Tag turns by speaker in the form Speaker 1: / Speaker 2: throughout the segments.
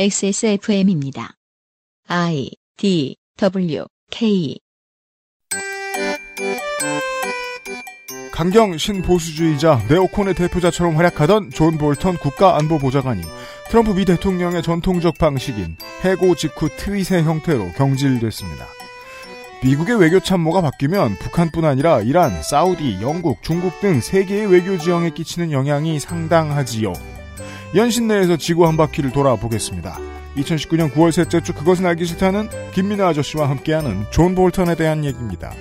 Speaker 1: XSFM입니다. I D W K
Speaker 2: 강경 신보수주의자 네오콘의 대표자처럼 활약하던 존 볼턴 국가안보보좌관이 트럼프 미 대통령의 전통적 방식인 해고 직후 트윗의 형태로 경질됐습니다. 미국의 외교 참모가 바뀌면 북한뿐 아니라 이란, 사우디, 영국, 중국 등 세계의 외교 지형에 끼치는 영향이 상당하지요. 연신 내에서 지구 한 바퀴를 돌아보겠습니다. 2019년 9월 셋째 주 그것은 알기 싫다는 김민아 아저씨와 함께하는 존 볼턴에 대한 얘기입니다.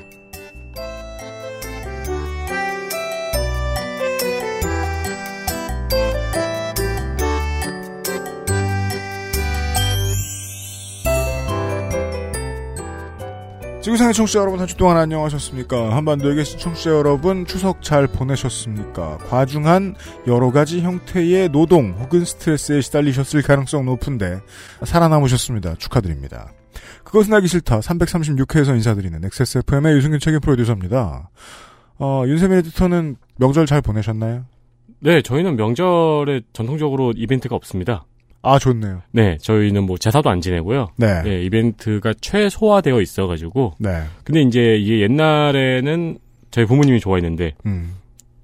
Speaker 2: 지구상의 청취자 여러분 한 주 동안 안녕하셨습니까? 한반도에 계신 청취자 여러분 추석 잘 보내셨습니까? 과중한 여러 가지 형태의 노동 혹은 스트레스에 시달리셨을 가능성 높은데 살아남으셨습니다. 축하드립니다. 그것은 하기 싫다 336회에서 인사드리는 XSFM의 유승균 책임 프로듀서입니다. 어, 윤세민 에디터는 명절 잘 보내셨나요?
Speaker 3: 네, 저희는 명절에 전통적으로 이벤트가 없습니다.
Speaker 2: 아 좋네요.
Speaker 3: 네, 저희는 뭐 제사도 안 지내고요.
Speaker 2: 네. 네.
Speaker 3: 네, 이벤트가 최소화되어 있어가지고. 근데 이제 이게 옛날에는 저희 부모님이 좋아했는데,
Speaker 2: 음.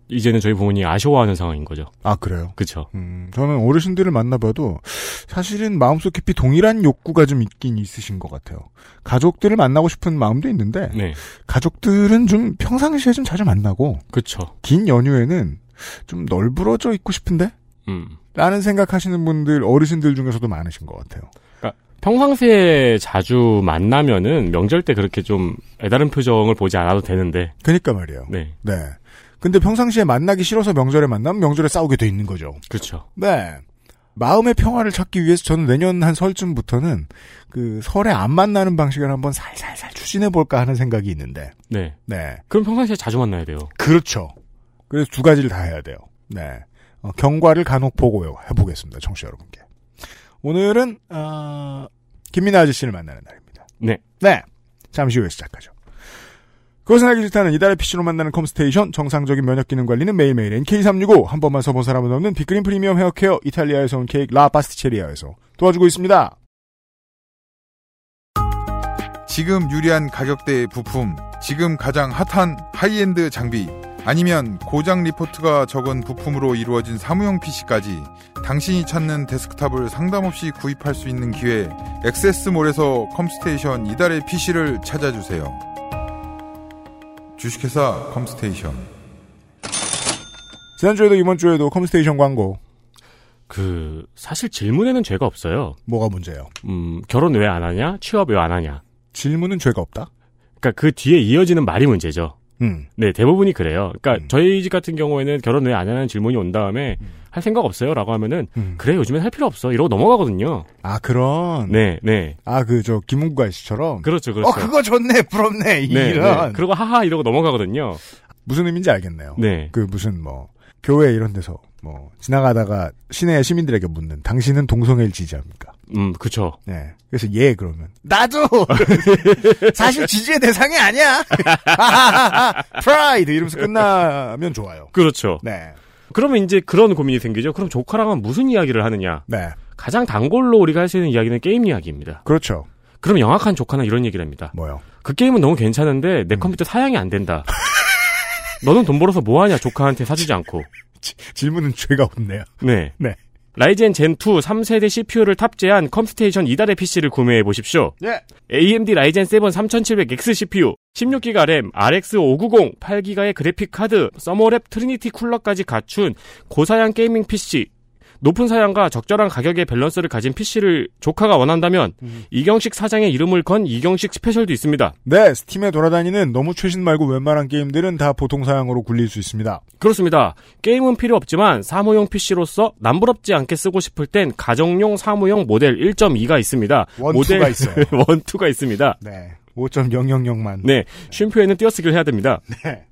Speaker 3: 이제는 저희 부모님이 아쉬워하는 상황인 거죠.
Speaker 2: 아 그래요.
Speaker 3: 그쵸.
Speaker 2: 음, 저는 어르신들을 만나봐도 사실은 마음속 깊이 동일한 욕구가 좀 있긴 있으신 것 같아요. 가족들을 만나고 싶은 마음도 있는데
Speaker 3: 네.
Speaker 2: 가족들은 좀 평상시에 좀 자주 만나고
Speaker 3: 그쵸.
Speaker 2: 긴 연휴에는 좀 널브러져 있고 싶은데
Speaker 3: 음.
Speaker 2: 라는 생각하시는 분들 어르신들 중에서도 많으신 것 같아요.
Speaker 3: 평상시에 자주 만나면은 명절 때 그렇게 좀 애다른 표정을 보지 않아도 되는데,
Speaker 2: 그러니까 말이에요.
Speaker 3: 네.
Speaker 2: 네. 근데 평상시에 만나기 싫어서 명절에 만나면 명절에 싸우게 돼 있는 거죠.
Speaker 3: 그쵸.
Speaker 2: 네. 마음의 평화를 찾기 위해서 저는 내년 한 설쯤부터는 그 설에 안 만나는 방식을 한번 살살살 추진해 볼까 하는 생각이 있는데.
Speaker 3: 네.
Speaker 2: 네.
Speaker 3: 그럼 평상시에 자주 만나야 돼요.
Speaker 2: 그렇죠. 그래서 두 가지를 다 해야 돼요. 네. 어, 경과를 간혹 보고 해보겠습니다. 청취자 여러분께. 오늘은, 아, 김민아 아저씨를 만나는 날입니다.
Speaker 3: 네.
Speaker 2: 네. 잠시 후에 시작하죠. 그것은 알기 싫다는 이달의 PC로 만나는 컴스테이션, 정상적인 면역 기능 관리는 매일매일 NK365, 한 번만 써본 사람은 없는 빅그린 프리미엄 헤어케어, 이탈리아에서 온 케이크 라 파스티체리아에서 도와주고 있습니다.
Speaker 4: 지금 유리한 가격대의 부품, 지금 가장 핫한 하이엔드 장비, 아니면 고장 리포트가 적은 부품으로 이루어진 사무용 PC까지 당신이 찾는 데스크탑을 상담 없이 구입할 수 있는 기회, 액세스몰에서 컴스테이션 이달의 PC를 찾아주세요. 주식회사 컴스테이션.
Speaker 2: 지난주에도 이번주에도 컴스테이션 광고,
Speaker 3: 그, 사실 질문에는 죄가 없어요.
Speaker 2: 뭐가 문제예요?
Speaker 3: 음, 결혼 왜 안 하냐? 취업 왜 안 하냐?
Speaker 2: 질문은 죄가 없다?
Speaker 3: 그니까 그 뒤에 이어지는 말이 문제죠.
Speaker 2: 음.
Speaker 3: 네, 대부분이 그래요. 그러니까
Speaker 2: 음.
Speaker 3: 저희 집 같은 경우에는 결혼 왜 안 하는 질문이 온 다음에 할 생각 없어요라고 하면은
Speaker 2: 음.
Speaker 3: 그래 요즘엔 할 필요 없어 이러고 넘어가거든요.
Speaker 2: 아, 그런.
Speaker 3: 네, 네,
Speaker 2: 아, 그, 저, 김문구 아저씨처럼.
Speaker 3: 그렇죠, 그렇죠.
Speaker 2: 어, 그거 좋네, 부럽네,
Speaker 3: 네,
Speaker 2: 이런.
Speaker 3: 네. 그리고 하하 이러고 넘어가거든요.
Speaker 2: 무슨 의미인지 알겠네요.
Speaker 3: 네,
Speaker 2: 그 무슨 뭐, 교회 이런 데서 뭐, 지나가다가 시내 시민들에게 묻는 당신은 동성애를 지지합니까?
Speaker 3: 음, 그쵸.
Speaker 2: 네. 그래서 예, 그러면. 나도! 사실 지지의 대상이 아니야! 프라이드! 이러면서 끝나면 좋아요.
Speaker 3: 그렇죠.
Speaker 2: 네.
Speaker 3: 그러면 이제 그런 고민이 생기죠. 그럼 조카랑은 무슨 이야기를 하느냐?
Speaker 2: 네.
Speaker 3: 가장 단골로 우리가 할 수 있는 이야기는 게임 이야기입니다.
Speaker 2: 그렇죠.
Speaker 3: 그럼 영악한 조카는 이런 얘기를 합니다.
Speaker 2: 뭐요?
Speaker 3: 그 게임은 너무 괜찮은데
Speaker 2: 음.
Speaker 3: 내 컴퓨터 사양이 안 된다. 너는 돈 벌어서 뭐하냐 조카한테 사주지 않고.
Speaker 2: 지- 질문은 죄가 없네요.
Speaker 3: 네.
Speaker 2: 네.
Speaker 3: 라이젠 젠2 3세대 CPU를 탑재한 컴스테이션 이달의 PC를 구매해 보십시오.
Speaker 2: 예.
Speaker 3: AMD 라이젠 7 3700X CPU, 16기가 램, RX 590, 8기가의 그래픽 카드, 서머랩 트리니티 쿨러까지 갖춘 고사양 게이밍 PC. 높은 사양과 적절한 가격의 밸런스를 가진 PC를 조카가 원한다면 이경식 사장의 이름을 건 이경식 스페셜도 있습니다.
Speaker 2: 네, 스팀에 돌아다니는 너무 최신 말고 웬만한 게임들은 다 보통 사양으로 굴릴 수 있습니다.
Speaker 3: 그렇습니다. 게임은 필요 없지만 사무용 PC로서 남부럽지 않게 쓰고 싶을 땐 가정용 사무용 모델 1.2가 있습니다.
Speaker 2: 원, 투가 있어요.
Speaker 3: 원투가 있습니다.
Speaker 2: 네. 5.000만.
Speaker 3: 네, 쉼표에는 띄어쓰기를 해야 됩니다.
Speaker 2: 네.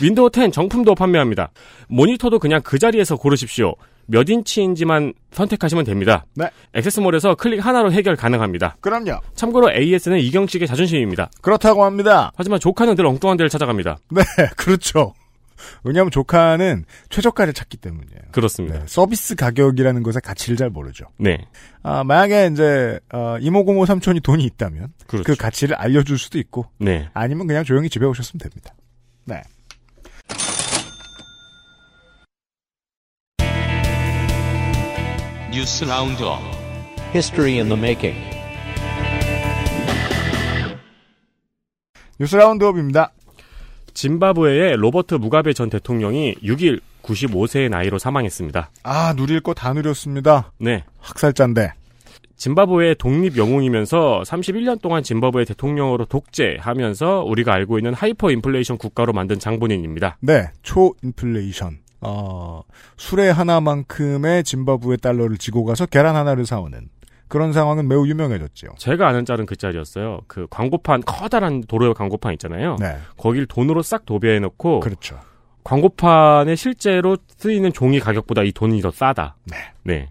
Speaker 3: 윈도우 10 정품도 판매합니다. 모니터도 그냥 그 자리에서 고르십시오. 몇 인치인지만 선택하시면 됩니다.
Speaker 2: 네.
Speaker 3: 액세스몰에서 클릭 하나로 해결 가능합니다.
Speaker 2: 그럼요.
Speaker 3: 참고로 AS는 이경식의 자존심입니다.
Speaker 2: 그렇다고 합니다.
Speaker 3: 하지만 조카는 늘 엉뚱한 데를 찾아갑니다.
Speaker 2: 네, 그렇죠. 왜냐하면 조카는 최저가를 찾기 때문이에요.
Speaker 3: 그렇습니다.
Speaker 2: 네, 서비스 가격이라는 것의 가치를 잘 모르죠.
Speaker 3: 네.
Speaker 2: 아, 만약에 이제 어, 이모고모 삼촌이 돈이 있다면
Speaker 3: 그렇죠.
Speaker 2: 그 가치를 알려줄 수도 있고
Speaker 3: 네.
Speaker 2: 아니면 그냥 조용히 집에 오셨으면 됩니다. 네.
Speaker 5: 뉴스 라운드업
Speaker 6: History in the making.
Speaker 2: 뉴스 라운드업입니다.
Speaker 3: 짐바브웨의 로버트 무가베 전 대통령이 6일 95세의 나이로 사망했습니다.
Speaker 2: 아 누릴 거 다 누렸습니다.
Speaker 3: 네.
Speaker 2: 학살자인데
Speaker 3: 짐바브웨의 독립 영웅이면서 31년 동안 짐바브웨 대통령으로 독재하면서 우리가 알고 있는 하이퍼 인플레이션 국가로 만든 장본인입니다.
Speaker 2: 네 초인플레이션 어, 수레 하나만큼의 짐바브웨 달러를 지고 가서 계란 하나를 사오는 그런 상황은 매우 유명해졌지요.
Speaker 3: 제가 아는 짤은 그 짤이었어요. 그 광고판 커다란 도로 광고판 있잖아요.
Speaker 2: 네
Speaker 3: 거길 돈으로 싹 도배해 놓고
Speaker 2: 그렇죠.
Speaker 3: 광고판에 실제로 쓰이는 종이 가격보다 이 돈이 더 싸다.
Speaker 2: 네.
Speaker 3: 네.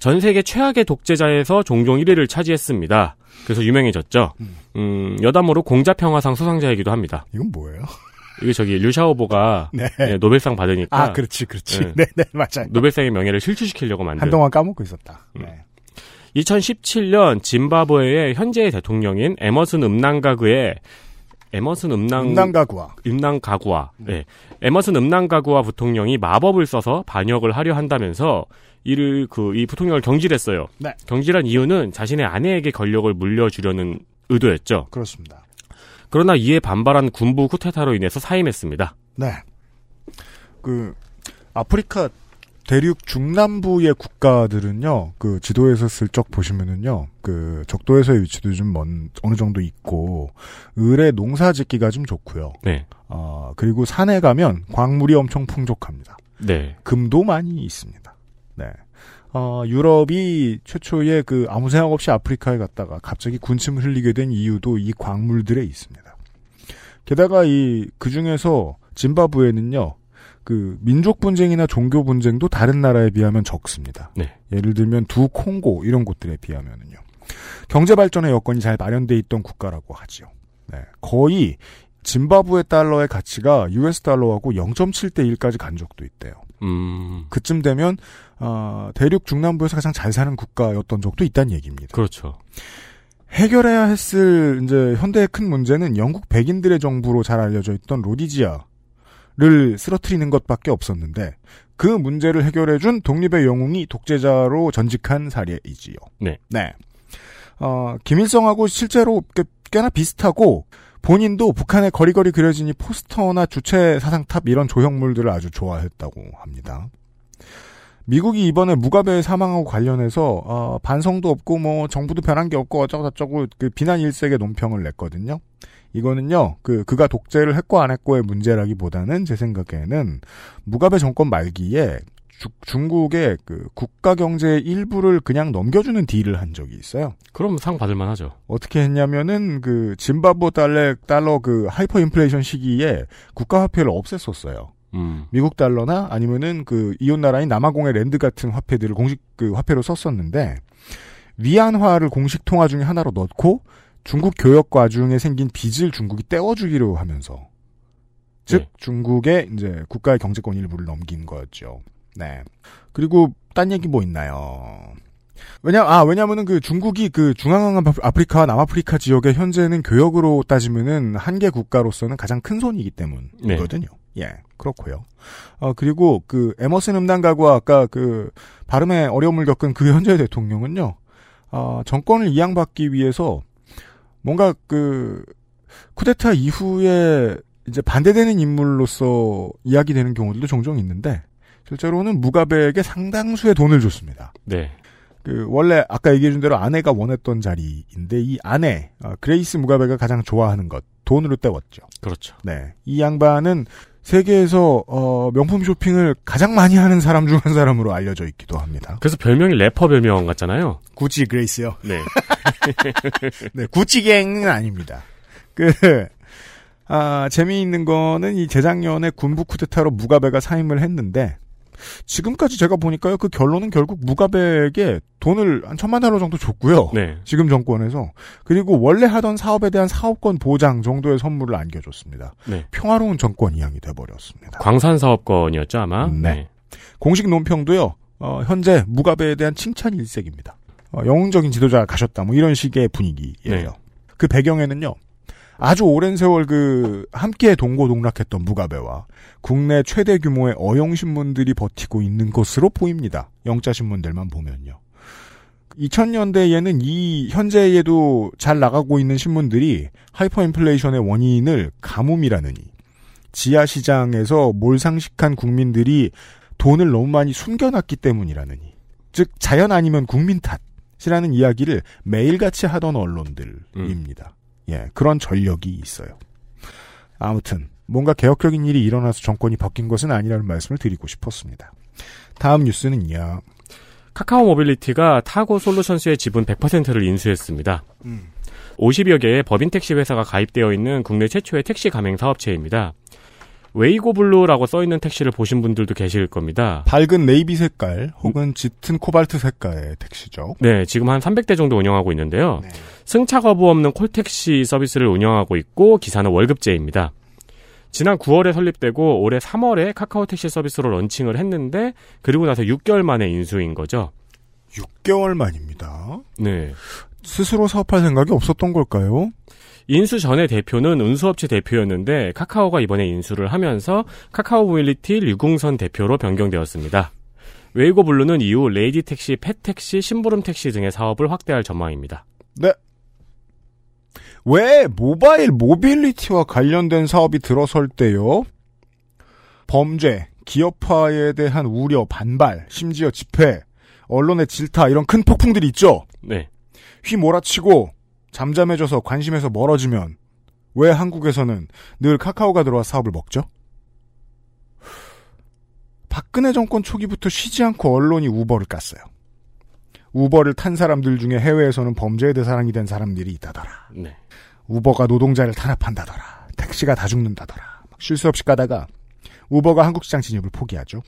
Speaker 3: 전 세계 최악의 독재자에서 종종 1위를 차지했습니다. 그래서 유명해졌죠. 음, 여담으로 공자평화상 수상자이기도 합니다.
Speaker 2: 이건 뭐예요?
Speaker 3: 이게 저기 류샤오보가
Speaker 2: 네.
Speaker 3: 네, 노벨상 받으니까
Speaker 2: 아 그렇지 그렇지.
Speaker 3: 네.
Speaker 2: 네네 맞아요.
Speaker 3: 노벨상의 명예를 실추시키려고 만든
Speaker 2: 한동안 까먹고 있었다.
Speaker 3: 음.
Speaker 2: 네.
Speaker 3: 2017년 짐바브웨의 현재의 대통령인 에머슨 음낭가그의 에머슨 음낭
Speaker 2: 음낭가구와
Speaker 3: 음낭가구와 네. 에머슨 음낭가구와 부통령이 마법을 써서 반역을 하려 한다면서 이를 그 이 부통령을 경질했어요.
Speaker 2: 네.
Speaker 3: 경질한 이유는 자신의 아내에게 권력을 물려주려는 의도였죠.
Speaker 2: 그렇습니다.
Speaker 3: 그러나 이에 반발한 군부 쿠데타로 인해서 사임했습니다.
Speaker 2: 네. 그 아프리카 대륙 중남부의 국가들은요. 그 지도에서 슬쩍 보시면은요. 그 적도에서의 위치도 좀 먼 어느 정도 있고 을의 농사 짓기가 좀 좋고요.
Speaker 3: 네.
Speaker 2: 어, 그리고 산에 가면 광물이 엄청 풍족합니다.
Speaker 3: 네.
Speaker 2: 금도 많이 있습니다. 네. 어, 유럽이 최초의 그 아무 생각 없이 아프리카에 갔다가 갑자기 군침을 흘리게 된 이유도 이 광물들에 있습니다. 게다가 이, 그 중에서 짐바브웨는요, 그 민족 분쟁이나 종교 분쟁도 다른 나라에 비하면 적습니다.
Speaker 3: 네.
Speaker 2: 예를 들면 두 콩고 이런 곳들에 비하면은요. 경제 발전의 여건이 잘 마련돼 있던 국가라고 하지요. 네. 거의 짐바브웨 달러의 가치가 US 달러하고 0.7대 1까지 간 적도 있대요.
Speaker 3: 음.
Speaker 2: 그쯤 되면 어, 대륙 중남부에서 가장 잘 사는 국가였던 적도 있다는 얘기입니다.
Speaker 3: 그렇죠.
Speaker 2: 해결해야 했을 이제 현대의 큰 문제는 영국 백인들의 정부로 잘 알려져 있던 로디지아를 쓰러뜨리는 것밖에 없었는데 그 문제를 해결해준 독립의 영웅이 독재자로 전직한 사례이지요.
Speaker 3: 네.
Speaker 2: 네. 어, 김일성하고 실제로 꽤- 꽤나 비슷하고 본인도 북한의 거리거리 그려지니 포스터나 주체 사상탑 이런 조형물들을 아주 좋아했다고 합니다. 미국이 이번에 무가베 사망하고 관련해서 어, 반성도 없고 뭐 정부도 변한 게 없고 어쩌고저쩌고 그 비난 일색의 논평을 냈거든요. 이거는요, 그 그가 독재를 했고 안 했고의 문제라기보다는 제 생각에는 무가베 정권 말기에 주- 중국의 그 국가 경제의 일부를 그냥 넘겨주는 딜을 한 적이 있어요.
Speaker 3: 그럼 상 받을만 하죠.
Speaker 2: 어떻게 했냐면은 그 짐바브 달러 달러 그 하이퍼 인플레이션 시기에 국가 화폐를 없앴었어요.
Speaker 3: 음.
Speaker 2: 미국 달러나 아니면은 그 이웃 나라인 남아공의 랜드 같은 화폐들을 공식 그 화폐로 썼었는데 위안화를 공식 통화 중에 하나로 넣고 중국 교역 과중에 생긴 빚을 중국이 떼어주기로 하면서 즉
Speaker 3: 네.
Speaker 2: 중국의 이제 국가의 경제권 일부를 넘긴 거였죠. 네. 그리고 딴 얘기 뭐 있나요? 왜냐 아 왜냐면은 그 중국이 그 중앙 아프리카와 남아프리카 지역에 현재는 교역으로 따지면은 한 개 국가로서는 가장 큰 손이기 때문이거든요. 예 그렇고요. 어 그리고 그 에머슨 음란가구와 아까 그 발음에 어려움을 겪은 그 현재 대통령은요. 아 정권을 이양받기 위해서 뭔가 그 쿠데타 이후에 이제 반대되는 인물로서 이야기되는 경우들도 종종 있는데 실제로는 무가베에게 상당수의 돈을 줬습니다.
Speaker 3: 네.
Speaker 2: 그 원래 아까 얘기해준 대로 아내가 원했던 자리인데 이 아내 어, 그레이스 무가베가 가장 좋아하는 것 돈으로 때웠죠.
Speaker 3: 그렇죠.
Speaker 2: 네, 이 양반은 세계에서 어, 명품 쇼핑을 가장 많이 하는 사람 중 한 사람으로 알려져 있기도 합니다.
Speaker 3: 그래서 별명이 래퍼 별명 같잖아요.
Speaker 2: 구찌 그레이스요.
Speaker 3: 네.
Speaker 2: 네, 구찌갱은 아닙니다. 그 아, 재미있는 거는 이 재작년에 군부 쿠데타로 무가베가 사임을 했는데 지금까지 제가 보니까요, 그 결론은 결국 무가백에 돈을 한 천만 달러 정도 줬고요.
Speaker 3: 네.
Speaker 2: 지금 정권에서. 그리고 원래 하던 사업에 대한 사업권 보장 정도의 선물을 안겨줬습니다.
Speaker 3: 네.
Speaker 2: 평화로운 정권 이양이 돼버렸습니다.
Speaker 3: 광산 사업권이었죠 아마.
Speaker 2: 네. 공식 논평도요, 어, 현재 무가베에 대한 칭찬 일색입니다. 어, 영웅적인 지도자가 가셨다, 뭐 이런 식의 분위기예요.
Speaker 3: 네.
Speaker 2: 그 배경에는요, 아주 오랜 세월 그, 함께 동고동락했던 무가베와 국내 최대 규모의 어영신문들이 버티고 있는 것으로 보입니다. 영자신문들만 보면요. 2000년대에는 이, 현재에도 잘 나가고 있는 신문들이 하이퍼인플레이션의 원인을 가뭄이라느니, 지하시장에서 몰상식한 국민들이 돈을 너무 많이 숨겨놨기 때문이라느니 즉 자연 아니면 국민 탓이라는 이야기를 매일같이 하던 언론들입니다. 예 그런 전력이 있어요. 아무튼 뭔가 개혁적인 일이 일어나서 정권이 바뀐 것은 아니라는 말씀을 드리고 싶었습니다. 다음 뉴스는요.
Speaker 3: 카카오 모빌리티가 타고 솔루션스의 지분 100%를 인수했습니다. 50여 개의 법인 택시 회사가 가입되어 있는 국내 최초의 택시 가맹 사업체입니다. 웨이고 블루라고 써 있는 택시를 보신 분들도 계실 겁니다.
Speaker 2: 밝은 네이비 색깔 혹은 짙은 코발트 색깔의 택시죠.
Speaker 3: 네, 지금 한 300대 정도 운영하고 있는데요. 승차 거부 없는 콜택시 서비스를 운영하고 있고 기사는 월급제입니다. 지난 9월에 설립되고 올해 3월에 카카오 택시 서비스로 런칭을 했는데 그리고 나서 6개월 만에 인수인 거죠.
Speaker 2: 6개월 만입니다.
Speaker 3: 네.
Speaker 2: 스스로 사업할 생각이 없었던 걸까요?
Speaker 3: 인수 전에 대표는 운수업체 대표였는데 카카오가 이번에 인수를 하면서 카카오 모빌리티 류궁선 대표로 변경되었습니다. 웨이고 블루는 이후 레이디 택시, 펫 택시, 심부름 택시 등의 사업을 확대할 전망입니다.
Speaker 2: 왜 모바일 모빌리티와 관련된 사업이 들어설 때요? 범죄, 기업화에 대한 우려, 반발, 심지어 집회, 언론의 질타 이런 큰 폭풍들이 있죠.
Speaker 3: 네.
Speaker 2: 휘몰아치고 잠잠해져서 관심에서 멀어지면 왜 한국에서는 늘 카카오가 들어와 사업을 먹죠? 박근혜 정권 초기부터 쉬지 않고 언론이 우버를 깠어요. 우버를 탄 사람들 중에 해외에서는 범죄의 대상이 된 사람들이 있다더라.
Speaker 3: 네.
Speaker 2: 우버가 노동자를 탄압한다더라. 택시가 다 죽는다더라. 막 쉴 수 없이 가다가 우버가 한국 시장 진입을 포기하죠.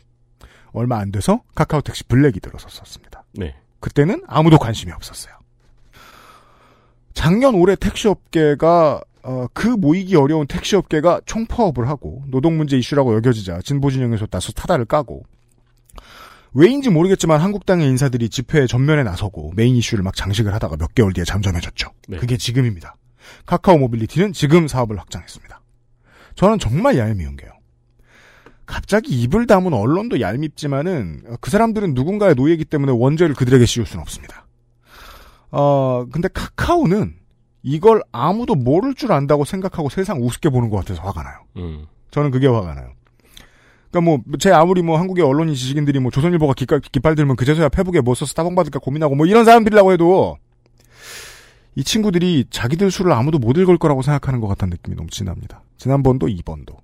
Speaker 2: 얼마 안 돼서 카카오 택시 블랙이 들어섰었습니다.
Speaker 3: 네.
Speaker 2: 그때는 아무도 관심이 없었어요. 작년 올해 택시업계가 어, 그 모이기 어려운 택시업계가 총파업을 하고 노동 문제 이슈라고 여겨지자 진보 진영에서 다소 타다를 까고 왜인지 모르겠지만 한국당의 인사들이 집회에 전면에 나서고 메인 이슈를 막 장식을 하다가 몇 개월 뒤에 잠잠해졌죠.
Speaker 3: 네.
Speaker 2: 그게 지금입니다. 카카오 모빌리티는 지금 사업을 확장했습니다. 저는 정말 얄미운 게요. 갑자기 입을 다문 언론도 얄밉지만은 어, 그 사람들은 누군가의 노예이기 때문에 원죄를 그들에게 씌울 수는 없습니다. 어 근데 카카오는 이걸 아무도 모를 줄 안다고 생각하고 세상 우습게 보는 것 같아서 화가 나요.
Speaker 3: 음.
Speaker 2: 저는 그게 화가 나요. 그러니까 뭐 제 아무리 뭐 한국의 언론인 지식인들이 뭐 조선일보가 깃발, 깃발 들면 그제서야 페북에 뭐 써서 따봉 받을까 고민하고 뭐 이런 사람들이라고 해도 이 친구들이 자기들 수를 아무도 못 읽을 거라고 생각하는 것 같다는 느낌이 너무 진합니다. 지난번도 이번도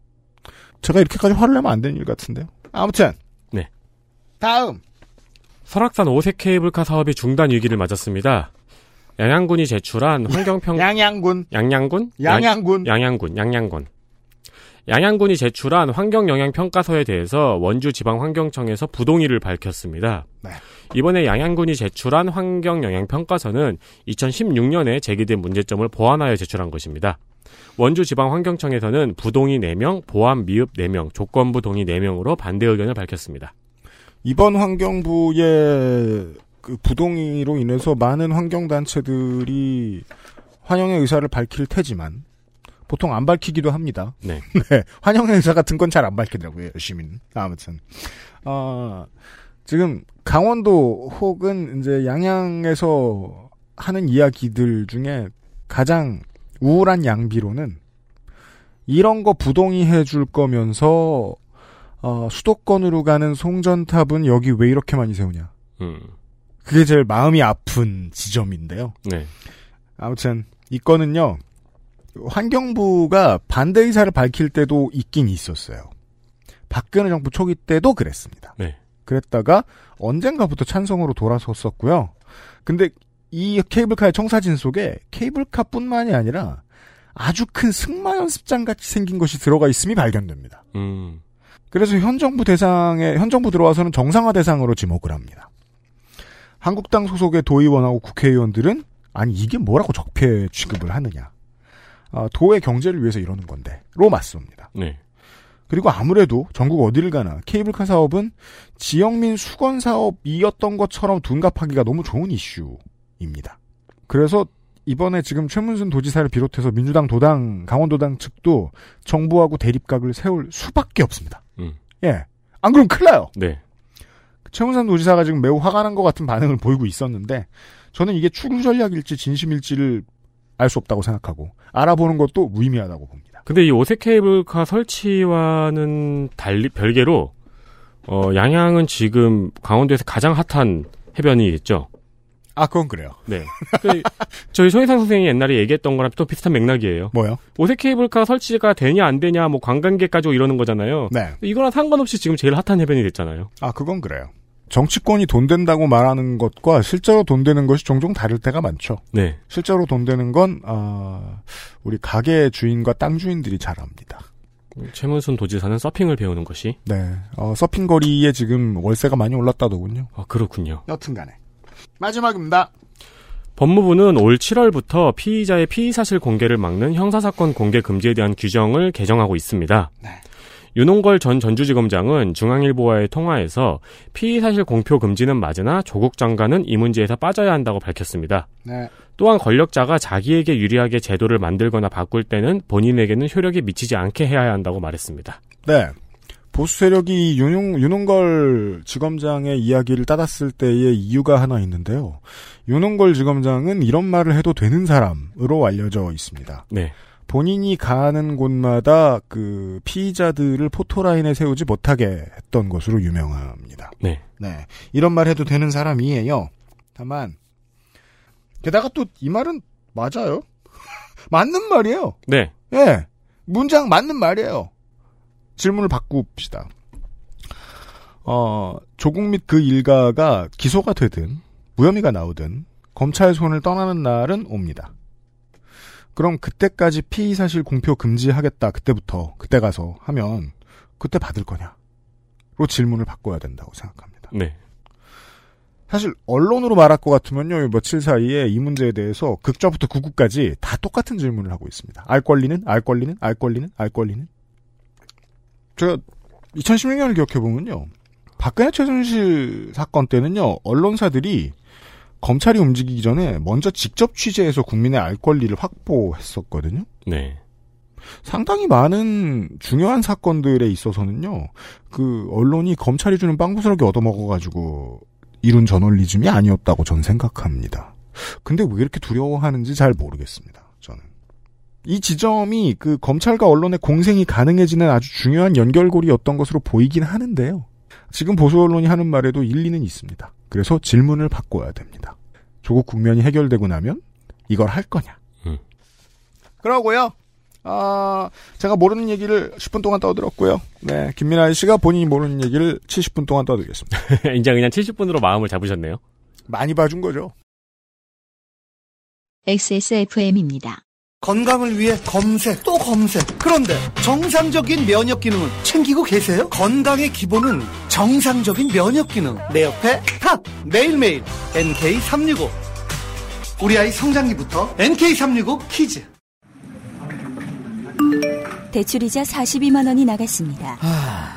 Speaker 2: 제가 이렇게까지 화를 내면 안 되는 일 같은데요. 아무튼
Speaker 3: 네.
Speaker 2: 다음
Speaker 3: 설악산 오색 케이블카 사업이 중단 위기를 맞았습니다. 양양군이 제출한 환경평
Speaker 2: 양양군
Speaker 3: 양양군? 양-
Speaker 2: 양양군
Speaker 3: 양양군, 양양군. 양양군이 제출한 환경영향평가서에 대해서 원주지방환경청에서 부동의를 밝혔습니다.
Speaker 2: 네.
Speaker 3: 이번에 양양군이 제출한 환경영향평가서는 2016년에 제기된 문제점을 보완하여 제출한 것입니다. 원주지방환경청에서는 부동의 4명, 보안 미흡 4명, 조건부 동의 4명으로 반대 의견을 밝혔습니다.
Speaker 2: 이번 환경부의 그 부동의로 인해서 많은 환경단체들이 환영의 의사를 밝힐 테지만 보통 안 밝히기도 합니다.
Speaker 3: 네.
Speaker 2: 네, 환영의 의사 같은 건 잘 안 밝히더라고요, 시민. 아무튼. 아, 지금 강원도 혹은 이제 양양에서 하는 이야기들 중에 가장 우울한 양비로는 이런 거 부동의해 줄 거면서 어, 수도권으로 가는 송전탑은 여기 왜 이렇게 많이 세우냐.
Speaker 3: 음,
Speaker 2: 그게 제일 마음이 아픈 지점인데요.
Speaker 3: 네.
Speaker 2: 아무튼 이 건은요. 환경부가 반대 의사를 밝힐 때도 있긴 있었어요. 박근혜 정부 초기 때도 그랬습니다.
Speaker 3: 네.
Speaker 2: 그랬다가 언젠가부터 찬성으로 돌아섰었고요. 근데 이 케이블카의 청사진 속에 케이블카뿐만이 아니라 아주 큰 승마 연습장 같이 생긴 것이 들어가 있음이 발견됩니다.
Speaker 3: 음,
Speaker 2: 그래서 현 정부 대상에 현 정부 들어와서는 정상화 대상으로 지목을 합니다. 한국당 소속의 도의원하고 국회의원들은 아니 이게 뭐라고 적폐 취급을 하느냐. 아, 도의 경제를 위해서 이러는 건데로 맞습니다.
Speaker 3: 네.
Speaker 2: 그리고 아무래도 전국 어디를 가나 케이블카 사업은 지역민 수건 사업이었던 것처럼 둔갑하기가 너무 좋은 이슈입니다. 그래서 이번에 지금 최문순 도지사를 비롯해서 민주당 도당, 강원도당 측도 정부하고 대립각을 세울 수밖에 없습니다.
Speaker 3: 음.
Speaker 2: 예. 안 그러면 큰일 나요.
Speaker 3: 네.
Speaker 2: 최문산 도지사가 지금 매우 화가 난 것 같은 반응을 보이고 있었는데 저는 이게 추구 전략일지 진심일지를 알 수 없다고 생각하고 알아보는 것도 무의미하다고 봅니다.
Speaker 3: 근데 이 오색 케이블카 설치와는 달리 별개로 어, 양양은 지금 강원도에서 가장 핫한 해변이 있죠.
Speaker 2: 아 그건 그래요.
Speaker 3: 네. 그, 저희 손희상 선생이 옛날에 얘기했던 거랑 또 비슷한 맥락이에요.
Speaker 2: 뭐요?
Speaker 3: 오색 케이블카 설치가 되냐 안 되냐 뭐 관광객 가지고 이러는 거잖아요.
Speaker 2: 네.
Speaker 3: 이거랑 상관없이 지금 제일 핫한 해변이 됐잖아요.
Speaker 2: 아 그건 그래요. 정치권이 돈 된다고 말하는 것과 실제로 돈 되는 것이 종종 다를 때가 많죠.
Speaker 3: 네.
Speaker 2: 실제로 돈 되는 건 아, 우리 가게 주인과 땅 주인들이 잘 압니다.
Speaker 3: 최문순 도지사는 서핑을 배우는 것이
Speaker 2: 네. 어, 서핑 거리에 지금 월세가 많이 올랐다더군요.
Speaker 3: 아, 그렇군요.
Speaker 2: 여튼간에 마지막입니다.
Speaker 3: 법무부는 올 7월부터 피의자의 피의 사실 공개를 막는 형사사건 공개 금지에 대한 규정을 개정하고 있습니다.
Speaker 2: 네.
Speaker 3: 윤홍걸 전 전주지검장은 중앙일보와의 통화에서 피의 사실 공표 금지는 맞으나 조국 장관은 이 문제에서 빠져야 한다고 밝혔습니다.
Speaker 2: 네.
Speaker 3: 또한 권력자가 자기에게 유리하게 제도를 만들거나 바꿀 때는 본인에게는 효력이 미치지 않게 해야 한다고 말했습니다.
Speaker 2: 네. 보수 세력이 윤용, 윤홍걸 지검장의 이야기를 따랐을 때의 이유가 하나 있는데요. 윤홍걸 지검장은 이런 말을 해도 되는 사람으로 알려져 있습니다.
Speaker 3: 네.
Speaker 2: 본인이 가는 곳마다 그 피의자들을 포토라인에 세우지 못하게 했던 것으로 유명합니다.
Speaker 3: 네.
Speaker 2: 네. 이런 말 해도 되는 사람이에요. 다만, 게다가 또 이 말은 맞아요. 맞는 말이에요.
Speaker 3: 네.
Speaker 2: 예. 문장 맞는 말이에요. 질문을 바꿉시다. 어, 조국 및 그 일가가 기소가 되든, 무혐의가 나오든, 검찰 손을 떠나는 날은 옵니다. 그럼 그때까지 피의사실 공표 금지하겠다, 그때부터, 그때 가서 하면, 그때 받을 거냐? 로 질문을 바꿔야 된다고 생각합니다.
Speaker 3: 네.
Speaker 2: 사실 언론으로 말할 것 같으면요 이 며칠 사이에 이 문제에 대해서 극좌부터 구구까지 다 똑같은 질문을 하고 있습니다. 알 권리는 알 권리는 알 권리는 알 권리는 제가 2016년을 기억해 보면요 박근혜 최순실 사건 때는요 언론사들이 검찰이 움직이기 전에 먼저 직접 취재해서 국민의 알 권리를 확보했었거든요.
Speaker 3: 네.
Speaker 2: 상당히 많은 중요한 사건들에 있어서는요, 그, 언론이 검찰이 주는 빵부스러기 얻어먹어가지고 이룬 저널리즘이 아니었다고 전 생각합니다. 근데 왜 이렇게 두려워하는지 잘 모르겠습니다, 저는. 이 지점이 그 검찰과 언론의 공생이 가능해지는 아주 중요한 연결고리였던 것으로 보이긴 하는데요. 지금 보수 언론이 하는 말에도 일리는 있습니다. 그래서 질문을 바꿔야 됩니다. 조국 국면이 해결되고 나면 이걸 할 거냐.
Speaker 3: 음.
Speaker 2: 그러고요. 아, 제가 모르는 얘기를 10분 동안 떠들었고요. 네, 김민아 씨가 본인이 모르는 얘기를 70분 동안 떠들겠습니다.
Speaker 3: 이제 그냥 70분으로 마음을 잡으셨네요.
Speaker 2: 많이 봐준 거죠.
Speaker 1: XSFM입니다.
Speaker 5: 건강을 위해 검색 또 검색 그런데 정상적인 면역 기능은 챙기고 계세요? 건강의 기본은 정상적인 면역 기능 내 옆에 탑 매일매일 NK365 우리 아이 성장기부터 NK365 키즈
Speaker 7: 대출이자 42만 원이 나갔습니다.
Speaker 8: 아.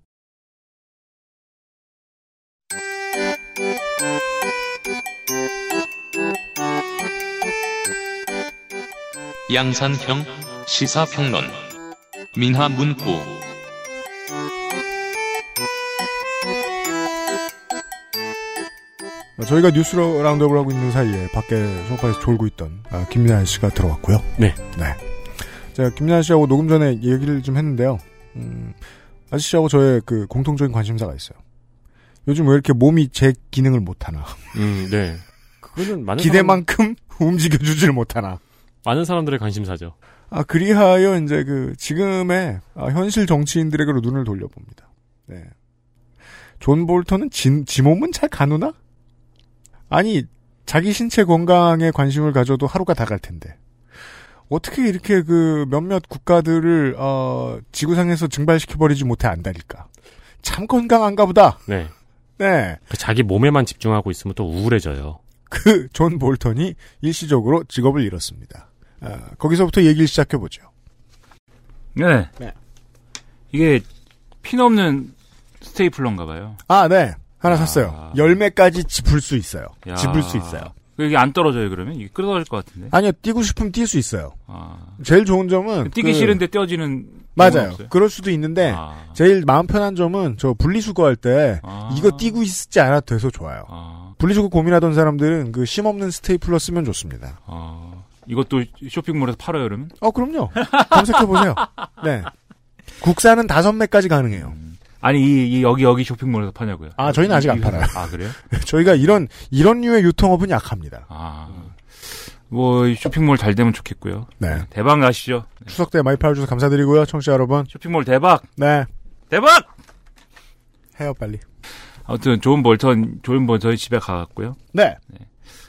Speaker 9: 양산형 시사평론 민하문구
Speaker 2: 저희가 뉴스 라운드업을 하고 있는 사이에 밖에 소파에서 졸고 있던 아, 김민아 씨가 들어왔고요.
Speaker 3: 네.
Speaker 2: 네. 제가 김민아 씨하고 녹음 전에 얘기를 좀 했는데요. 음, 아저씨하고 저의 그 공통적인 관심사가 있어요. 요즘 왜 이렇게 몸이 제 기능을 못하나.
Speaker 3: 음, 네. 그거는 많은 사람,
Speaker 2: 기대만큼 움직여주질 못하나.
Speaker 3: 많은 사람들의 관심사죠.
Speaker 2: 아, 그리하여 이제 그 지금의 아, 현실 정치인들에게로 눈을 돌려봅니다. 네. 존 볼턴은 지, 지 몸은 잘 가누나? 아니, 자기 신체 건강에 관심을 가져도 하루가 다 갈 텐데. 어떻게 이렇게 그 몇몇 국가들을 어, 지구상에서 증발시켜버리지 못해 안달일까? 참 건강한가 보다.
Speaker 3: 네.
Speaker 2: 네.
Speaker 3: 그 자기 몸에만 집중하고 있으면 또 우울해져요.
Speaker 2: 그 존 볼턴이 일시적으로 직업을 잃었습니다. 아, 거기서부터 얘기를 시작해보죠.
Speaker 10: 네.
Speaker 2: 네.
Speaker 10: 이게 핀 없는 스테이플러인가 봐요.
Speaker 2: 아, 네. 하나
Speaker 10: 야.
Speaker 2: 샀어요. 열매까지 집을 수 있어요.
Speaker 10: 야.
Speaker 2: 집을 수 있어요.
Speaker 10: 이게 안 떨어져요 그러면? 이게 끌어질 것 같은데.
Speaker 2: 아니요, 뛰고 싶으면 뛸 수 있어요.
Speaker 10: 아.
Speaker 2: 제일 좋은 점은
Speaker 10: 뛰기
Speaker 2: 그-
Speaker 10: 싫은데 떼어지는 경우는
Speaker 2: 맞아요. 네.
Speaker 10: 없어요?
Speaker 2: 그럴 수도 있는데
Speaker 10: 아.
Speaker 2: 제일 마음 편한 점은 저 분리수거할 때
Speaker 10: 아.
Speaker 2: 이거 뛰고 있지 않아도 돼서 좋아요.
Speaker 10: 아.
Speaker 2: 분리수거 고민하던 사람들은 그 심 없는 스테이플러 쓰면 좋습니다.
Speaker 10: 아. 이것도 쇼핑몰에서 팔아요 그러면?
Speaker 2: 어, 그럼요. 검색해 보세요. 네. 국산은 다섯 매까지 가능해요.
Speaker 10: 음. 아니 이, 이 여기 여기 쇼핑몰에서 파냐고요?
Speaker 2: 아, 저희는 아직 안
Speaker 10: 이거-
Speaker 2: 팔아요.
Speaker 10: 아 그래요?
Speaker 2: 네, 저희가 이런 이런 류의 유통업은 약합니다.
Speaker 10: 아. 뭐이 쇼핑몰 잘 되면 좋겠고요.
Speaker 2: 네.
Speaker 10: 대박 나시죠.
Speaker 2: 추석 때 많이 팔아주셔서 감사드리고요, 청취자 여러분.
Speaker 10: 쇼핑몰 대박
Speaker 2: 네.
Speaker 10: 대박.
Speaker 2: 해요 빨리.
Speaker 10: 아무튼 좋은 벌턴 좋은 벌턴 집에 가갖고요.
Speaker 2: 네.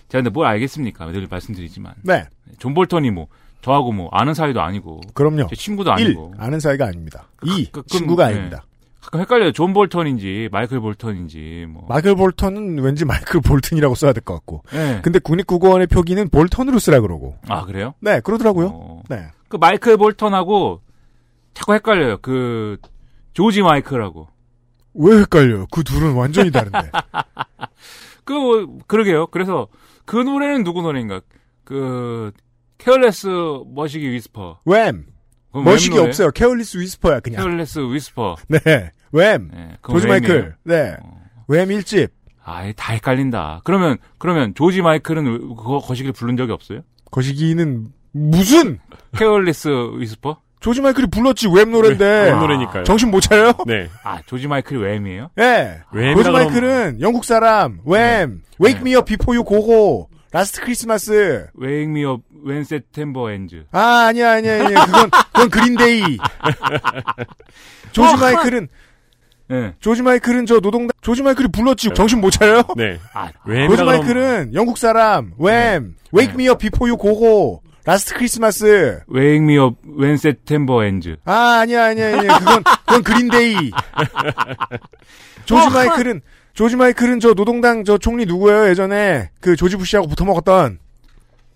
Speaker 10: 제가 근데 뭘 알겠습니까? 늘 말씀드리지만
Speaker 2: 네.
Speaker 10: 존 볼턴이 뭐 저하고 뭐 아는 사이도 아니고
Speaker 2: 그럼요.
Speaker 10: 제 친구도
Speaker 2: 1.
Speaker 10: 아니고 그
Speaker 2: 아는 사이가 아닙니다. 2.
Speaker 10: 가끔-
Speaker 2: 친구가
Speaker 10: 네.
Speaker 2: 아닙니다.
Speaker 10: 가끔 헷갈려요. 존 볼턴인지 마이클 볼턴인지 뭐.
Speaker 2: 마이클 볼턴은 왠지 마이클 볼튼이라고 써야 될 것 같고.
Speaker 10: 예.
Speaker 2: 근데 국립국어원의 표기는 볼턴으로 쓰라 그러고.
Speaker 10: 아 그래요?
Speaker 2: 네, 그러더라고요.
Speaker 10: 어.
Speaker 2: 네.
Speaker 10: 그 마이클 볼턴하고 자꾸 헷갈려요. 그 조지 마이클하고.
Speaker 2: 왜 헷갈려요? 그 둘은 완전히 다른데.
Speaker 10: 그 뭐, 그러게요. 그래서 그 노래는 누구 노래인가? 그 케어레스 머시기 위스퍼.
Speaker 2: 웸.
Speaker 10: 그건
Speaker 2: 머시기
Speaker 10: 웬 노래?
Speaker 2: 없어요. 케어리스 위스퍼야, 그냥.
Speaker 10: 케어레스 위스퍼.
Speaker 2: 네. 웸.
Speaker 10: 네, 그건
Speaker 2: 조지
Speaker 10: 웬이에요?
Speaker 2: 마이클. 네.
Speaker 10: 어.
Speaker 2: 웸 1집.
Speaker 10: 아이 다 헷갈린다. 그러면 그러면 조지 마이클은 그거 거시기를 부른 적이 없어요?
Speaker 2: 거시기는 무슨!
Speaker 10: 케어레스 위스퍼?
Speaker 2: 조지 마이클이 불렀지, 웸 노래인데.
Speaker 10: 웸
Speaker 3: 노래니까요.
Speaker 2: 네. 정신 못 차려요?
Speaker 3: 네.
Speaker 10: 아 조지 마이클이 웸이에요?
Speaker 2: 예.
Speaker 3: 웸이라
Speaker 2: 조지
Speaker 3: 그러면-
Speaker 2: 마이클은 영국 사람, 웸, Wake
Speaker 10: 네.
Speaker 2: Me Up Before You Go Go, 라스트 크리스마스.
Speaker 10: Wake Me Up When September Ends.
Speaker 2: 아, 아니야, 아니야, 아니야. 그건, 그건 그린데이. 조지 마이클은,
Speaker 10: 예.
Speaker 2: 조지 마이클은 저 노동당, 조지 마이클이 불렀지. 정신 못 차려요?
Speaker 3: 네.
Speaker 10: 아
Speaker 3: 왜
Speaker 2: 조지 마이클은 영국 사람, 웸, Wake Me Up Before You Go Go, 라스트 크리스마스.
Speaker 10: Wake Me Up When September Ends.
Speaker 2: 아, 아니야, 아니야, 아니야. 그건, 그건 그린데이. 조지
Speaker 3: 어,
Speaker 2: 마이클은, 조지 마이클은 저 노동당 저 총리 누구예요, 예전에? 그 조지 부시하고 붙어먹었던,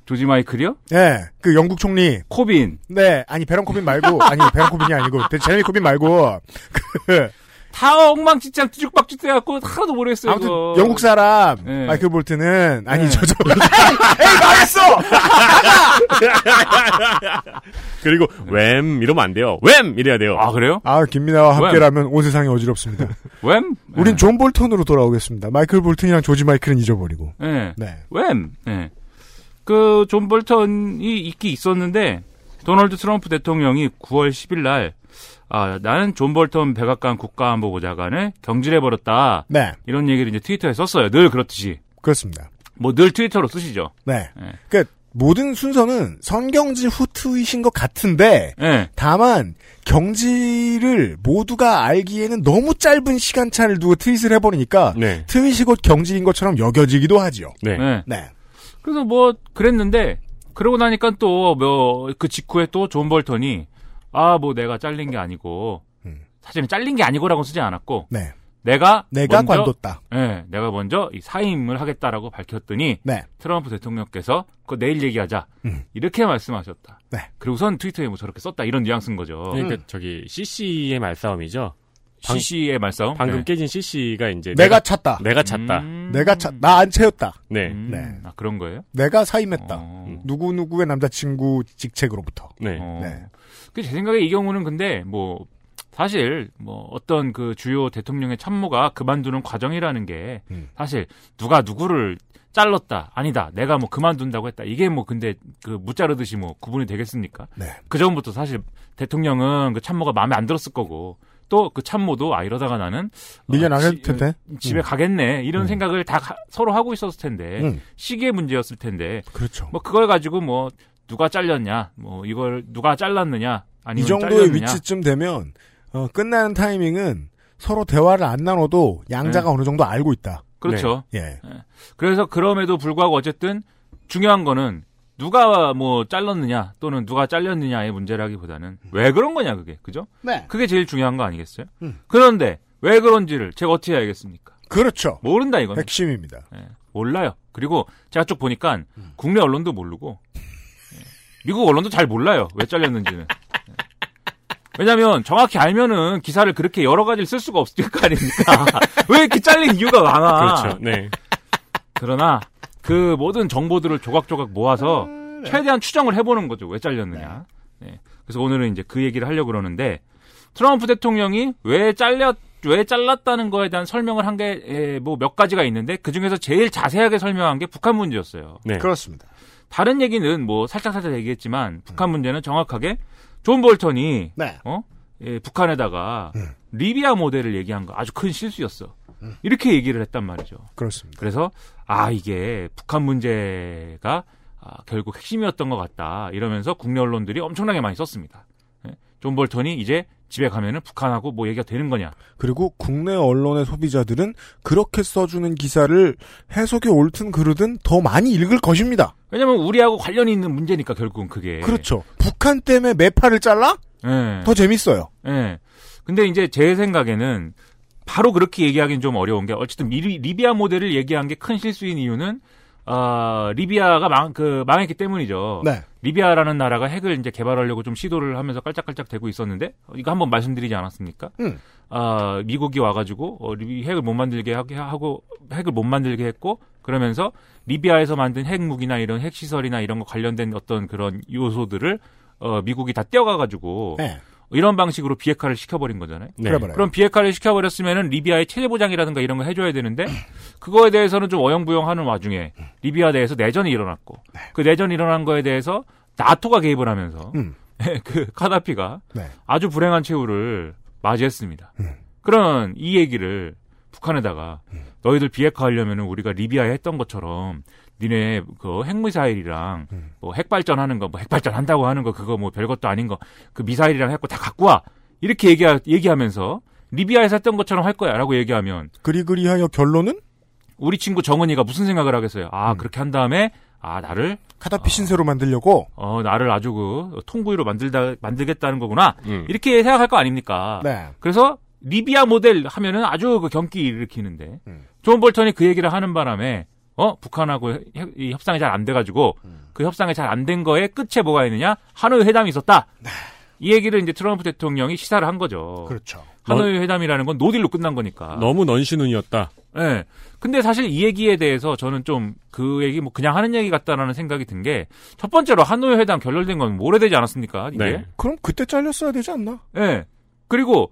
Speaker 10: 조지 마이클이요?
Speaker 2: 예, 그 영국 총리.
Speaker 10: 코빈.
Speaker 2: 네, 아니, 베런 코빈 말고, 아니, 베런 코빈이 아니고, 그 제레미 코빈 말고, 그,
Speaker 10: 다 엉망진창 뒤죽박죽 돼갖고 하나도 모르겠어요.
Speaker 2: 아무튼
Speaker 10: 그거.
Speaker 2: 영국 사람
Speaker 10: 네.
Speaker 2: 마이클 볼트는 아니
Speaker 10: 네.
Speaker 2: 저저 에이 망했어
Speaker 3: 그리고 웸 이러면 안 돼요. 웸 이래야 돼요.
Speaker 10: 아 그래요?
Speaker 2: 아 김민아와
Speaker 10: 왜?
Speaker 2: 함께라면 온 세상이 어지럽습니다
Speaker 10: 웸?
Speaker 2: 우린 존 볼턴으로 돌아오겠습니다 마이클 볼튼이랑 조지 마이클은 잊어버리고
Speaker 10: 예. 예.
Speaker 2: 네
Speaker 10: 웸. 예. 그존 볼턴이 있긴 있었는데 도널드 트럼프 대통령이 9월 10일 날 아, 나는 존 볼턴 백악관 국가안보보좌관을 경질해 버렸다.
Speaker 2: 네,
Speaker 10: 이런 얘기를 이제 트위터에 썼어요. 늘 그렇듯이.
Speaker 2: 그렇습니다
Speaker 10: 뭐 늘 트위터로 쓰시죠.
Speaker 2: 네
Speaker 10: 네.
Speaker 2: 그러니까 모든 순서는 선경지 후트이신 것 같은데
Speaker 10: 예.
Speaker 2: 다만 경지를 모두가 알기에는 너무 짧은 시간차를 두고 트윗을 해버리니까
Speaker 3: 네.
Speaker 2: 트윗이 곧 경지인 것처럼 여겨지기도 하지요
Speaker 3: 네.
Speaker 10: 예.
Speaker 2: 네
Speaker 10: 그래서 뭐 그랬는데 그러고 나니까 또 뭐 그 직후에 또 존 볼턴이 아 뭐 내가 잘린 게 아니고
Speaker 2: 음.
Speaker 10: 사실은 잘린 게 아니고라고 쓰지 않았고
Speaker 2: 네.
Speaker 10: 내가
Speaker 2: 내가
Speaker 10: 먼저,
Speaker 2: 관뒀다
Speaker 10: 예, 내가 먼저 이 사임을 하겠다라고 밝혔더니
Speaker 2: 네
Speaker 10: 트럼프 대통령께서 그거 내일 얘기하자
Speaker 2: 음.
Speaker 10: 이렇게 말씀하셨다.
Speaker 2: 네.
Speaker 10: 그리고선 트위터에 뭐 저렇게 썼다 이런 뉘앙스인 거죠. 음.
Speaker 3: 그러니까 저기 CC의 말싸움이죠. 방-
Speaker 10: CC의 말싸움.
Speaker 3: 방금
Speaker 10: 네.
Speaker 3: 깨진 CC가 이제
Speaker 2: 내가 찼다.
Speaker 3: 내가 찼다.
Speaker 10: 음.
Speaker 2: 내가 차, 나 안 채웠다.
Speaker 3: 네.
Speaker 10: 음,
Speaker 2: 네.
Speaker 10: 아, 그런 거예요?
Speaker 2: 내가 사임했다.
Speaker 10: 어.
Speaker 2: 누구누구의 남자친구 직책으로부터.
Speaker 3: 음. 네.
Speaker 10: 어.
Speaker 2: 네.
Speaker 10: 그 제 생각에 이 경우는 근데 뭐 사실 뭐 어떤 그 주요 대통령의 참모가 그만두는 과정이라는 게
Speaker 2: 음.
Speaker 10: 사실 누가 누구를 잘랐다 아니다 내가 뭐 그만둔다고 했다 이게 뭐 근데 그 무 자르듯이 뭐 구분이 되겠습니까?
Speaker 2: 네.
Speaker 10: 그 전부터 사실 대통령은 그 참모가 마음에 안 들었을 거고 또 그 참모도 아 이러다가 나는 어,
Speaker 2: 밀려나갈
Speaker 10: 지-
Speaker 2: 텐데.
Speaker 10: 어, 집에
Speaker 2: 음.
Speaker 10: 가겠네 이런
Speaker 2: 음.
Speaker 10: 생각을 다 가- 서로 하고 있었을 텐데
Speaker 2: 음.
Speaker 10: 시기의 문제였을 텐데
Speaker 2: 그렇죠.
Speaker 10: 네. 뭐 그걸 가지고 뭐 누가 잘렸냐 뭐 이걸 누가 잘랐느냐
Speaker 2: 이
Speaker 10: 아니면
Speaker 2: 정도의
Speaker 10: 잘렸느냐.
Speaker 2: 위치쯤 되면 어, 끝나는 타이밍은 서로 대화를 안 나눠도 양자가
Speaker 10: 네.
Speaker 2: 어느 정도 알고 있다.
Speaker 10: 그렇죠.
Speaker 2: 네. 예.
Speaker 10: 그래서 그럼에도 불구하고 어쨌든 중요한 거는 누가 뭐 잘랐느냐 또는 누가 잘렸느냐의 문제라기보다는 왜 그런 거냐 그게 그죠?
Speaker 5: 네.
Speaker 10: 그게 제일 중요한 거 아니겠어요?
Speaker 2: 음.
Speaker 10: 그런데 왜 그런지를 제가 어떻게 알겠습니까?
Speaker 2: 그렇죠.
Speaker 10: 모른다 이거는
Speaker 2: 핵심입니다.
Speaker 10: 예, 몰라요. 그리고 제가 쭉 보니까 국내 언론도 모르고 예, 미국 언론도 잘 몰라요. 왜 잘렸는지는. 예. 왜냐면 정확히 알면은 기사를 그렇게 여러 가지를 쓸 수가 없을 거 아닙니까? 왜 이렇게 잘린 이유가 많아?
Speaker 3: 그렇죠. 네.
Speaker 10: 그러나 그 모든 정보들을 조각조각 모아서 최대한 추정을 해보는 거죠. 왜 잘렸느냐. 네. 그래서 오늘은 이제 그 얘기를 하려고 그러는데 트럼프 대통령이 왜 잘렸 왜 잘랐다는 거에 대한 설명을 한 게 뭐 몇 가지가 있는데 그 중에서 제일 자세하게 설명한 게 북한 문제였어요.
Speaker 3: 네.
Speaker 2: 그렇습니다.
Speaker 10: 다른 얘기는 뭐 살짝 살짝 얘기했지만 북한 문제는 정확하게 존 볼턴이
Speaker 2: 네.
Speaker 10: 어? 예, 북한에다가 리비아 모델을 얘기한 거 아주 큰 실수였어. 이렇게 얘기를 했단 말이죠.
Speaker 2: 그렇습니다.
Speaker 10: 그래서 아 이게 북한 문제가 아, 결국 핵심이었던 것 같다 이러면서 국내 언론들이 엄청나게 많이 썼습니다. 예, 존 볼턴이 이제 집에 가면은 북한하고 뭐 얘기가 되는 거냐?
Speaker 2: 그리고 국내 언론의 소비자들은 그렇게 써주는 기사를 해석이 옳든 그르든 더 많이 읽을 것입니다.
Speaker 10: 왜냐면 우리하고 관련이 있는 문제니까 결국은 그게
Speaker 2: 그렇죠. 북한 때문에 매파를 잘라?
Speaker 10: 예,
Speaker 2: 더 재밌어요.
Speaker 10: 예. 근데 이제 제 생각에는 바로 그렇게 얘기하기는 좀 어려운 게 어쨌든 리, 리비아 모델을 얘기한 게 큰 실수인 이유는 아 리비아가 망, 그, 망했기 때문이죠.
Speaker 2: 네.
Speaker 10: 리비아라는 나라가 핵을 이제 개발하려고 좀 시도를 하면서 깔짝깔짝 대고 있었는데 어, 이거 한번 말씀드리지 않았습니까?
Speaker 2: 음.
Speaker 10: 아 미국이 와가지고 어, 리- 핵을 못 만들게 하게 하고 핵을 못 만들게 했고 그러면서 리비아에서 만든 핵무기나 이런 핵시설이나 이런 거 관련된 어떤 그런 요소들을 어, 미국이 다 떼어가가지고
Speaker 2: 네.
Speaker 10: 이런 방식으로 비핵화를 시켜버린 거잖아요.
Speaker 3: 네.
Speaker 2: 그래버려요.
Speaker 10: 그럼 비핵화를 시켜버렸으면은 리비아의 체제 보장이라든가 이런 거 해줘야 되는데 그거에 대해서는 좀 어영부영하는 와중에 리비아 내에서 내전이 일어났고
Speaker 2: 네.
Speaker 10: 그 내전이 일어난 거에 대해서 나토가 개입을 하면서
Speaker 2: 음.
Speaker 10: 그 카다피가
Speaker 2: 네.
Speaker 10: 아주 불행한 최후를 맞이했습니다.
Speaker 2: 음.
Speaker 10: 그런 이 얘기를 북한에다가 너희들 비핵화하려면은 우리가 리비아에 했던 것처럼 니네 그 핵미사일이랑 뭐 핵발전하는 거, 뭐 핵발전한다고 하는 거 그거 뭐 별것도 아닌 거 그 미사일이랑 했고 다 갖고 와 이렇게 얘기 얘기하면서 리비아에서 했던 것처럼 할 거야라고 얘기하면
Speaker 2: 그리그리하여 결론은
Speaker 10: 우리 친구 정은이가 무슨 생각을 하겠어요? 아 그렇게 한 다음에 아 나를
Speaker 2: 카다피 신세로 만들려고
Speaker 10: 어 나를 아주 그 통구이로 만들다 만들겠다는 거구나
Speaker 3: 음.
Speaker 10: 이렇게 생각할 거 아닙니까?
Speaker 2: 네.
Speaker 10: 그래서 리비아 모델 하면은 아주 그 경기 일으키는데
Speaker 2: 음.
Speaker 10: 존 볼턴이 그 얘기를 하는 바람에 어 북한하고 협- 이 협상이 잘 안 돼가지고
Speaker 2: 음.
Speaker 10: 그 협상이 잘 안 된 거에 끝에 뭐가 있느냐 하노이 회담이 있었다. 이 얘기를 이제 트럼프 대통령이 시사를 한 거죠.
Speaker 2: 네. 그렇죠.
Speaker 10: 하노이 회담이라는 건 노딜로 끝난 거니까.
Speaker 3: 너무 넌신운이었다.
Speaker 10: 예. 근데 사실 이 얘기에 대해서 저는 좀 그 얘기 뭐 그냥 하는 얘기 같다라는 생각이 든 게 첫 번째로 하노이 회담 결렬된 건뭐 오래되지 않았습니까? 이게?
Speaker 3: 네.
Speaker 2: 그럼 그때 잘렸어야 되지 않나?
Speaker 10: 예. 그리고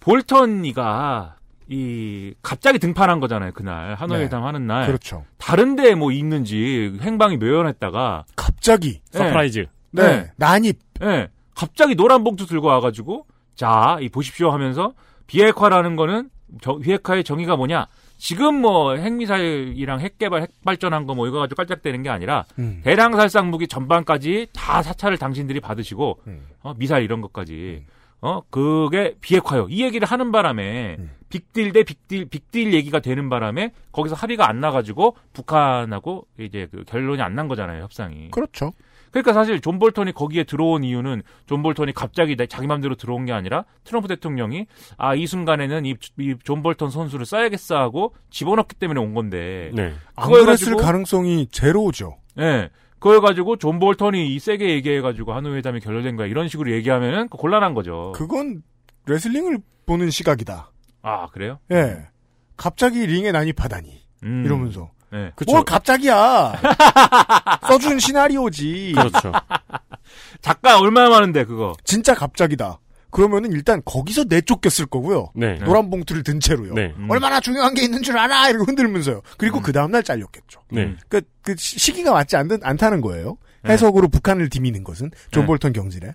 Speaker 10: 볼턴이가 이 갑자기 등판한 거잖아요. 그날 하노이
Speaker 2: 네.
Speaker 10: 회담 하는 날
Speaker 2: 그렇죠.
Speaker 10: 다른데 뭐 있는지 행방이 묘연했다가
Speaker 2: 갑자기
Speaker 10: 예.
Speaker 3: 서프라이즈.
Speaker 2: 네.
Speaker 10: 네.
Speaker 2: 난입
Speaker 10: 예. 갑자기 노란 봉투 들고 와가지고 자, 이 보십시오 하면서 비핵화라는 거는 저- 비핵화의 정의가 뭐냐? 지금 뭐 핵미사일이랑 핵개발, 핵발전한 거 뭐 이거 가지고 깔짝대는 게 아니라
Speaker 2: 음.
Speaker 10: 대량 살상 무기 전반까지 다 사찰을 당신들이 받으시고
Speaker 2: 음.
Speaker 10: 어, 미사일 이런 것까지
Speaker 2: 네.
Speaker 10: 어 그게 비핵화요. 이 얘기를 하는 바람에
Speaker 2: 음.
Speaker 10: 빅딜 대 빅딜 빅딜 얘기가 되는 바람에 거기서 합의가 안 나가지고 북한하고 이제 그 결론이 안 난 거잖아요 협상이.
Speaker 2: 그렇죠.
Speaker 10: 그러니까 사실 존 볼턴이 거기에 들어온 이유는 존 볼턴이 갑자기 내- 자기 맘대로 들어온 게 아니라 트럼프 대통령이 아 이 순간에는 이 존 볼턴 선수를 써야겠어 하고 집어넣기 때문에 온 건데.
Speaker 3: 네.
Speaker 2: 안
Speaker 10: 그걸
Speaker 2: 그랬을
Speaker 10: 가지고-
Speaker 2: 가능성이 제로죠.
Speaker 10: 예. 그걸 가지고 존 볼턴이 이 세게 얘기해가지고 하노이 회담이 결렬된 거야 이런 식으로 얘기하면은 그 곤란한 거죠.
Speaker 2: 그건 레슬링을 보는 시각이다.
Speaker 10: 아 그래요?
Speaker 2: 예. 갑자기 링에 난입하다니
Speaker 10: 음.
Speaker 2: 이러면서
Speaker 10: 예.
Speaker 3: 그쵸.
Speaker 2: 뭘 갑자기야 써준 시나리오지
Speaker 3: 그렇죠.
Speaker 10: 작가 얼마나 많은데 그거.
Speaker 2: 진짜 갑자기다 그러면은 일단 거기서 내쫓겼을 거고요
Speaker 3: 네.
Speaker 2: 노란 봉투를 든 채로요
Speaker 3: 네.
Speaker 10: 음.
Speaker 2: 얼마나 중요한 게 있는 줄 알아 이러고 흔들면서요 그리고 그 다음날 잘렸겠죠
Speaker 3: 네.
Speaker 2: 그, 그 시- 시기가 맞지 않는, 않다는 거예요
Speaker 10: 네.
Speaker 2: 해석으로 북한을 디미는 것은 존
Speaker 10: 네.
Speaker 2: 볼턴 경질에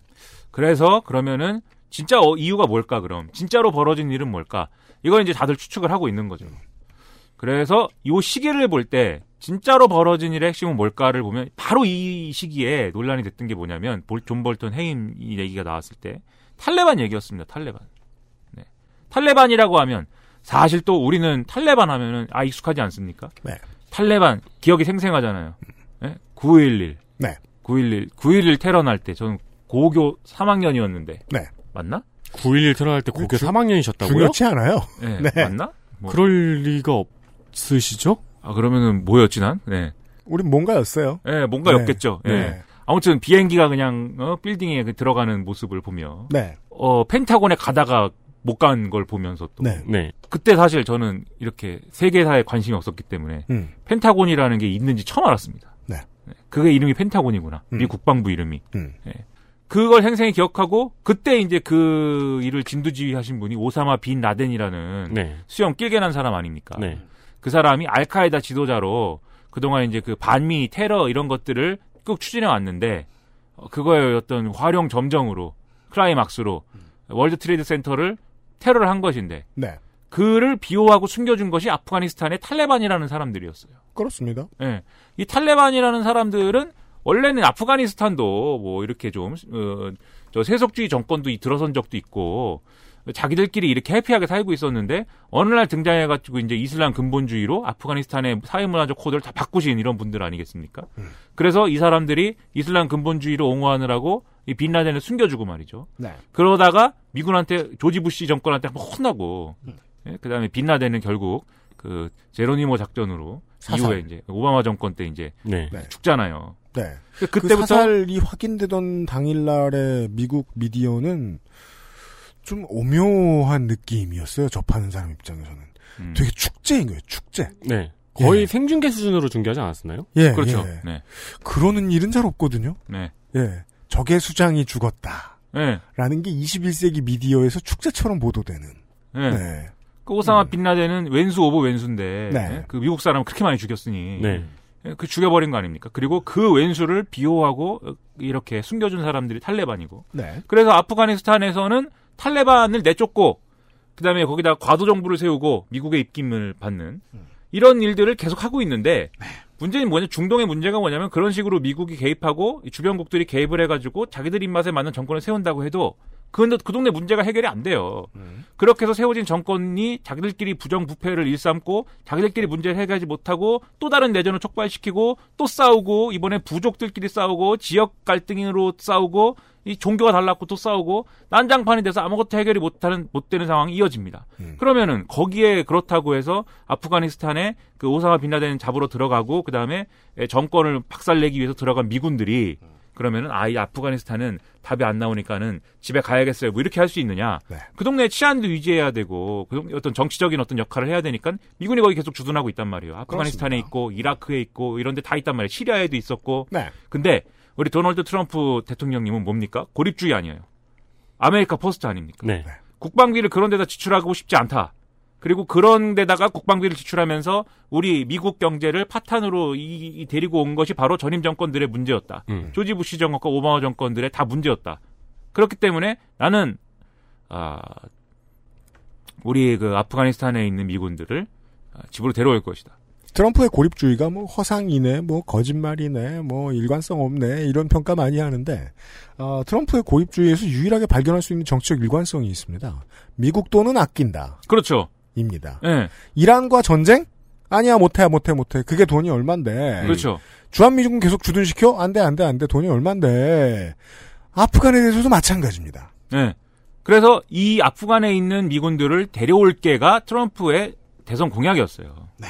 Speaker 10: 그래서 그러면은 진짜 어, 이유가 뭘까 그럼? 진짜로 벌어진 일은 뭘까? 이걸 이제 다들 추측을 하고 있는 거죠. 그래서 요 시기를 볼 때 진짜로 벌어진 일의 핵심은 뭘까를 보면 바로 이 시기에 논란이 됐던 게 뭐냐면 볼- 존 볼턴 해임 이 얘기가 나왔을 때 탈레반 얘기였습니다. 탈레반. 네. 탈레반이라고 하면 사실 또 우리는 탈레반 하면은 아 익숙하지 않습니까?
Speaker 2: 네.
Speaker 10: 탈레반 기억이 생생하잖아요. 911.
Speaker 2: 네.
Speaker 10: 911. 911 테러 날 때 저는 고교 3학년이었는데.
Speaker 2: 네.
Speaker 10: 맞나?
Speaker 3: 9.11 테러할 때 고교
Speaker 2: 주-
Speaker 3: 3학년이셨다고요?
Speaker 2: 중요치 않아요.
Speaker 10: 네.
Speaker 2: 네.
Speaker 10: 맞나? 뭐-
Speaker 3: 그럴 리가 없으시죠?
Speaker 10: 아 그러면은 뭐였지 난? 네.
Speaker 2: 우린 뭔가였어요.
Speaker 10: 예, 뭔가
Speaker 2: 네.
Speaker 10: 였겠죠. 예.
Speaker 2: 네.
Speaker 10: 아무튼 비행기가 그냥 어, 빌딩에 그 들어가는 모습을 보며
Speaker 2: 네.
Speaker 10: 어, 펜타곤에 가다가 못 간 걸 보면서 또
Speaker 2: 네.
Speaker 3: 네.
Speaker 10: 그때 사실 저는 이렇게 세계사에 관심이 없었기 때문에
Speaker 2: 음.
Speaker 10: 펜타곤이라는 게 있는지 처음 알았습니다. 예.
Speaker 2: 네.
Speaker 10: 그게 이름이 펜타곤이구나.
Speaker 2: 음.
Speaker 10: 미 국방부 이름이.
Speaker 2: 음.
Speaker 10: 예. 그걸 생생히 기억하고 그때 이제 그 일을 진두지휘하신 분이 오사마 빈 라덴이라는
Speaker 3: 네.
Speaker 10: 수염 길게 난 사람 아닙니까?
Speaker 3: 네.
Speaker 10: 그 사람이 알카에다 지도자로 그동안 이제 그 반미 테러 이런 것들을 쭉 추진해 왔는데 어, 그거의 어떤 활용 점정으로 클라이막스로 월드 트레이드 센터를 테러를 한 것인데
Speaker 2: 네.
Speaker 10: 그를 비호하고 숨겨준 것이 아프가니스탄의 탈레반이라는 사람들이었어요.
Speaker 2: 그렇습니다.
Speaker 10: 예. 이 탈레반이라는 사람들은 원래는 아프가니스탄도 뭐 이렇게 좀, 어, 저 세속주의 정권도 이- 들어선 적도 있고, 자기들끼리 이렇게 해피하게 살고 있었는데, 어느 날 등장해가지고 이제 이슬람 근본주의로 아프가니스탄의 사회문화적 코드를 다 바꾸신 이런 분들 아니겠습니까?
Speaker 2: 음.
Speaker 10: 그래서 이 사람들이 이슬람 근본주의를 옹호하느라고 이 빈라덴을 숨겨주고 말이죠.
Speaker 2: 네.
Speaker 10: 그러다가 미군한테 조지 부시 정권한테 한번 혼나고 예, 그다음에 빈라덴은 결국 그 제로니모 작전으로
Speaker 2: 사살.
Speaker 10: 이후에 이제 오바마 정권 때 이제
Speaker 3: 네.
Speaker 2: 네.
Speaker 10: 죽잖아요.
Speaker 2: 네.
Speaker 10: 그-
Speaker 2: 그
Speaker 10: 그때부터
Speaker 2: 사살이 확인되던 당일날의 미국 미디어는 좀 오묘한 느낌이었어요. 접하는 사람 입장에서는
Speaker 10: 음,
Speaker 2: 되게 축제인 거예요. 축제.
Speaker 3: 네. 거의
Speaker 2: 예.
Speaker 3: 생중계 수준으로 중계하지 않았나요?
Speaker 2: 예,
Speaker 10: 그렇죠.
Speaker 2: 예.
Speaker 10: 네.
Speaker 2: 그러는 일은 잘 없거든요.
Speaker 10: 네.
Speaker 2: 예, 적의 수장이 죽었다.
Speaker 10: 네.
Speaker 2: 라는 게 21세기 미디어에서 축제처럼 보도되는.
Speaker 10: 네.
Speaker 2: 네.
Speaker 10: 그 오사마 빈라덴은 왼수 오브 왼수인데
Speaker 2: 네.
Speaker 10: 예, 그 미국 사람 그렇게 많이 죽였으니
Speaker 3: 네.
Speaker 10: 예, 그 죽여버린 거 아닙니까? 그리고 그 왼수를 비호하고 어, 이렇게 숨겨준 사람들이 탈레반이고
Speaker 2: 네.
Speaker 10: 그래서 아프가니스탄에서는 탈레반을 내쫓고 그다음에 거기다 과도 정부를 세우고 미국의 입김을 받는 이런 일들을 계속 하고 있는데 문제는 뭐냐 중동의 문제가 뭐냐면 그런 식으로 미국이 개입하고 이 주변국들이 개입을 해가지고 자기들 입맛에 맞는 정권을 세운다고 해도 그, 그 동네 문제가 해결이 안 돼요. 그렇게 해서 세워진 정권이 자기들끼리 부정부패를 일삼고 자기들끼리 문제를 해결하지 못하고 또 다른 내전을 촉발시키고 또 싸우고 이번에 부족들끼리 싸우고 지역 갈등으로 싸우고 이 종교가 달랐고 또 싸우고 난장판이 돼서 아무것도 해결이 못하는 못되는 상황이 이어집니다. 그러면은 거기에 그렇다고 해서 아프가니스탄에 그 오사마 빈라덴 잡으러 들어가고 그 다음에 정권을 박살내기 위해서 들어간 미군들이 그러면은 아이 아프가니스탄은 답이 안 나오니까는 집에 가야겠어요. 뭐 이렇게 할 수 있느냐?
Speaker 2: 네.
Speaker 10: 그 동네 의 치안도 유지해야 되고 그 동- 어떤 정치적인 어떤 역할을 해야 되니까 미군이 거기 계속 주둔하고 있단 말이에요. 아프가니스탄에 있고 이라크에 있고 이런 데 다 있단 말이에요. 시리아에도 있었고.
Speaker 2: 네.
Speaker 10: 근데 우리 도널드 트럼프 대통령님은 뭡니까? 고립주의 아니에요. 아메리카 포스트 아닙니까?
Speaker 3: 네.
Speaker 10: 국방비를 그런 데다 지출하고 싶지 않다. 그리고 그런 데다가 국방비를 지출하면서 우리 미국 경제를 파탄으로 이, 이 데리고 온 것이 바로 전임 정권들의 문제였다.
Speaker 3: 음.
Speaker 10: 조지 부시 정권과 오바마 정권들의 다 문제였다. 그렇기 때문에 나는 아 우리 그 아프가니스탄에 있는 미군들을 아, 집으로 데려올 것이다.
Speaker 2: 트럼프의 고립주의가 뭐 허상이네, 뭐 거짓말이네, 뭐 일관성 없네 이런 평가 많이 하는데 어, 트럼프의 고립주의에서 유일하게 발견할 수 있는 정치적 일관성이 있습니다. 미국 돈은 아낀다입니다.
Speaker 10: 그렇죠. 예.
Speaker 2: 이란과 전쟁? 아니야 못해 못해 못해 그게 돈이 얼만데
Speaker 10: 그렇죠.
Speaker 2: 주한미군 계속 주둔시켜? 안 돼, 안 돼, 안 돼. 돈이 얼만데. 아프간에 대해서도 마찬가지입니다.
Speaker 10: 네. 그래서 이 아프간에 있는 미군들을 데려올게가 트럼프의 대선 공약이었어요. 네.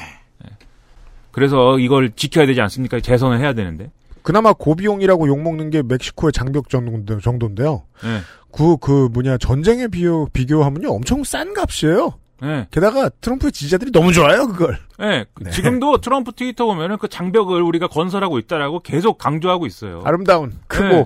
Speaker 10: 그래서 이걸 지켜야 되지 않습니까? 재선을 해야 되는데.
Speaker 2: 그나마 고비용이라고 욕먹는 게 멕시코의 장벽 정도- 정도인데요.
Speaker 10: 네.
Speaker 2: 그, 그, 뭐냐, 전쟁에 비교, 비교하면요. 엄청 싼 값이에요.
Speaker 10: 네.
Speaker 2: 게다가 트럼프의 지지자들이 너무 좋아요, 그걸.
Speaker 10: 네. 그 지금도 트럼프 트위터 보면은 그 장벽을 우리가 건설하고 있다라고 계속 강조하고 있어요.
Speaker 2: 아름다운, 크고.
Speaker 10: 네.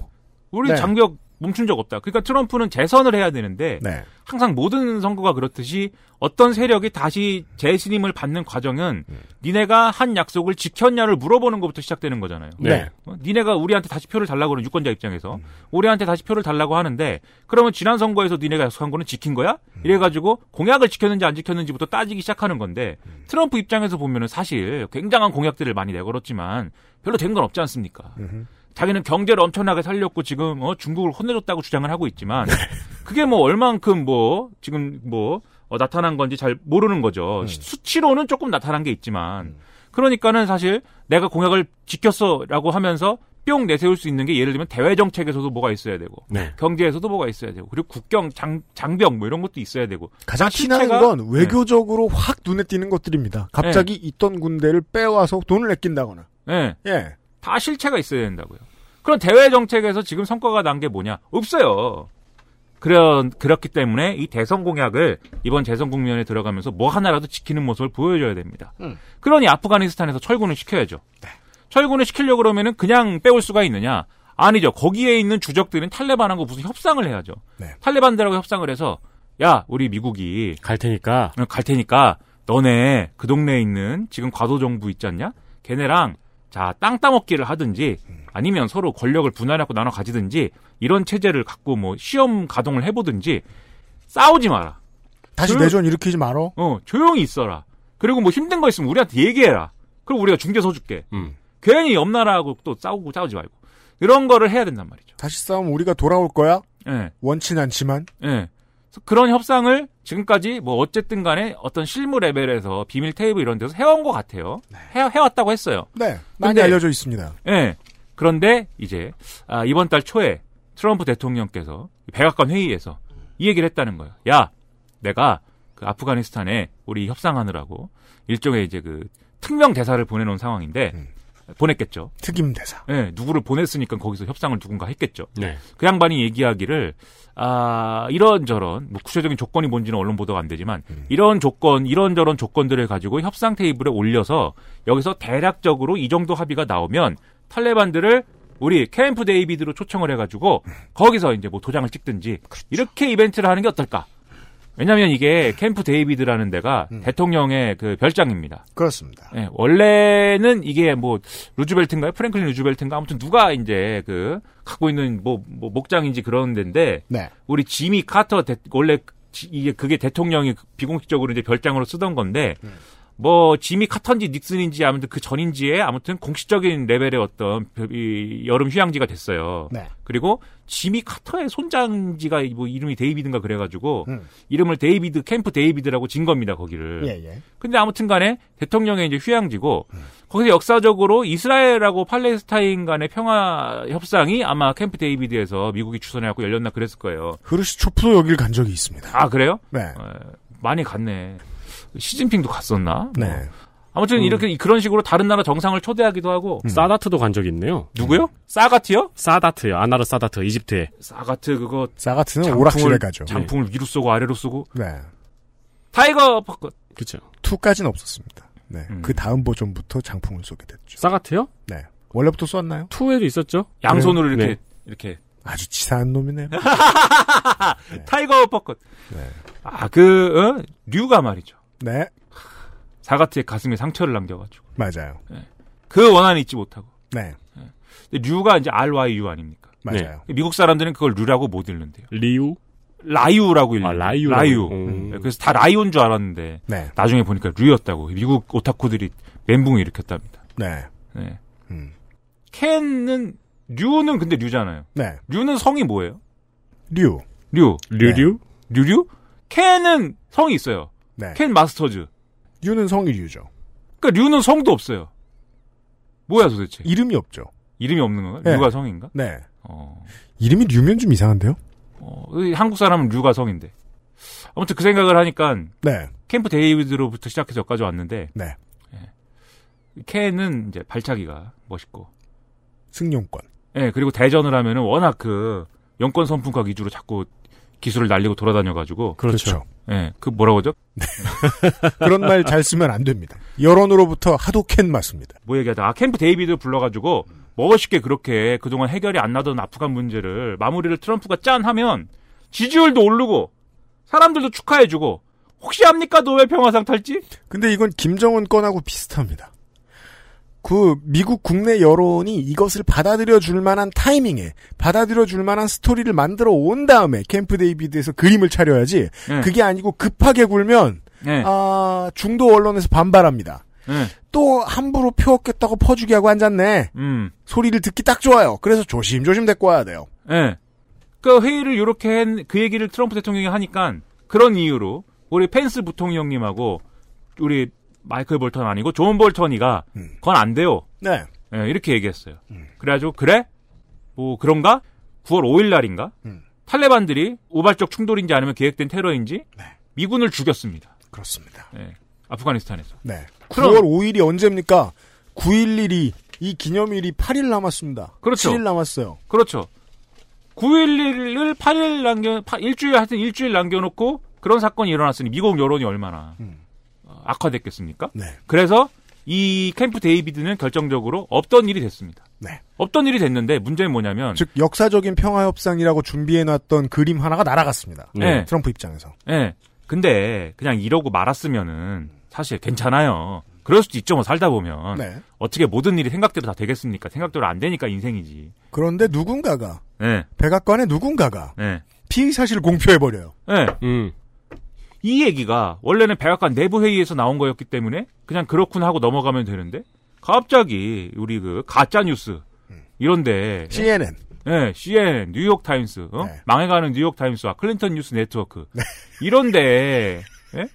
Speaker 10: 우리
Speaker 2: 네.
Speaker 10: 장벽 멈춘 적 없다. 그러니까 트럼프는 재선을 해야 되는데
Speaker 11: 네.
Speaker 10: 항상 모든 선거가 그렇듯이 어떤 세력이 다시 재신임을 받는 과정은 니네가 한 약속을 지켰냐를 물어보는 것부터 시작되는 거잖아요.
Speaker 11: 네.
Speaker 10: 어? 니네가 우리한테 다시 표를 달라고 그러는 유권자 입장에서 우리한테 다시 표를 달라고 하는데 그러면 지난 선거에서 니네가 약속한 거는 지킨 거야? 이래가지고 공약을 지켰는지 안 지켰는지부터 따지기 시작하는 건데 트럼프 입장에서 보면은 사실 굉장한 공약들을 많이 내걸었지만 별로 된 건 없지 않습니까? 자기는 경제를 엄청나게 살렸고 지금 어, 중국을 혼내줬다고 주장을 하고 있지만 그게 뭐 얼만큼 뭐 지금 뭐 어, 나타난 건지 잘 모르는 거죠. 시- 수치로는 조금 나타난 게 있지만 그러니까는 사실 내가 공약을 지켰어라고 하면서 뿅 내세울 수 있는 게 예를 들면 대외 정책에서도 뭐가 있어야 되고
Speaker 11: 네.
Speaker 10: 경제에서도 뭐가 있어야 되고 그리고 국경 장, 장병 뭐 이런 것도 있어야 되고
Speaker 11: 가장 티나는
Speaker 10: 실체가- 네.
Speaker 11: 건 외교적으로 확 눈에 띄는 것들입니다. 갑자기 있던 군대를 빼와서 돈을 아낀다거나.
Speaker 10: 네.
Speaker 11: 예.
Speaker 10: 다 실체가 있어야 된다고요. 그럼 대외 정책에서 지금 성과가 난 게 뭐냐? 없어요. 그런 그렇기 때문에 이 대선 공약을 이번 재선 국면에 들어가면서 뭐 하나라도 지키는 모습을 보여줘야 됩니다.
Speaker 11: 음.
Speaker 10: 그러니 아프가니스탄에서 철군을 시켜야죠. 철군을 시키려고 그러면은 그냥 빼올 수가 있느냐? 아니죠. 거기에 있는 주적들은 탈레반하고 무슨 협상을 해야죠. 탈레반들하고 협상을 해서 야, 우리 미국이
Speaker 3: 갈 테니까
Speaker 10: 어, 갈 테니까 너네 그 동네에 있는 지금 과도 정부 있지 않냐? 걔네랑 자, 땅 따먹기를 하든지 아니면 서로 권력을 분할하고 나눠 가지든지 이런 체제를 갖고 뭐 시험 가동을 해 보든지 싸우지 마라.
Speaker 11: 다시
Speaker 10: 그리고-
Speaker 11: 내전 일으키지 말어.
Speaker 10: 어, 조용히 있어라. 그리고 뭐 힘든 거 있으면 우리한테 얘기해라. 그럼 우리가 중재 서줄게. 괜히 옆 나라하고 또 싸우고 싸우지 말고. 이런 거를 해야 된단 말이죠.
Speaker 11: 다시 싸우면 우리가 돌아올 거야.
Speaker 10: 예.
Speaker 11: 원치는 않지만.
Speaker 10: 예. 그래서 그런 협상을 지금까지 뭐 어쨌든 간에 어떤 실무 레벨에서 비밀 테이블 이런 데서 해온 것 같아요. 해, 해왔다고 했어요.
Speaker 11: 네. 많이
Speaker 10: 근데-
Speaker 11: 알려져 있습니다.
Speaker 10: 예. 그런데 이제 아, 이번 달 초에 트럼프 대통령께서 백악관 회의에서 이 얘기를 했다는 거예요. 야, 내가 그 아프가니스탄에 우리 협상하느라고 일종의 이제 그 특명 대사를 보내놓은 상황인데 보냈겠죠.
Speaker 11: 특임 대사.
Speaker 10: 예, 누구를 보냈으니까 거기서 협상을 누군가 했겠죠.
Speaker 3: 네.
Speaker 10: 그 양반이 얘기하기를 아 이런저런 뭐 구체적인 조건이 뭔지는 언론 보도가 안 되지만 이런 조건 이런저런 조건들을 가지고 협상 테이블에 올려서 여기서 대략적으로 이 정도 합의가 나오면 탈레반들을 우리 캠프 데이비드로 초청을 해가지고 거기서 이제 뭐 도장을 찍든지 이렇게 이벤트를 하는 게 어떨까? 왜냐하면 이게 캠프 데이비드라는 데가 대통령의 그 별장입니다.
Speaker 11: 그렇습니다.
Speaker 10: 예, 원래는 이게 뭐 루즈벨트인가요? 프랭클린 루즈벨트인가? 아무튼 누가 이제 그 갖고 있는 뭐, 뭐 목장인지 그런 데인데
Speaker 11: 네.
Speaker 10: 우리 지미 카터 대- 원래 지- 이게 그게 대통령이 비공식적으로 이제 별장으로 쓰던 건데
Speaker 11: 네.
Speaker 10: 뭐 지미 카터인지 닉슨인지 아무튼 그 전인지에 아무튼 공식적인 레벨의 어떤 벼- 이 여름 휴양지가 됐어요.
Speaker 11: 네.
Speaker 10: 그리고 지미 카터의 손장지가 뭐 이름이 데이비드인가 그래가지고 이름을 데이비드 캠프 데이비드라고 진 겁니다 거기를.
Speaker 11: 음. 예, 예.
Speaker 10: 근데 아무튼간에 대통령의 이제 휴양지고
Speaker 11: 음.
Speaker 10: 거기서 역사적으로 이스라엘하고 팔레스타인 간의 평화 협상이 아마 캠프 데이비드에서 미국이 주선해갖고 열렸나 그랬을 거예요.
Speaker 11: 흐르시초프도 여길 간 적이 있습니다.
Speaker 10: 아 그래요?
Speaker 11: 네.
Speaker 10: 어, 많이 갔네. 시진핑도 갔었나?
Speaker 11: 네.
Speaker 10: 뭐. 아무튼 이렇게 그런 식으로 다른 나라 정상을 초대하기도 하고
Speaker 11: 음.
Speaker 3: 사다트도 간 적이 있네요.
Speaker 10: 누구요? 싸가티요?
Speaker 3: 사다트요. 아나르 사다트 이집트에.
Speaker 10: 싸가트 그거
Speaker 11: 사가트는
Speaker 10: 장풍을-
Speaker 11: 오락실에 가죠.
Speaker 10: 장풍을 위로 쏘고 아래로 쏘고
Speaker 11: 네.
Speaker 10: 타이거 퍼컷.
Speaker 3: 그렇죠.
Speaker 11: 투까지는 없었습니다. 네.
Speaker 10: 음.
Speaker 11: 그 다음 버전부터 장풍을 쏘게 됐죠.
Speaker 3: 사가트요?
Speaker 11: 네. 원래부터 쐈나요?
Speaker 3: 투에도 있었죠.
Speaker 10: 양손으로
Speaker 3: 네.
Speaker 10: 이렇게
Speaker 3: 네.
Speaker 10: 이렇게
Speaker 11: 아주 치사한 놈이네요. 네.
Speaker 10: 타이거 퍼컷. 아그 어? 류가 말이죠.
Speaker 11: 네.
Speaker 10: 사가트의 가슴에 상처를 남겨가지고
Speaker 11: 맞아요.
Speaker 10: 그 원한을 잊지 못하고
Speaker 11: 네.
Speaker 10: 근데 류가 이제 RYU 아닙니까?
Speaker 11: 맞아요.
Speaker 10: 미국 사람들은 그걸 류라고 못 읽는데요.
Speaker 3: 리우.
Speaker 10: 라이우라고 읽는
Speaker 3: 아, 라이우.
Speaker 10: 라이우.
Speaker 3: 음.
Speaker 10: 네, 그래서 다 라이온 줄 알았는데
Speaker 11: 네.
Speaker 10: 나중에 보니까 류였다고 미국 오타쿠들이 멘붕을 일으켰답니다.
Speaker 11: 네.
Speaker 10: 네.
Speaker 11: 음.
Speaker 10: 켄은 류는 근데 류잖아요.
Speaker 11: 네.
Speaker 10: 류는 성이 뭐예요?
Speaker 11: 류.
Speaker 10: 류 네.
Speaker 3: 류류.
Speaker 10: 류류 켄은 성이 있어요.
Speaker 11: 네.
Speaker 10: 켄 마스터즈.
Speaker 11: 류는 성이 류죠.
Speaker 10: 그러니까 류는 성도 없어요. 뭐야 도대체?
Speaker 11: 이름이 없죠.
Speaker 10: 이름이 없는 건가?
Speaker 11: 네.
Speaker 10: 류가 성인가?
Speaker 11: 네.
Speaker 10: 어.
Speaker 11: 이름이 류면 좀 이상한데요?
Speaker 10: 어, 이 한국 사람은 류가성인데. 아무튼 그 생각을 하니까
Speaker 11: 네.
Speaker 10: 캠프 데이비드로부터 시작해서 여기까지 왔는데 예.
Speaker 11: 네.
Speaker 10: 캔은 이제 발차기가 멋있고
Speaker 11: 승용권.
Speaker 10: 예 그리고 대전을 하면은 워낙 그 영권 선풍과 위주로 자꾸 기술을 날리고 돌아다녀가지고
Speaker 11: 그렇죠.
Speaker 10: 예그 뭐라고 하죠
Speaker 11: 그런 말 잘 쓰면 안 됩니다. 여론으로부터 하도 캔 맞습니다.
Speaker 10: 뭐 얘기하다 아 캠프 데이비드 불러가지고 멋있게 그렇게 그동안 해결이 안 나던 아프간 문제를 마무리를 트럼프가 짠 하면 지지율도 오르고 사람들도 축하해주고 혹시 합니까 노벨 평화상 탈지?
Speaker 2: 근데 이건 김정은 건하고 비슷합니다. 그 미국 국내 여론이 이것을 받아들여 줄 만한 타이밍에 받아들여 줄 만한 스토리를 만들어 온 다음에 캠프 데이비드에서 그림을 차려야지
Speaker 10: 네.
Speaker 2: 그게 아니고 급하게 굴면
Speaker 10: 네.
Speaker 2: 아, 중도 언론에서 반발합니다.
Speaker 10: 네.
Speaker 2: 또 함부로 표 얻겠다고 퍼주기 하고 앉았네.
Speaker 10: 음.
Speaker 2: 소리를 듣기 딱 좋아요. 그래서 조심조심 데리고 와야 돼요.
Speaker 10: 예. 그 회의를 요렇게 한, 그 얘기를 트럼프 대통령이 하니까 그런 이유로 우리 펜스 부통령님하고 우리 마이클 볼턴 아니고 존 볼턴이가 그건 안 돼요.
Speaker 2: 네.
Speaker 10: 예, 이렇게 얘기했어요. 그래가지고 그래? 뭐 그런가? 9월 5일 날인가? 탈레반들이 우발적 충돌인지 아니면 계획된 테러인지 미군을 죽였습니다. 예,
Speaker 2: 그렇습니다.
Speaker 10: 아프가니스탄에서.
Speaker 2: 네.
Speaker 10: 그럼-
Speaker 2: 9월 5일이 언제입니까? 9.11이 이 기념일이 8일 남았습니다.
Speaker 10: 그렇죠.
Speaker 2: 7일 남았어요.
Speaker 10: 그렇죠. 9.11을 8일 남겨, 파- 일주일, 하여튼 일주일 남겨놓고 그런 사건이 일어났으니 미국 여론이 얼마나
Speaker 2: 음.
Speaker 10: 어, 악화됐겠습니까?
Speaker 2: 네.
Speaker 10: 그래서 이 캠프 데이비드는 결정적으로 없던 일이 됐습니다.
Speaker 2: 네.
Speaker 10: 없던 일이 됐는데 문제는 뭐냐면
Speaker 2: 즉 역사적인 평화 협상이라고 준비해 놨던 그림 하나가 날아갔습니다.
Speaker 10: 네.
Speaker 2: 트럼프 입장에서.
Speaker 10: 예. 근데 그냥 이러고 말았으면은 사실 괜찮아요. 그럴 수도 있죠. 뭐 살다 보면
Speaker 2: 네.
Speaker 10: 어떻게 모든 일이 생각대로 다 되겠습니까? 생각대로 안 되니까 인생이지.
Speaker 2: 그런데 누군가가
Speaker 10: 예.
Speaker 2: 백악관의 누군가가
Speaker 10: 예.
Speaker 2: 피의 사실을 공표해 버려요.
Speaker 10: 예.
Speaker 3: 음.
Speaker 10: 이 얘기가 원래는 백악관 내부 회의에서 나온 거였기 때문에 그냥 그렇구나 하고 넘어가면 되는데 갑자기 우리 그 가짜 뉴스 이런데
Speaker 2: CNN.
Speaker 10: 예, CNN, 뉴욕 타임스, 어? 망해가는 뉴욕 타임스와 클린턴 뉴스 네. 네트워크 이런데 예?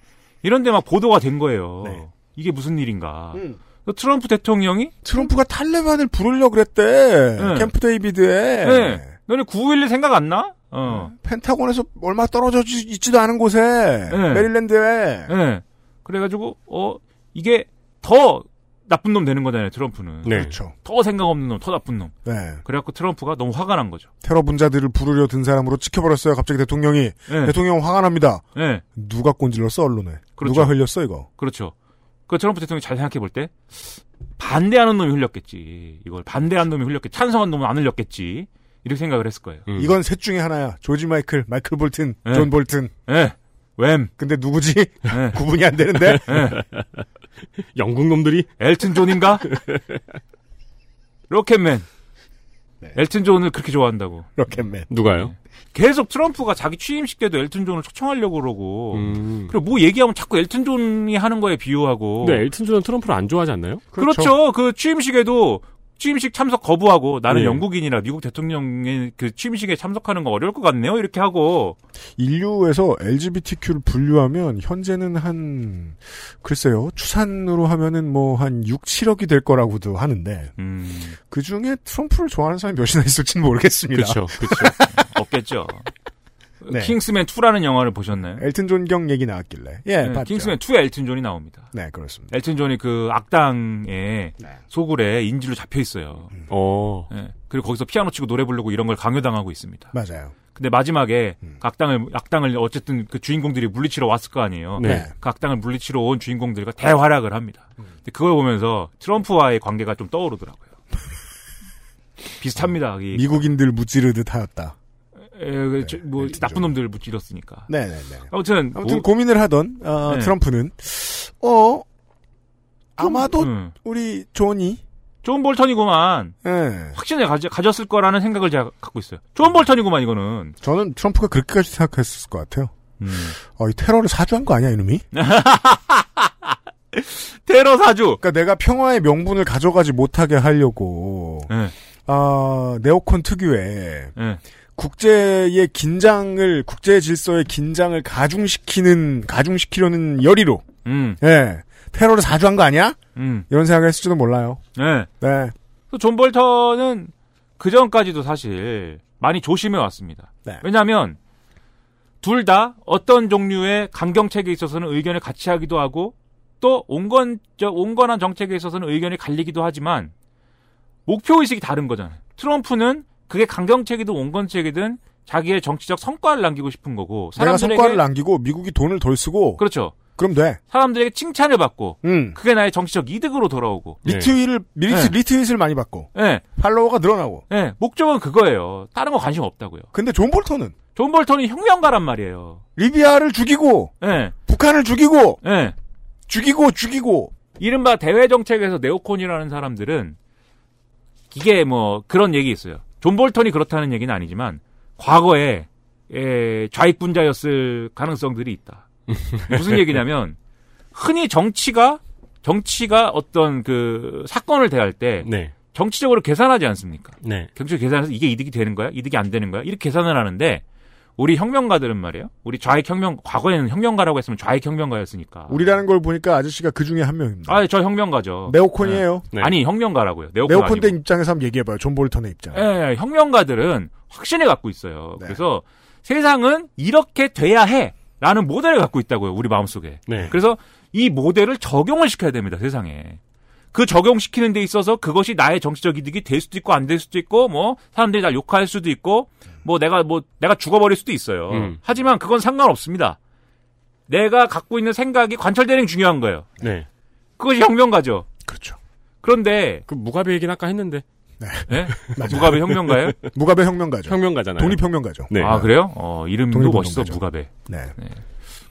Speaker 10: 이런데 막 보도가 된 거예요. 이게 무슨 일인가? 그래서 트럼프 대통령이
Speaker 2: 트럼프가 탈레반을 부르려 그랬대. 캠프 데이비드에.
Speaker 10: 네. 너네 9.11 생각 안 나? 어.
Speaker 2: 펜타곤에서 얼마 떨어져 지- 있지도 않은 곳에
Speaker 10: 네.
Speaker 2: 메릴랜드에
Speaker 10: 예. 그래가지고 어 이게 더 나쁜 놈 되는 거잖아요. 트럼프는.
Speaker 2: 네. 그렇죠.
Speaker 10: 더 생각 없는 놈, 더 나쁜 놈.
Speaker 2: 네.
Speaker 10: 그래갖고 트럼프가 너무 화가 난 거죠.
Speaker 2: 테러 분자들을 부르려 든 사람으로 찍혀버렸어요. 갑자기 대통령이
Speaker 10: 네.
Speaker 2: 대통령 화가 납니다.
Speaker 10: 네.
Speaker 2: 누가 꼰질렀어 언론에?
Speaker 10: 그렇죠.
Speaker 2: 누가 흘렸어 이거?
Speaker 10: 그렇죠. 그 트럼프 대통령이 잘 생각해 볼 때 반대하는 놈이 흘렸겠지. 이걸 반대하는 놈이 흘렸겠지. 찬성한 놈은 안 흘렸겠지. 이렇게 생각을 했을 거예요.
Speaker 2: 이건 셋 중에 하나야. 조지 마이클, 마이클 볼튼,
Speaker 10: 음. 네.
Speaker 2: 존 볼튼.
Speaker 10: 예. 웸.
Speaker 2: 근데 누구지?
Speaker 10: 네.
Speaker 2: 구분이 안 되는데.
Speaker 3: 영국 놈들이
Speaker 10: 엘튼 존인가? 로켓맨. 엘튼 존을 그렇게 좋아한다고.
Speaker 2: 로켓맨.
Speaker 3: 누가요?
Speaker 10: 네. 계속 트럼프가 자기 취임식 때도 엘튼 존을 초청하려고 그러고.
Speaker 3: 음.
Speaker 10: 그리고 뭐 얘기하면 자꾸 엘튼 존이 하는 거에 비유하고.
Speaker 3: 근데 네, 엘튼 존은 트럼프를 안 좋아하지 않나요?
Speaker 10: 어. 그렇죠. 그 취임식에도 취임식 참석 거부하고 나는
Speaker 3: 예.
Speaker 10: 영국인이라 미국 대통령의 그 취임식에 참석하는 거 어려울 것 같네요. 이렇게 하고
Speaker 2: 인류에서 LGBTQ를 분류하면 현재는 한 글쎄요 추산으로 하면은 뭐 한 6, 7억이 될 거라고도 하는데
Speaker 10: 음,
Speaker 2: 그 중에 트럼프를 좋아하는 사람이 몇이나 있을지는 모르겠습니다.
Speaker 3: 그렇죠,
Speaker 10: 없겠죠.
Speaker 2: 네.
Speaker 10: 킹스맨 2라는 영화를 보셨나요?
Speaker 2: 엘튼 존 경 얘기 나왔길래 예
Speaker 10: 네,
Speaker 2: 봤죠.
Speaker 10: 킹스맨 2에 엘튼 존이 나옵니다.
Speaker 2: 네 그렇습니다.
Speaker 10: 엘튼 존이 그 악당의 소굴에 인질로 잡혀 있어요.
Speaker 3: 음.
Speaker 10: 네, 그리고 거기서 피아노 치고 노래 부르고 이런 걸 강요당하고 있습니다.
Speaker 2: 맞아요.
Speaker 10: 근데 마지막에
Speaker 2: 음.
Speaker 10: 그 악당을 악당을 어쨌든 그 주인공들이 물리치러 왔을 거 아니에요.
Speaker 2: 네.
Speaker 10: 그 악당을 물리치러 온 주인공들과 대활약을 합니다.
Speaker 2: 음.
Speaker 10: 근데 그걸 보면서 트럼프와의 관계가 좀 떠오르더라고요. 비슷합니다. 이-
Speaker 2: 미국인들 무찌르듯 하였다.
Speaker 10: 에, 그 저- 뭐 나쁜 놈들 무찌렀으니까.
Speaker 2: 네, 그렇죠. 네네네.
Speaker 10: 아무튼
Speaker 2: 아무튼
Speaker 10: 뭐-
Speaker 2: 고민을 하던 어,
Speaker 10: 네.
Speaker 2: 트럼프는 어
Speaker 10: 음.
Speaker 2: 아마도 우리 존이
Speaker 10: 존 볼턴이구만.
Speaker 2: 예.
Speaker 10: 확신을 가져, 가졌을 거라는 생각을 제가 갖고 있어요.
Speaker 2: 음.
Speaker 10: 존 볼턴이구만 이거는.
Speaker 2: 저는 트럼프가 그렇게까지 생각했을 것 같아요. 어, 이 테러를 사주한 거 아니야 이놈이?
Speaker 10: 테러 사주.
Speaker 2: 그러니까 내가 평화의 명분을 가져가지 못하게 하려고 아 네오콘 특유의
Speaker 10: 예,
Speaker 2: 국제의 긴장을 국제 질서의 긴장을 가중시키는 가중시키려는 열의로
Speaker 10: 음.
Speaker 2: 예 테러를 사주한 거 아니야?
Speaker 10: 음.
Speaker 2: 이런 생각을 했을지도 몰라요.
Speaker 10: 네.
Speaker 2: 네.
Speaker 10: 그래서 존 볼턴은 그 전까지도 사실 많이 조심해 왔습니다. 왜냐하면 둘 다 어떤 종류의 강경책에 있어서는 의견을 같이 하기도 하고 또 온건 저 온건한 정책에 있어서는 의견이 갈리기도 하지만 목표 의식이 다른 거잖아요. 트럼프는 그게 강경책이든 온건책이든 자기의 정치적 성과를 남기고 싶은 거고
Speaker 2: 내가
Speaker 10: 사람들에게
Speaker 2: 성과를 남기고 미국이 돈을 덜 쓰고
Speaker 10: 그렇죠.
Speaker 2: 그럼 돼.
Speaker 10: 사람들에게 칭찬을 받고
Speaker 2: 음.
Speaker 10: 그게 나의 정치적 이득으로 돌아오고
Speaker 2: 리트윗을 리트,
Speaker 10: 네.
Speaker 2: 리트윗을 많이 받고
Speaker 10: 네.
Speaker 2: 팔로워가 늘어나고
Speaker 10: 네. 목적은 그거예요. 다른 거 관심 없다고요.
Speaker 2: 근데 존 볼턴은
Speaker 10: 존 볼턴이 혁명가란 말이에요.
Speaker 2: 리비아를 죽이고
Speaker 10: 네.
Speaker 2: 북한을 죽이고
Speaker 10: 네.
Speaker 2: 죽이고 죽이고
Speaker 10: 이른바 대외 정책에서 네오콘이라는 사람들은 이게 뭐 그런 얘기 있어요. 존 볼턴이 그렇다는 얘기는 아니지만 과거에 예, 좌익분자였을 가능성들이 있다. 무슨 얘기냐면 흔히 정치가 정치가 어떤 그 사건을 대할 때
Speaker 3: 네.
Speaker 10: 정치적으로 계산하지 않습니까?
Speaker 3: 네.
Speaker 10: 경찰 계산해서 이게 이득이 되는 거야? 이득이 안 되는 거야? 이렇게 계산을 하는데 우리 혁명가들은 말이에요. 우리 좌익 혁명 과거에는 혁명가라고 했으면 좌익 혁명가였으니까.
Speaker 2: 우리라는 걸 보니까 아저씨가 그 중에 한 명입니다.
Speaker 10: 아, 저 혁명가죠.
Speaker 2: 네오콘이에요.
Speaker 10: 네. 아니, 혁명가라고요. 네오콘
Speaker 2: 네오콘
Speaker 10: 아니고.
Speaker 2: 된 입장에서 한번 얘기해봐요. 존 볼턴의 입장.
Speaker 10: 예, 혁명가들은 확신을 갖고 있어요. 그래서 세상은 이렇게 돼야 해. 라는 모델을 갖고 있다고요, 우리 마음속에.
Speaker 3: 네.
Speaker 10: 그래서 이 모델을 적용을 시켜야 됩니다, 세상에. 그 적용시키는 데 있어서 그것이 나의 정치적 이득이 될 수도 있고 안 될 수도 있고 뭐 사람들이 날 욕할 수도 있고 뭐 내가 뭐 내가 죽어버릴 수도 있어요.
Speaker 3: 음.
Speaker 10: 하지만 그건 상관없습니다. 내가 갖고 있는 생각이 관철되는 게 중요한 거예요.
Speaker 3: 네.
Speaker 10: 그것이 혁명가죠.
Speaker 2: 그렇죠.
Speaker 10: 그런데
Speaker 3: 그 무가베 얘기는 아까 했는데.
Speaker 10: 예? 무가베 혁명가예요?
Speaker 2: 무가베
Speaker 10: 네.
Speaker 2: 혁명가죠.
Speaker 3: 혁명가잖아요.
Speaker 2: 독립혁명가죠.
Speaker 3: 네.
Speaker 10: 아 그래요? 어 이름도 멋있어
Speaker 2: 독립운동가죠.
Speaker 10: 무가베.
Speaker 2: 네.
Speaker 10: 네.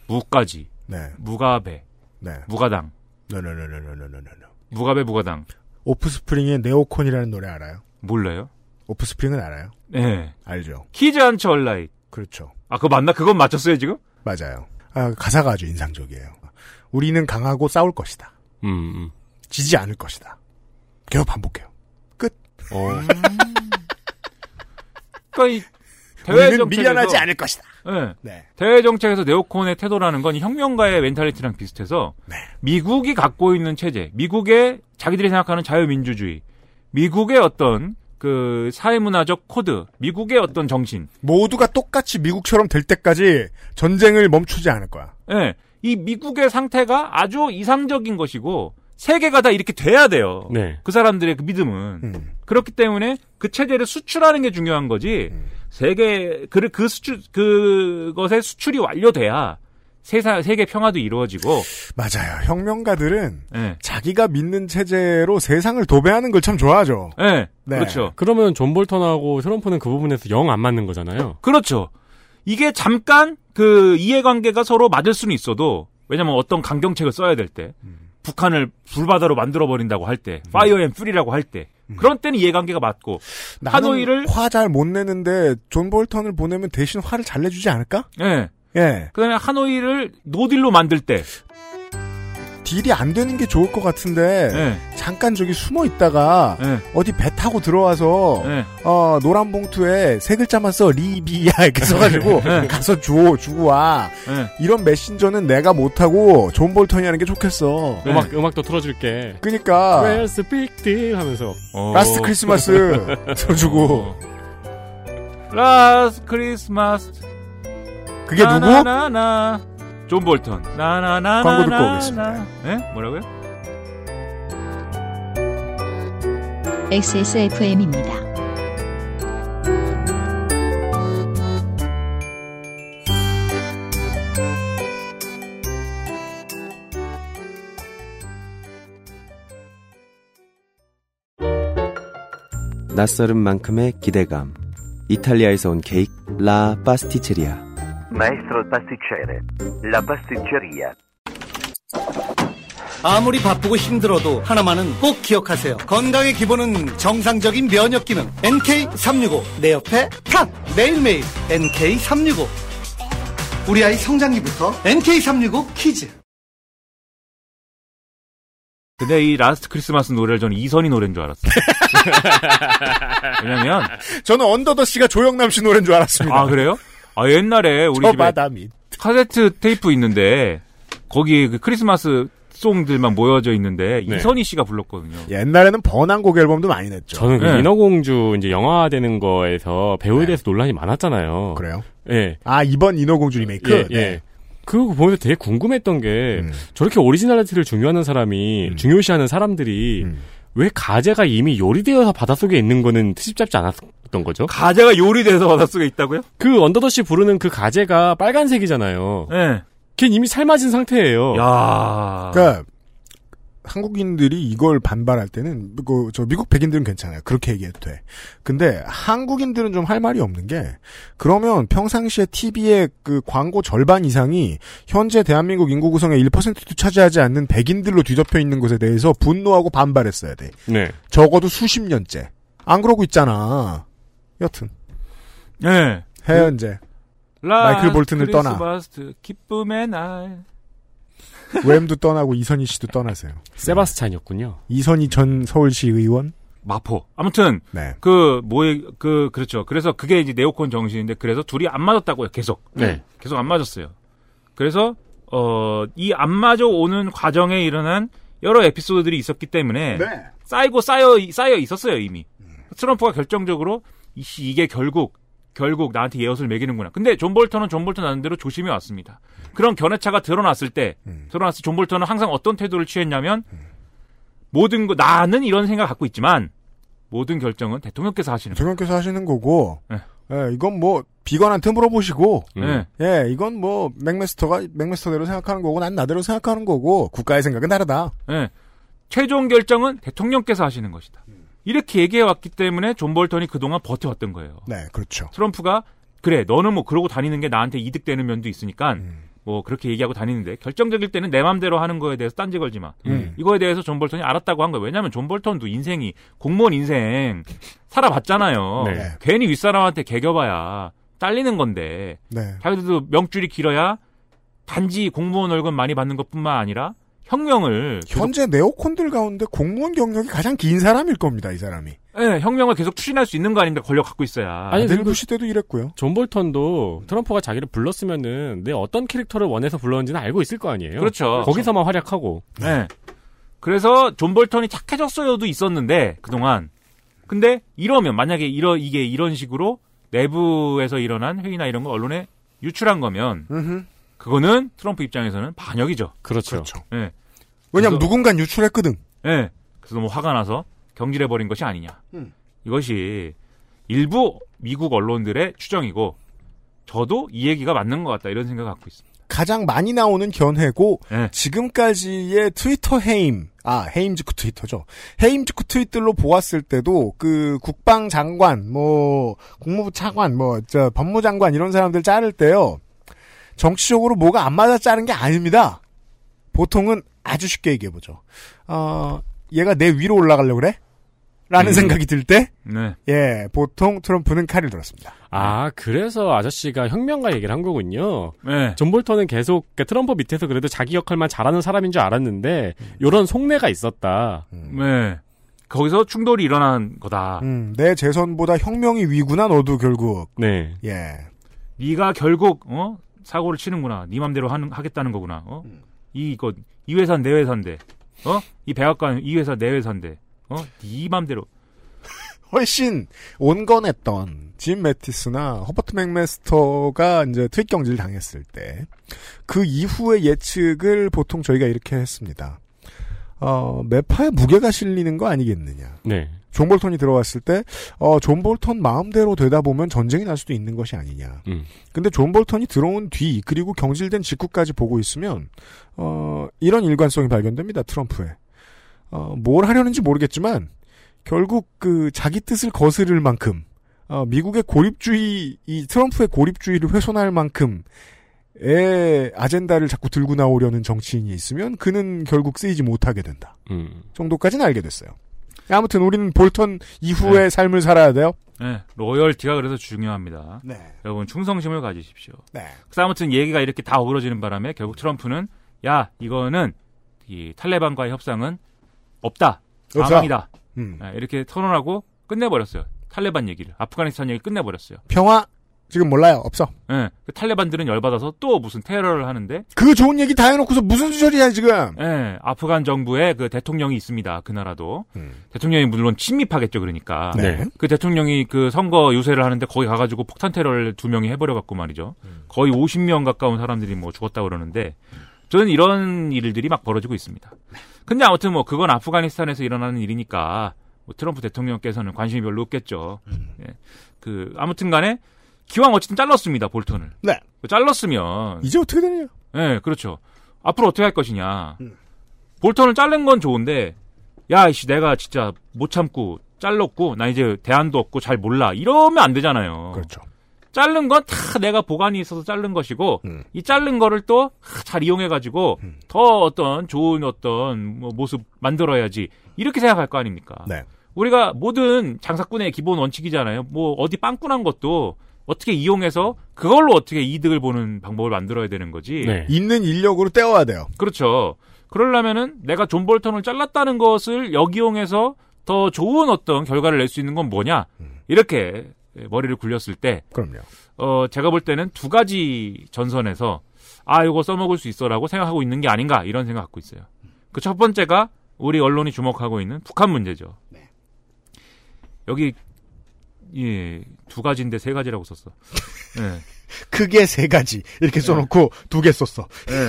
Speaker 10: 무까지
Speaker 2: 네.
Speaker 10: 무가베
Speaker 2: 네.
Speaker 10: 무가당
Speaker 2: 네네네네네네네.
Speaker 10: 무가베 무가당
Speaker 2: 오프스프링의 네오콘이라는 노래 알아요?
Speaker 10: 몰라요?
Speaker 2: 오프스프링은 알아요?
Speaker 10: 네
Speaker 2: 알죠.
Speaker 10: 키즈 한철 얼라잇
Speaker 2: 그렇죠.
Speaker 10: 아 그거 맞나? 그건 맞췄어요 지금?
Speaker 2: 맞아요. 아, 가사가 아주 인상적이에요. 우리는 강하고 싸울 것이다.
Speaker 3: 음.
Speaker 2: 지지 않을 것이다. 계속 반복해요.
Speaker 3: 어.
Speaker 10: 그러니까 이 대외
Speaker 2: 우리는
Speaker 10: 정책에서
Speaker 2: 밀려나지 않을 것이다.
Speaker 10: 네.
Speaker 2: 네.
Speaker 10: 대외 정책에서 네오콘의 태도라는 건 혁명가의 멘탈리티랑 비슷해서
Speaker 2: 네.
Speaker 10: 미국이 갖고 있는 체제, 미국의 자기들이 생각하는 자유민주주의, 미국의 어떤 그 사회문화적 코드, 미국의 어떤 정신,
Speaker 2: 모두가 똑같이 미국처럼 될 때까지 전쟁을 멈추지 않을 거야.
Speaker 10: 예, 이 미국의 상태가 아주 이상적인 것이고 세계가 다 이렇게 돼야 돼요.
Speaker 3: 네.
Speaker 10: 그 사람들의 그 믿음은
Speaker 2: 음.
Speaker 10: 그렇기 때문에 그 체제를 수출하는 게 중요한 거지 세계 그, 그 수출 그것의 수출이 완료돼야 세상 세계 평화도 이루어지고
Speaker 2: 맞아요. 혁명가들은
Speaker 10: 예.
Speaker 2: 자기가 믿는 체제로 세상을 도배하는 걸 참 좋아하죠.
Speaker 10: 예.
Speaker 2: 네.
Speaker 10: 그렇죠.
Speaker 3: 그러면 존 볼턴하고 트럼프는 그 부분에서 영 안 맞는 거잖아요.
Speaker 10: 그렇죠. 이게 잠깐 그 이해관계가 서로 맞을 수는 있어도 왜냐면 어떤 강경책을 써야 될 때 북한을 불바다로 만들어 버린다고 할 때 파이어 앤 퓨리라고 할 때 그런 때는 이해관계가 맞고
Speaker 2: 나는
Speaker 10: 하노이를-
Speaker 2: 화 잘 못 내는데 존 볼턴을 보내면 대신 화를 잘 내주지 않을까?
Speaker 10: 예.
Speaker 2: 예.
Speaker 10: 그다음에 하노이를 노딜로 만들 때
Speaker 2: 딜이 안 되는 게 좋을 것 같은데
Speaker 10: 예.
Speaker 2: 잠깐 저기 숨어 있다가
Speaker 10: 예.
Speaker 2: 어디 배 타고 들어와서
Speaker 10: 예.
Speaker 2: 어, 노란 봉투에 세 글자만 써 리비아 이렇게 써가지고
Speaker 10: 네.
Speaker 2: 가서 줘 주고 와
Speaker 10: 예.
Speaker 2: 이런 메신저는 내가 못하고 존 볼턴이 하는 게 좋겠어.
Speaker 10: 네.
Speaker 3: 음악 음악도 틀어줄게.
Speaker 2: 그러니까
Speaker 3: Where's the big deal? 하면서
Speaker 10: 어.
Speaker 2: 라스트 크리스마스 써주고
Speaker 10: 라스 크리스마스
Speaker 2: 그게 누구?
Speaker 10: 나나나나. 존 볼턴 나나나
Speaker 2: 광고 듣고 오겠습니다.
Speaker 10: 예? 뭐라고요?
Speaker 1: XSFM입니다.
Speaker 9: 낯설음만큼의 기대감. 이탈리아에서 온 케이크 라 파스티체리아.
Speaker 12: Maestro pasticcere, la pasticceria.
Speaker 5: 아무리 바쁘고 힘들어도 하나만은 꼭 기억하세요. 건강의 기본은 정상적인 면역 기능. NK365. 내 옆에 탁! 매일매일 NK365. 우리 아이 성장기부터 NK365 키즈.
Speaker 10: 근데 이 라스트 크리스마스 노래를 저는 이선희 노래인 줄 알았어요. 왜냐면
Speaker 2: 저는 언더더 씨가 조영남 씨 노래인 줄 알았습니다.
Speaker 10: 아 그래요? 아 옛날에 우리
Speaker 2: 저
Speaker 10: 집에
Speaker 2: 바다민.
Speaker 10: 카세트 테이프 있는데 거기 그 크리스마스 송들만 모여져 있는데
Speaker 3: 네.
Speaker 10: 이선희 씨가 불렀거든요.
Speaker 2: 예. 옛날에는 번안곡 앨범도 많이 냈죠.
Speaker 3: 저는 그
Speaker 10: 네.
Speaker 3: 인어공주 이제 영화 되는 거에서 배우에 대해서 논란이 많았잖아요.
Speaker 2: 그래요?
Speaker 3: 예.
Speaker 2: 아 이번 인어공주 리메이크.
Speaker 3: 예,
Speaker 2: 네.
Speaker 3: 예. 그거 보면서 되게 궁금했던 게
Speaker 2: 음.
Speaker 3: 저렇게 오리지널리티를 중요하는 사람이 중요시하는 사람들이
Speaker 2: 음.
Speaker 3: 왜 가제가 이미 요리되어서 바닷속에 있는 거는 트집 잡지 않았던 거죠?
Speaker 10: 가재가 요리돼서 바닷속에 있다고요?
Speaker 3: 그 언더더시 부르는 그 가제가 빨간색이잖아요.
Speaker 10: 네.
Speaker 3: 걘 이미 삶아진 상태예요.
Speaker 10: 야.
Speaker 2: 어. 그러니까 한국인들이 이걸 반발할 때는 그 저 미국 백인들은 괜찮아요. 그렇게 얘기해도 돼. 근데 한국인들은 좀 할 말이 없는 게 그러면 평상시에 TV의 그 광고 절반 이상이 현재 대한민국 인구 구성의 1%도 차지하지 않는 백인들로 뒤덮여 있는 것에 대해서 분노하고 반발했어야 돼.
Speaker 3: 네.
Speaker 2: 적어도 수십 년째. 안 그러고 있잖아. 여튼
Speaker 10: 네.
Speaker 2: 해연제 마이클 볼튼을 떠나.
Speaker 10: 크리스마스 기쁨의 날.
Speaker 2: 웸도 떠나고 이선희 씨도 떠나세요.
Speaker 3: 세바스찬이었군요.
Speaker 2: 이선희 전 서울시 의원
Speaker 10: 마포. 아무튼
Speaker 2: 네.
Speaker 10: 그 뭐에 그 그렇죠. 그래서 그게 이제 네오콘 정신인데 그래서 둘이 안 맞았다고요. 계속.
Speaker 3: 네.
Speaker 10: 계속 안 맞았어요. 그래서 어 이 안 맞아 오는 과정에 일어난 여러 에피소드들이 있었기 때문에
Speaker 5: 네.
Speaker 10: 쌓이고 쌓여 쌓여 있었어요 이미. 트럼프가 결정적으로 이씨 이게 결국 결국 나한테 예옷을 매기는구나. 근데 존 볼턴은 존 볼턴 나름대로 조심히 왔습니다. 그런 견해차가 드러났을 때 드러났을 때 존 볼턴은 항상 어떤 태도를 취했냐면 모든 거 나는 이런 생각 갖고 있지만 모든 결정은 대통령께서 하시는 거예요.
Speaker 2: 대통령께서 하시는 거고
Speaker 10: 네.
Speaker 2: 예, 이건 뭐 비관한테 물어보시고
Speaker 10: 네.
Speaker 2: 예, 이건 뭐 맥메스터가 맥메스터대로 생각하는 거고 난 나대로 생각하는 거고 국가의 생각은 다르다.
Speaker 10: 예. 최종 결정은 대통령께서 하시는 것이다. 이렇게 얘기해 왔기 때문에 존 볼턴이 그동안 버텨왔던 거예요.
Speaker 2: 네, 그렇죠.
Speaker 10: 트럼프가 그래 너는 뭐 그러고 다니는 게 나한테 이득되는 면도 있으니까
Speaker 2: 음.
Speaker 10: 뭐 그렇게 얘기하고 다니는데 결정적일 때는 내 맘대로 하는 거에 대해서 딴지 걸지 마.
Speaker 2: 음.
Speaker 10: 이거에 대해서 존 볼턴이 알았다고 한 거예요. 왜냐하면 존 볼턴도 인생이 공무원 인생 살아봤잖아요.
Speaker 2: 네.
Speaker 10: 괜히 윗사람한테 개겨봐야 딸리는 건데
Speaker 2: 네.
Speaker 10: 자기들도 명줄이 길어야 단지 공무원 월급 많이 받는 것뿐만 아니라 혁명을 계속
Speaker 2: 현재 네오콘들 가운데 공무원 경력이 가장 긴 사람일 겁니다, 이 사람이.
Speaker 10: 예, 혁명을 계속 추진할 수 있는 거 아닌가 권력 갖고 있어야.
Speaker 3: 아니,
Speaker 2: 늙
Speaker 3: 그리고
Speaker 2: 부 시대도 이랬고요.
Speaker 3: 존 볼턴도 트럼프가 자기를 불렀으면은 내 어떤 캐릭터를 원해서 불렀는지는 알고 있을 거 아니에요.
Speaker 10: 그렇죠.
Speaker 3: 거기서만 활약하고.
Speaker 10: 네. 그래서 존 볼턴이 착해졌어요도 있었는데 그동안. 근데 이러면 만약에 이러 이게 이런 식으로 내부에서 일어난 회의나 이런 걸 언론에 유출한 거면 그거는 트럼프 입장에서는 반역이죠.
Speaker 3: 그렇죠.
Speaker 10: 네.
Speaker 2: 왜냐면
Speaker 10: 그래서-
Speaker 2: 누군가 유출했거든.
Speaker 10: 예. 그래서 너무 화가 나서 경질해 버린 것이 아니냐.
Speaker 2: 음.
Speaker 10: 이것이 일부 미국 언론들의 추정이고 저도 이 얘기가 맞는 것 같다 이런 생각 을 갖고 있습니다.
Speaker 2: 가장 많이 나오는 견해고
Speaker 10: 네.
Speaker 2: 지금까지의 트위터 해임 아 해임 직후 트위터죠 해임 직후 트윗들로 보았을 때도 그 국방장관 뭐 국무부 차관 뭐 저 법무장관 이런 사람들 자를 때요 정치적으로 뭐가 안 맞아 자른 게 아닙니다 보통은 아주 쉽게 얘기해 보죠 어 얘가 내 위로 올라가려 고 그래 라는
Speaker 3: 음.
Speaker 2: 생각이 들때예
Speaker 10: 네.
Speaker 2: 보통 트럼프는 칼을 들었습니다
Speaker 3: 아, 그래서 아저씨가 혁명가 얘기를 한 거군요.
Speaker 10: 네.
Speaker 3: 존 볼턴은 계속 그러니까 트럼프 밑에서 그래도 자기 역할만 잘하는 사람인 줄 알았는데 요런 속내가 있었다.
Speaker 10: 네. 거기서 충돌이 일어난 거다.
Speaker 2: 음, 내 재선보다 혁명이 위구나 너도 결국
Speaker 3: 네.
Speaker 2: 예
Speaker 10: 네가 결국 어 사고를 치는구나. 네 맘대로 하는, 하겠다는 거구나. 어?
Speaker 2: 음.
Speaker 10: 이 이거 이 회사는 내 회사인데. 어? 이 백악관 이 회사 내 회사인데. 어? 네 맘대로.
Speaker 2: 훨씬 온건했던 짐 매티스나 허버트 맥메스터가 이제 트윗 경질 당했을 때 그 이후의 예측을 보통 저희가 이렇게 했습니다. 어, 매파에 무게가 실리는 거 아니겠느냐.
Speaker 3: 네.
Speaker 2: 존 볼턴이 들어왔을 때, 어, 존 볼턴 마음대로 되다 보면 전쟁이 날 수도 있는 것이 아니냐.
Speaker 3: 음.
Speaker 2: 근데 존 볼턴이 들어온 뒤, 그리고 경질된 직후까지 보고 있으면, 어, 이런 일관성이 발견됩니다, 트럼프에. 어, 뭘 하려는지 모르겠지만, 결국 그 자기 뜻을 거스를 만큼, 어, 미국의 고립주의, 이 트럼프의 고립주의를 훼손할 만큼, 의 아젠다를 자꾸 들고 나오려는 정치인이 있으면 그는 결국 쓰이지 못하게 된다.
Speaker 3: 음.
Speaker 2: 정도까지는 알게 됐어요. 아무튼 우리는 볼턴 이후의 삶을 살아야 돼요.
Speaker 10: 네, 로열티가 그래서 중요합니다.
Speaker 2: 네.
Speaker 10: 여러분 충성심을 가지십시오.
Speaker 2: 네.
Speaker 10: 그래서 아무튼 얘기가 이렇게 다 어우러지는 바람에 결국 트럼프는 야 이거는 이 탈레반과의 협상은 없다,
Speaker 2: 없다.
Speaker 10: 망이다 네,
Speaker 2: 음.
Speaker 10: 이렇게 선언하고 끝내버렸어요. 탈레반 얘기를 아프가니스탄 얘기를 끝내버렸어요.
Speaker 2: 평화 지금 몰라요. 없어.
Speaker 10: 예, 그 탈레반들은 열받아서 또 무슨 테러를 하는데
Speaker 2: 그 좋은 얘기 다 해놓고서 무슨 소리야 지금.
Speaker 10: 예, 아프간 정부의 그 대통령이 있습니다. 그 나라도
Speaker 2: 음.
Speaker 10: 대통령이 물론 침입하겠죠. 그러니까
Speaker 2: 네.
Speaker 10: 그 대통령이 그 선거 유세를 하는데 거기 가가지고 폭탄 테러를 두 명이 해버려 갖고 말이죠.
Speaker 2: 음.
Speaker 10: 거의 50명 가까운 사람들이 뭐 죽었다 그러는데 저는 이런 일들이 막 벌어지고 있습니다. 근데 아무튼 뭐 그건 아프가니스탄에서 일어나는 일이니까 뭐 트럼프 대통령께서는 관심이 별로 없겠죠.
Speaker 2: 음.
Speaker 10: 예. 그 아무튼간에 기왕 어쨌든 잘랐습니다 볼턴을.
Speaker 2: 네.
Speaker 10: 잘랐으면
Speaker 2: 이제 어떻게 되냐?
Speaker 10: 네, 그렇죠. 앞으로 어떻게 할 것이냐.
Speaker 2: 음.
Speaker 10: 볼턴을 자른 건 좋은데, 야, 이씨, 내가 진짜 못 참고, 잘랐고, 나 이제 대안도 없고 잘 몰라. 이러면 안 되잖아요.
Speaker 2: 그렇죠.
Speaker 10: 자른 건 다 내가 보관이 있어서 자른 것이고,
Speaker 2: 음.
Speaker 10: 이 자른 거를 또 잘 이용해가지고, 더 어떤 좋은 어떤 뭐 모습 만들어야지. 이렇게 생각할 거 아닙니까?
Speaker 2: 네.
Speaker 10: 우리가 모든 장사꾼의 기본 원칙이잖아요. 뭐 어디 빵꾸난 것도 어떻게 이용해서 그걸로 어떻게 이득을 보는 방법을 만들어야 되는 거지.
Speaker 3: 네.
Speaker 2: 있는 인력으로 떼어야 돼요.
Speaker 10: 그렇죠. 그러려면은 내가 존 볼턴을 잘랐다는 것을 역이용해서 더 좋은 어떤 결과를 낼 수 있는 건 뭐냐. 이렇게 머리를 굴렸을 때
Speaker 2: 그럼요.
Speaker 10: 어, 제가 볼 때는 두 가지 전선에서 아, 이거 써먹을 수 있어라고 생각하고 있는 게 아닌가 이런 생각 갖고 있어요. 그 첫 번째가 우리 언론이 주목하고 있는 북한 문제죠. 여기 예, 두 가지인데 세 가지라고 썼어. 네.
Speaker 2: 크게 세 가지 이렇게 써놓고 두 개 썼어.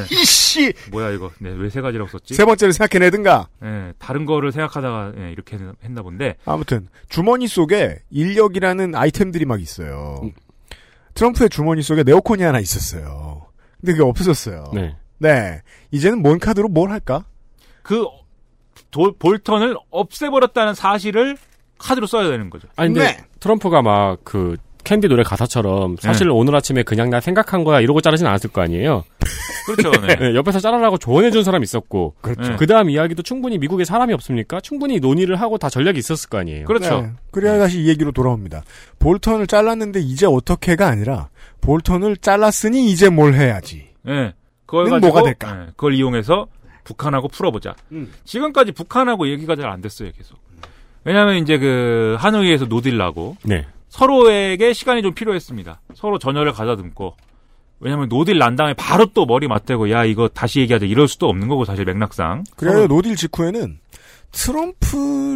Speaker 2: 이씨.
Speaker 10: 뭐야 이거? 네, 왜 세 가지라고 썼지?
Speaker 2: 세 번째를 생각해내든가.
Speaker 10: 예, 다른 거를 생각하다가 예, 이렇게 했- 했나 본데.
Speaker 2: 아무튼 주머니 속에 인력이라는 아이템들이 막 있어요. 트럼프의 주머니 속에 네오콘이 하나 있었어요. 근데 그게 없어졌어요.
Speaker 3: 네.
Speaker 2: 네. 이제는 뭔 카드로 뭘 할까?
Speaker 10: 그 도- 볼턴을 없애버렸다는 사실을 카드로 써야 되는 거죠.
Speaker 3: 아니 근데 트럼프가 막 그 캔디 노래 가사처럼 사실 오늘 아침에 그냥 나 생각한 거야 이러고 자르진 않았을 거 아니에요.
Speaker 10: 그렇죠. 네.
Speaker 3: 네, 옆에서 자르라고 조언해준 사람이 있었고 그 다음 이야기도 충분히 미국에 사람이 없습니까? 충분히 논의를 하고 다 전략이 있었을 거 아니에요.
Speaker 10: 그렇죠.
Speaker 2: 네. 그래야 다시 이 얘기로 돌아옵니다. 볼턴을 잘랐는데 이제 어떻게가 아니라 볼턴을 잘랐으니 이제 뭘 해야지.
Speaker 10: 예. 그걸
Speaker 2: 는
Speaker 10: 가지고
Speaker 2: 네. 뭐가 될까?
Speaker 10: 예, 그걸 이용해서 북한하고 풀어보자. 지금까지 북한하고 얘기가 잘 안 됐어요, 계속. 왜냐하면 이제 그 하노이에서 노딜라고
Speaker 3: 네.
Speaker 10: 서로에게 시간이 좀 필요했습니다. 서로 전열을 가다듬고 왜냐하면 노딜 난 다음에 바로 또 머리 맞대고 야 이거 다시 얘기하자 이럴 수도 없는 거고 사실 맥락상.
Speaker 2: 그래요. 노딜 직후에는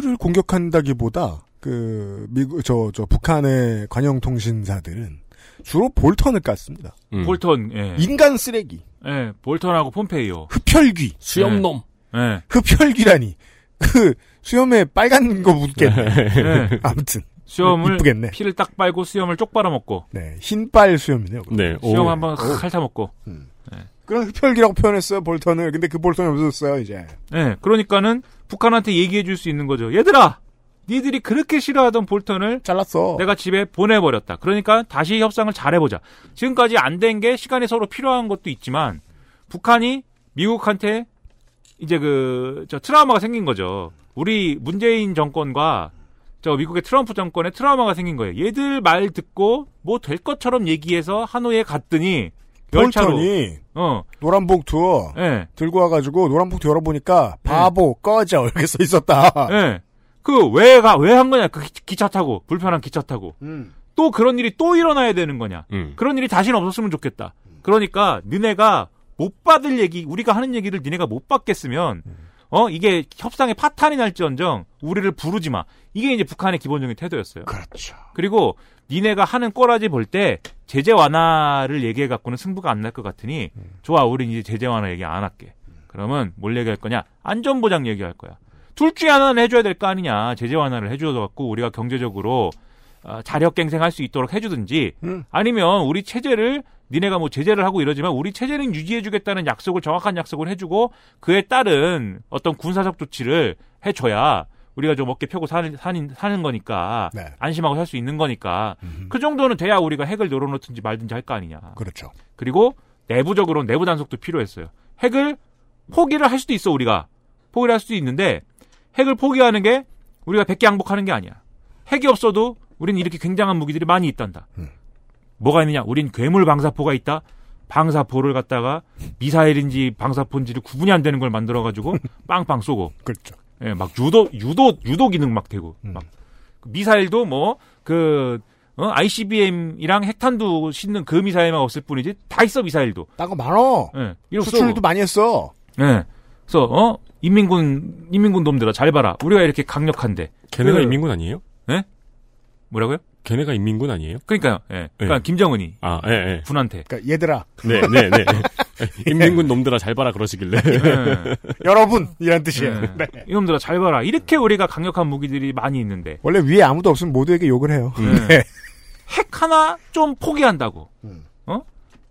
Speaker 2: 트럼프를 공격한다기보다 그 미국 저 저 북한의 관영 통신사들은 주로 볼턴을 깠습니다.
Speaker 3: 음.
Speaker 10: 볼턴, 예.
Speaker 2: 인간 쓰레기.
Speaker 10: 예, 볼턴하고 폼페이오.
Speaker 2: 흡혈귀.
Speaker 10: 수염놈. 예.
Speaker 2: 흡혈귀라니. 그 수염에 빨간 거 묻겠네.
Speaker 10: 예.
Speaker 2: 아무튼
Speaker 10: 수염을
Speaker 2: 이쁘겠네.
Speaker 10: 피를 딱 빨고 수염을 쪽 빨아먹고.
Speaker 2: 네. 흰빨 수염이네요.
Speaker 3: 네.
Speaker 10: 수염 한번 핥아 먹고.
Speaker 2: 그런 흡혈귀라고 표현했어요 볼턴을. 근데 그 볼턴이 없어졌어요 이제.
Speaker 10: 예, 그러니까는 북한한테 얘기해 줄 수 있는 거죠. 얘들아, 니들이 그렇게 싫어하던 볼턴을
Speaker 2: 잘랐어.
Speaker 10: 내가 집에 보내버렸다. 그러니까 다시 협상을 잘해보자. 지금까지 안 된 게 시간이 서로 필요한 것도 있지만 북한이 미국한테 이제 그, 저 트라우마가 생긴 거죠. 우리 문재인 정권과 저 미국의 트럼프 정권에 트라우마가 생긴 거예요. 얘들 말 듣고 뭐 될 것처럼 얘기해서 하노이에 갔더니 열차로
Speaker 2: 볼턴이
Speaker 10: 어,
Speaker 2: 노란복 투어
Speaker 10: 예.
Speaker 2: 들고 와가지고 노란복 투어 열어보니까 바보 꺼져 이렇게 써 있었다.
Speaker 10: 예. 그 왜가 왜 한 거냐? 그 기- 기차 타고 불편한 기차 타고
Speaker 2: 음.
Speaker 10: 또 그런 일이 또 일어나야 되는 거냐?
Speaker 3: 음.
Speaker 10: 그런 일이 다시는 없었으면 좋겠다. 그러니까 너네가 못 받을 얘기 우리가 하는 얘기를 너네가 못 받겠으면 어 이게 협상에 파탄이 날지언정 우리를 부르지 마. 이게 이제 북한의 기본적인 태도였어요.
Speaker 2: 그렇죠.
Speaker 10: 그리고 니네가 하는 꼬라지 볼 때 제재 완화를 얘기해 갖고는 승부가 안 날 것 같으니 좋아 우린 이제 제재 완화 얘기 안 할게. 그러면 뭘 얘기할 거냐? 안전보장 얘기할 거야. 둘 중에 하나는 해줘야 될 거 아니냐. 제재 완화를 해줘서 갖고 우리가 경제적으로 어, 자력갱생할 수 있도록 해주든지
Speaker 2: 음.
Speaker 10: 아니면 우리 체제를 니네가 뭐 제재를 하고 이러지만 우리 체제는 유지해주겠다는 약속을 정확한 약속을 해주고 그에 따른 어떤 군사적 조치를 해줘야 우리가 좀 어깨 펴고 사는, 사는, 사는 거니까 안심하고 살 수 있는 거니까 그 정도는 돼야 우리가 핵을 열어놓든지 말든지 할 거 아니냐.
Speaker 2: 그렇죠.
Speaker 10: 그리고 내부적으로 내부 단속도 필요했어요. 핵을 포기를 할 수도 있어 우리가 포기를 할 수도 있는데 핵을 포기하는 게 우리가 100개 항복하는 게 아니야. 핵이 없어도 우린 이렇게 굉장한 무기들이 많이 있단다. 뭐가 있느냐? 우린 괴물 방사포가 있다. 방사포를 갖다가 미사일인지 방사포인지를 구분이 안 되는 걸 만들어 가지고 빵빵 쏘고.
Speaker 2: 그렇죠.
Speaker 10: 예, 막 유도 유도 유도 기능 막 되고
Speaker 3: 음.
Speaker 10: 막그 미사일도 뭐 그 ICBM이랑 핵탄두 싣는 그 미사일만 없을 뿐이지 다 있어 미사일도.
Speaker 2: 딴 거 많어.
Speaker 10: 예. 이거
Speaker 2: 수출도
Speaker 10: 쏘고.
Speaker 2: 많이 했어.
Speaker 10: 예. 그래서 어 인민군 인민군 놈들아 잘 봐라. 우리가 이렇게 강력한데.
Speaker 3: 걔네가
Speaker 10: 그-
Speaker 3: 인민군 아니에요?
Speaker 10: 예? 뭐라고요?
Speaker 3: 걔네가 인민군 아니에요?
Speaker 10: 그러니까요. 예. 그러니까
Speaker 3: 예.
Speaker 10: 김정은이
Speaker 3: 아, 예, 예.
Speaker 10: 군한테.
Speaker 2: 그러니까 얘들아.
Speaker 3: 네, 네, 네. 인민군 놈들아 잘 봐라 그러시길래.
Speaker 2: 여러분 이란 뜻이에요. 네.
Speaker 10: 예. 이놈들아 잘 봐라. 이렇게 우리가 강력한 무기들이 많이 있는데
Speaker 2: 원래 위에 아무도 네. 없으면 모두에게 욕을 해요. 음.
Speaker 10: 핵 하나 좀 포기한다고. 어?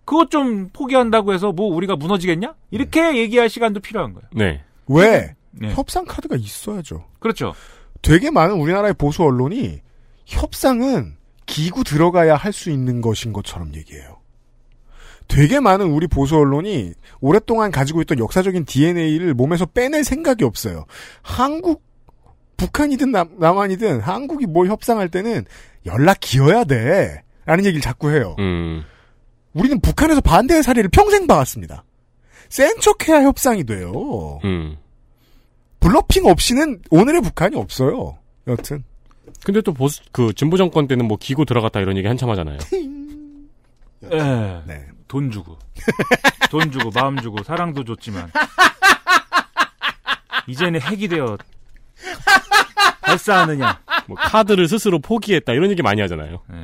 Speaker 10: 그것 좀 포기한다고 해서 뭐 우리가 무너지겠냐? 이렇게 얘기할 시간도 필요한 거예요.
Speaker 3: 네.
Speaker 2: 왜? 음.
Speaker 10: 네.
Speaker 2: 협상 카드가 있어야죠.
Speaker 10: 그렇죠.
Speaker 2: 되게 많은 우리나라의 보수 언론이 협상은 기구 들어가야 할 수 있는 것인 것처럼 얘기해요. 되게 많은 우리 보수 언론이 오랫동안 가지고 있던 역사적인 DNA를 몸에서 빼낼 생각이 없어요. 한국, 북한이든 남, 남한이든 한국이 뭘 협상할 때는 연락 기어야 돼. 라는 얘기를 자꾸 해요.
Speaker 3: 음.
Speaker 2: 우리는 북한에서 반대의 사례를 평생 봐왔습니다. 센 척해야 협상이 돼요.
Speaker 3: 음.
Speaker 2: 블러핑 없이는 오늘의 북한이 없어요. 여튼.
Speaker 3: 근데 또 보수 그 진보 정권 때는 뭐 기고 들어갔다 이런 얘기 한참 하잖아요.
Speaker 10: 예.
Speaker 2: 네.
Speaker 10: 돈 주고. 돈 주고, 마음 주고, 사랑도 줬지만. 이제는 핵이 되어 발사하느냐.
Speaker 3: 뭐 카드를 스스로 포기했다 이런 얘기 많이 하잖아요.
Speaker 10: 예.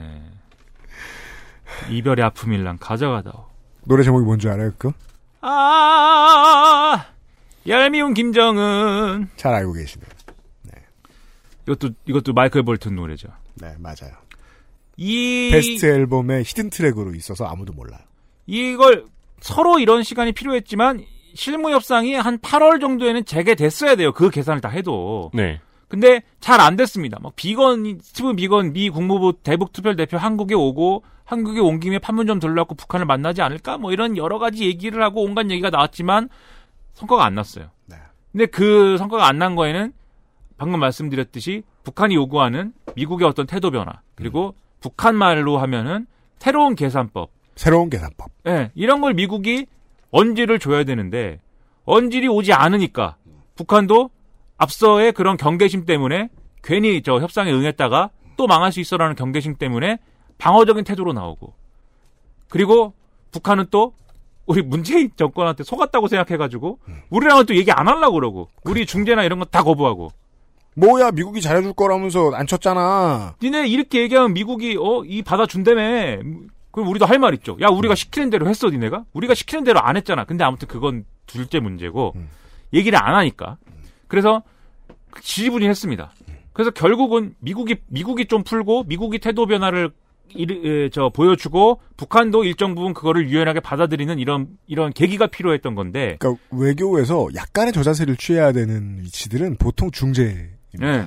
Speaker 10: 이별의 아픔일랑 가져가다오.
Speaker 2: 노래 제목이 뭔지 알아요, 그거?
Speaker 10: 아, 얄미운 김정은.
Speaker 2: 잘 알고 계시네.
Speaker 10: 이것도, 이것도 마이클 볼튼 노래죠.
Speaker 2: 네, 맞아요.
Speaker 10: 이,
Speaker 2: 베스트 앨범의 히든 트랙으로 있어서 아무도 몰라요.
Speaker 10: 이걸 서로 이런 시간이 필요했지만 실무 협상이 한 8월 정도에는 재개됐어야 돼요. 그 계산을 다 해도.
Speaker 3: 네.
Speaker 10: 근데 잘 안 됐습니다. 막 비건 스티븐 비건 미 국무부 대북 특별 대표 한국에 오고 한국에 온 김에 판문점 들러갖고 북한을 만나지 않을까 뭐 이런 여러 가지 얘기를 하고 온갖 얘기가 나왔지만 성과가 안 났어요. 근데 그 성과가 안 난 거에는 방금 말씀드렸듯이 북한이 요구하는 미국의 어떤 태도 변화 그리고 북한 말로 하면은 새로운 계산법
Speaker 2: 새로운 계산법.
Speaker 10: 예, 이런 걸 미국이 언질을 줘야 되는데 언질이 오지 않으니까 북한도 앞서의 그런 경계심 때문에 괜히 저 협상에 응했다가 또 망할 수 있어라는 경계심 때문에 방어적인 태도로 나오고 그리고 북한은 또 우리 문재인 정권한테 속았다고 생각해가지고 우리랑은 또 얘기 안 하려고 그러고 우리 중재나 이런 거 다 거부하고
Speaker 2: 뭐야, 미국이 잘해줄 거라면서 안 쳤잖아.
Speaker 10: 니네 이렇게 얘기하면 미국이 어 이 받아준다며 그럼 우리도 할 말 있죠 야
Speaker 2: 음.
Speaker 10: 우리가 시키는 대로 했어 니네가 우리가 시키는 대로 안 했잖아 근데 아무튼 그건 둘째 문제고
Speaker 2: 음.
Speaker 10: 얘기를 안 하니까 그래서 지지분이했습니다
Speaker 2: 음.
Speaker 10: 그래서 결국은 미국이 미국이 좀 풀고 미국이 태도 변화를 일- 에, 저 보여주고 북한도 일정 부분 그거를 유연하게 받아들이는 이런 이런 계기가 필요했던 건데
Speaker 2: 그러니까 외교에서 약간의 저자세를 취해야 되는 위치들은 보통 중재.
Speaker 10: 네.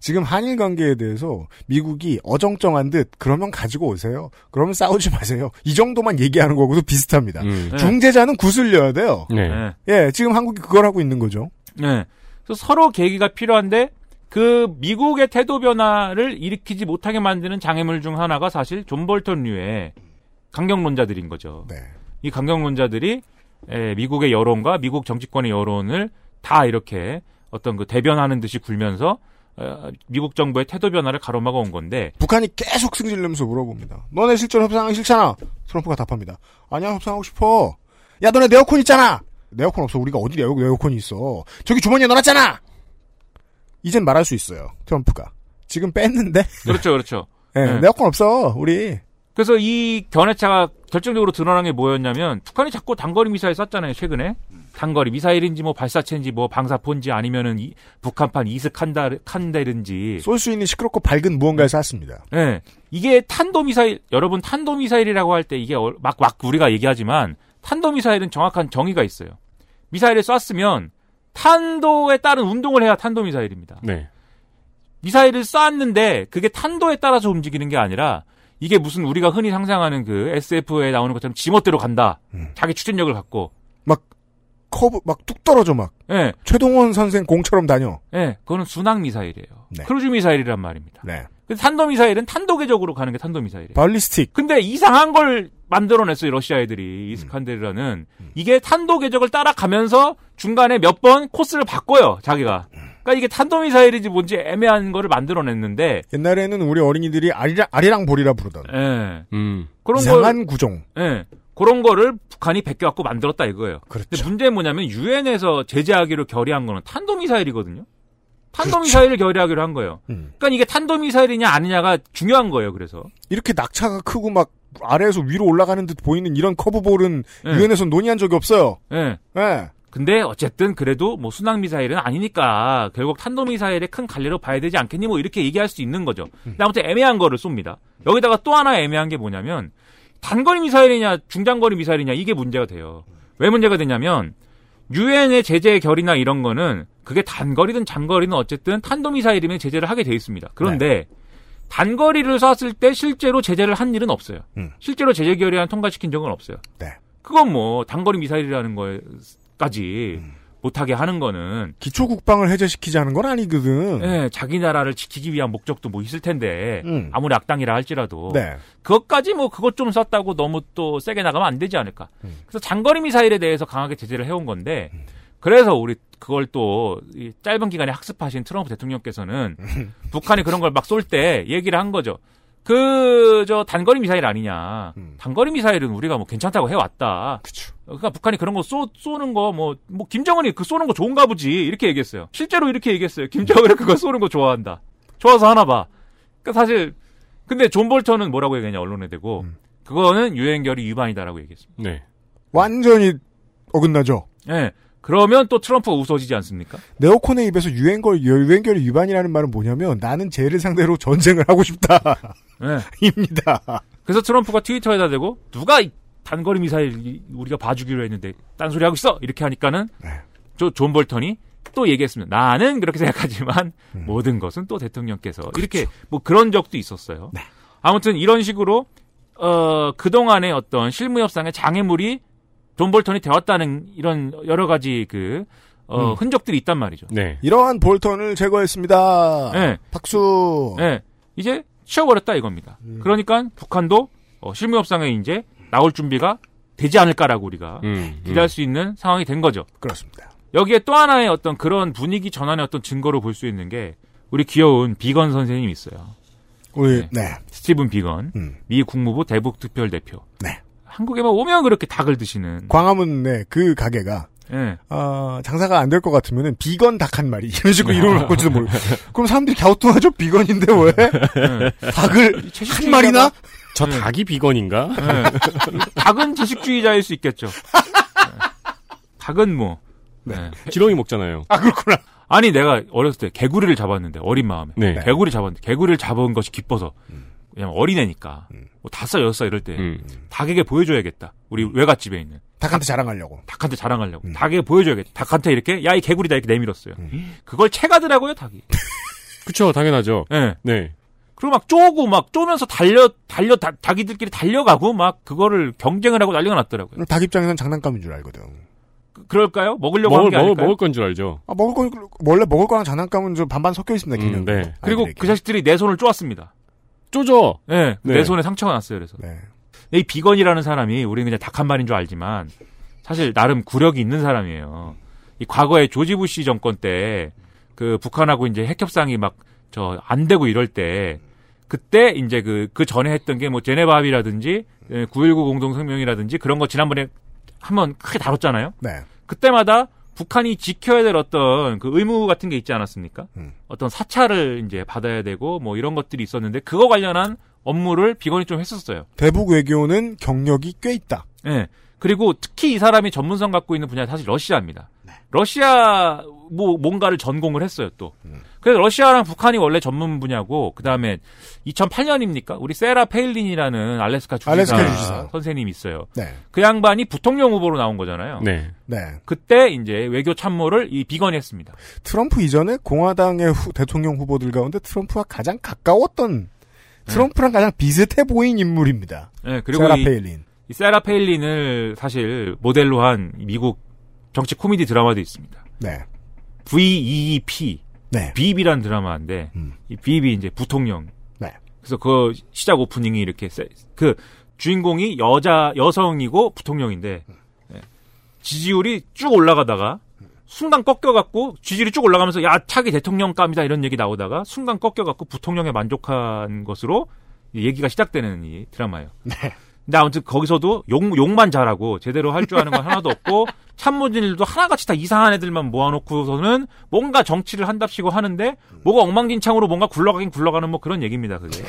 Speaker 2: 지금 한일 관계에 대해서 미국이 어정쩡한 듯 그러면 가지고 오세요. 그러면 싸우지 마세요. 이 정도만 얘기하는 거고도 비슷합니다.
Speaker 10: 음.
Speaker 3: 네.
Speaker 2: 그러니까 중재자는 구슬려야 돼요.
Speaker 3: 네.
Speaker 2: 예, 지금 한국이 그걸 하고 있는 거죠.
Speaker 10: 네. 그래서 서로 계기가 필요한데 그 미국의 태도 변화를 일으키지 못하게 만드는 장애물 중 하나가 사실 존 볼턴류의 강경론자들인 거죠.
Speaker 2: 네.
Speaker 10: 이 강경론자들이 에, 미국의 여론과 미국 정치권의 여론을 다 이렇게 어떤 그 대변하는 듯이 굴면서 어, 미국 정부의 태도 변화를 가로막아 온 건데
Speaker 2: 북한이 계속 승질내면서 물어봅니다. 너네 실제로 협상하기 싫잖아. 트럼프가 답합니다. 아니야 협상하고 싶어. 야 너네 내 에어컨 있잖아. 내 에어컨 없어. 우리가 어디에 에어- 에어컨이 있어. 저기 주머니에 넣어놨잖아. 이젠 말할 수 있어요. 트럼프가. 지금 뺐는데.
Speaker 10: 그렇죠, 그렇죠.
Speaker 2: 예,
Speaker 10: 네.
Speaker 2: 내 에어컨 없어. 우리.
Speaker 10: 그래서 이 견해차가 결정적으로 드러난 게 뭐였냐면 북한이 자꾸 단거리 미사일 쐈잖아요 최근에 단거리 미사일인지 뭐 발사체인지 뭐 방사포인지 아니면은 이- 북한판 이스 칸다 칸데른지
Speaker 2: 쏠 수 있는 시끄럽고 밝은 무언가를 쐈습니다.
Speaker 10: 예 이게 탄도 미사일 여러분 탄도 미사일이라고 할 때 이게 막 막 우리가 얘기하지만 탄도 미사일은 정확한 정의가 있어요 미사일을 쐈으면 탄도에 따른 운동을 해야 탄도 미사일입니다
Speaker 3: 네.
Speaker 10: 미사일을 쐈는데 그게 탄도에 따라서 움직이는 게 아니라 이게 무슨 우리가 흔히 상상하는 그 SF에 나오는 것처럼 지멋대로 간다.
Speaker 2: 음.
Speaker 10: 자기 추진력을 갖고.
Speaker 2: 커브 막 뚝 떨어져 막.
Speaker 10: 예.
Speaker 2: 최동원 선생 공처럼 다녀.
Speaker 10: 예. 그거는 순항 미사일이에요.
Speaker 2: 네.
Speaker 10: 크루즈 미사일이란 말입니다.
Speaker 2: 네.
Speaker 10: 근데 탄도 미사일은 탄도 궤적으로 가는 게 탄도 미사일이에요.
Speaker 2: 발리스틱.
Speaker 10: 근데 이상한 걸 만들어냈어요, 러시아 애들이. 이스칸데르라는.
Speaker 2: 음.
Speaker 10: 이게 탄도 궤적을 따라가면서 중간에 몇 번 코스를 바꿔요, 자기가.
Speaker 2: 음.
Speaker 10: 그러니까 이게 탄도 미사일인지 뭔지 애매한 거를 만들어냈는데
Speaker 2: 옛날에는 우리 어린이들이 아리랑, 아리랑 보리라 부르던.
Speaker 10: 예.
Speaker 3: 음.
Speaker 10: 그런
Speaker 2: 이상한 구종.
Speaker 10: 예. 그런 거를 북한이 베껴갖고 만들었다 이거예요. 근데 문제는 뭐냐면 유엔에서 제재하기로 결의한 거는 탄도미사일이거든요. 탄도미사일을 결의하기로 한 거예요. 그러니까 이게 탄도미사일이냐 아니냐가 중요한 거예요. 그래서
Speaker 2: 이렇게 낙차가 크고 막 아래에서 위로 올라가는 듯 보이는 이런 커브볼은 유엔에서 논의한 적이 없어요.
Speaker 10: 예.
Speaker 2: 예.
Speaker 10: 근데 어쨌든 그래도 뭐 순항 미사일은 아니니까 결국 탄도 미사일의 큰 갈래로 봐야 되지 않겠니
Speaker 2: 음.
Speaker 10: 뭐 이렇게 얘기할 수 있는 거죠. 근데 아무튼 애매한 거를 쏩니다. 여기다가 또 하나 애매한 게 뭐냐면 단거리 미사일이냐 중장거리 미사일이냐 이게 문제가 돼요. 왜 문제가 되냐면 유엔의 제재 결의나 이런 거는 그게 단거리든 장거리든 어쨌든 탄도미사일이면 제재를 하게 돼 있습니다.
Speaker 2: 네.
Speaker 10: 그런데 단거리를 쐈을 때 실제로 제재를 한 일은 없어요.
Speaker 2: 음.
Speaker 10: 실제로 제재 결의안 통과시킨 적은 없어요.
Speaker 2: 네.
Speaker 10: 그건 뭐 단거리 미사일이라는 거까지
Speaker 11: 음.
Speaker 10: 못하게 하는 거는
Speaker 11: 기초 국방을 해제시키자는 건 아니거든.
Speaker 10: 예, 자기 나라를 지키기 위한 목적도 뭐 있을 텐데
Speaker 11: 음.
Speaker 10: 아무리 악당이라 할지라도
Speaker 11: 네.
Speaker 10: 그것까지 뭐 그것 좀 썼다고 너무 또 세게 나가면 안 되지 않을까. 그래서 장거리 미사일에 대해서 강하게 제재를 해온 건데 그래서 우리 그걸 또이 짧은 기간에 학습하신 트럼프 대통령께서는 북한이 그런 걸 막 쏠 때 얘기를 한 거죠. 그 저 단거리 미사일 아니냐. 단거리 미사일은 우리가 뭐 괜찮다고 해왔다. 그러니까 북한이 그런 거 쏘, 쏘는 거 뭐 뭐 김정은이 그 쏘는 거 좋은가 보지 이렇게 얘기했어요. 실제로 이렇게 얘기했어요. 김정은이 그거 쏘는 거 좋아한다. 좋아서 하나 봐. 그러니까 사실 근데 존 볼턴은 뭐라고 얘기했냐 언론에 대고 그거는 유엔결의 위반이다라고 얘기했습니다.
Speaker 3: 네.
Speaker 11: 완전히 어긋나죠.
Speaker 10: 예. 그러면 또 트럼프가 웃어지지 않습니까?
Speaker 11: 네오콘의 입에서 유행걸 유행결 위반이라는 말은 뭐냐면 나는 쟤를 상대로 전쟁을 하고 싶다.
Speaker 10: 입니다. 네. 그래서 트럼프가 트위터에다 대고 누가 이 단거리 미사일 이- 우리가 봐주기로 했는데 딴소리 하고 있어 이렇게 하니까는 저- 존 볼턴이 또 얘기했습니다. 나는 그렇게 생각하지만 모든 것은 또 대통령께서 이렇게 뭐 음. 그런 적도 있었어요. 아무튼 이런 식으로 어 그동안의 어떤 실무 협상의 장애물이 존 볼턴이 되었다는 이런 여러 가지 그 어,
Speaker 11: 음.
Speaker 10: 흔적들이 있단 말이죠.
Speaker 3: 네.
Speaker 11: 이러한 볼턴을 제거했습니다.
Speaker 10: 네.
Speaker 11: 박수.
Speaker 2: 어.
Speaker 10: 예. 이제 치워버렸다 이겁니다. 그러니까 북한도 어, 실무협상에 이제 나올 준비가 되지 않을까라고 우리가
Speaker 3: 음,
Speaker 10: 기대할 수 있는 상황이 된 거죠.
Speaker 11: 그렇습니다.
Speaker 10: 여기에 또 하나의 어떤 그런 분위기 전환의 어떤 증거로 볼 수 있는 게 우리 귀여운 비건 선생님이 있어요.
Speaker 11: 우리
Speaker 10: 예.
Speaker 11: 네.
Speaker 10: 스티븐 비건, 미 국무부 대북 특별 대표.
Speaker 11: 네.
Speaker 10: 한국에만 오면 그렇게 닭을 드시는.
Speaker 11: 광화문 네그 가게가
Speaker 10: 예.
Speaker 11: 아, 장사가 안 될 것 같으면은 비건 닭 한 마리 이런 식으로
Speaker 10: 아.
Speaker 11: 이름을 바꿀지도 모르고 그럼 사람들이 갸우뚱하죠 비건인데 왜
Speaker 10: 네.
Speaker 11: 닭을 한 마리나
Speaker 3: 저 닭이 비건인가?
Speaker 10: 네. 닭은 지식주의자일 수 있겠죠. 예. 닭은 뭐. 예.
Speaker 3: 지렁이 먹잖아요.
Speaker 11: 아 그렇구나.
Speaker 10: 아니 내가 어렸을 때 개구리를 잡았는데 어린 마음에
Speaker 3: 네.
Speaker 10: 개구리 잡았는데 개구리를 잡은 것이 기뻐서
Speaker 11: 음.
Speaker 10: 왜냐면 어린애니까 뭐 다섯 여섯 살 이럴 때
Speaker 3: 음.
Speaker 10: 닭에게 보여줘야겠다. 우리
Speaker 11: 음.
Speaker 10: 외갓집에 있는
Speaker 11: 닭한테 자랑하려고
Speaker 10: 닭한테
Speaker 11: 음.
Speaker 10: 자랑하려고 닭에게 보여줘야겠다. 닭한테 이렇게 야 이 개구리다 이렇게 내밀었어요.
Speaker 11: 음.
Speaker 10: 그걸 채가더라고요 닭이.
Speaker 3: 그쵸, 당연하죠.
Speaker 10: 네.
Speaker 3: 네.
Speaker 10: 그리고 막 쪼고 막 쪼면서 달려 달려 다- 닭이들끼리 달려가고 막 그거를 경쟁을 하고 난리가 났더라고요.
Speaker 11: 닭 입장에선 장난감인 줄 알거든
Speaker 10: 그- 그럴까요? 먹으려고
Speaker 11: 먹을-
Speaker 10: 하는 게
Speaker 11: 먹을-
Speaker 10: 아닐까요?
Speaker 11: 먹을
Speaker 3: 건줄 알죠.
Speaker 11: 아, 먹을 건 그- 원래 먹을 거랑 장난감은 좀 반반 섞여 있습니다 그러니까. 개념
Speaker 3: 네.
Speaker 10: 음, 그리고 그 자식들이 내 손을 쪼았습니다.
Speaker 3: 쪼죠.
Speaker 10: 네,
Speaker 3: 네.
Speaker 10: 내 손에 상처가 났어요. 그래서
Speaker 11: 네.
Speaker 10: 이 비건이라는 사람이 우리는 그냥 닭 한 마리인 줄 알지만 사실 나름 구력이 있는 사람이에요. 이 과거에 조지 부시 정권 때 그 북한하고 이제 핵협상이 막 저 안 되고 이럴 때 그때 이제 그 그 전에 했던 게 뭐 제네바 합의라든지 919 공동성명이라든지 그런 거 지난번에 한번 크게 다뤘잖아요.
Speaker 11: 네.
Speaker 10: 그때마다 북한이 지켜야 될 어떤 그 의무 같은 게 있지 않았습니까? 어떤 사찰을 이제 받아야 되고 뭐 이런 것들이 있었는데 그거 관련한 업무를 비건이 좀 했었어요.
Speaker 11: 대북 외교는 경력이 꽤 있다
Speaker 10: 예. 그리고 특히 이 사람이 전문성 갖고 있는 분야 사실 러시아입니다.
Speaker 11: 네.
Speaker 10: 러시아 뭐 뭔가를 전공을 했어요 또.
Speaker 11: 음.
Speaker 10: 그래서 러시아랑 북한이 원래 전문 분야고 그 다음에 2008년입니까? 우리 세라 페일린이라는 알래스카 주지사,
Speaker 11: 알래스카 주지사.
Speaker 10: 선생님 이 있어요.
Speaker 11: 네.
Speaker 10: 그 양반이 부통령 후보로 나온 거잖아요.
Speaker 3: 네.
Speaker 11: 네.
Speaker 10: 그때 이제 외교 참모를 이 비건이 했습니다.
Speaker 11: 트럼프 이전에 공화당의 후- 대통령 후보들 가운데 트럼프와 가장 가까웠던 트럼프랑 가장 비슷해 보인 인물입니다
Speaker 10: 예, 네. 그리고
Speaker 11: 세라
Speaker 10: 이-
Speaker 11: 페일린
Speaker 10: 이 세라 페일린을 사실 모델로 한 미국 정치 코미디 드라마도 있습니다. E
Speaker 11: 네.
Speaker 10: VEP.
Speaker 11: 네.
Speaker 10: 비비라는 드라마인데 이 비비 이제 부통령.
Speaker 11: 네.
Speaker 10: 그래서 그 시작 오프닝이 이렇게 세- 그 주인공이 여자 여성이고 부통령인데 예. 지지율이 쭉 올라가다가 순간 꺾여갖고 지지율이 쭉 올라가면서 야 차기 대통령감이다 이런 얘기 나오다가 순간 꺾여갖고 부통령에 만족한 것으로 이 얘기가 시작되는 이 드라마예요. 근데 아무튼 거기서도 욕, 욕만 잘하고 제대로 할 줄 아는 건 하나도 없고 참모진들도 하나같이 다 이상한 애들만 모아놓고서는 뭔가 정치를 한답시고 하는데 뭐가 엉망진창으로 뭔가 굴러가긴 굴러가는 뭐 그런 얘기입니다 그게.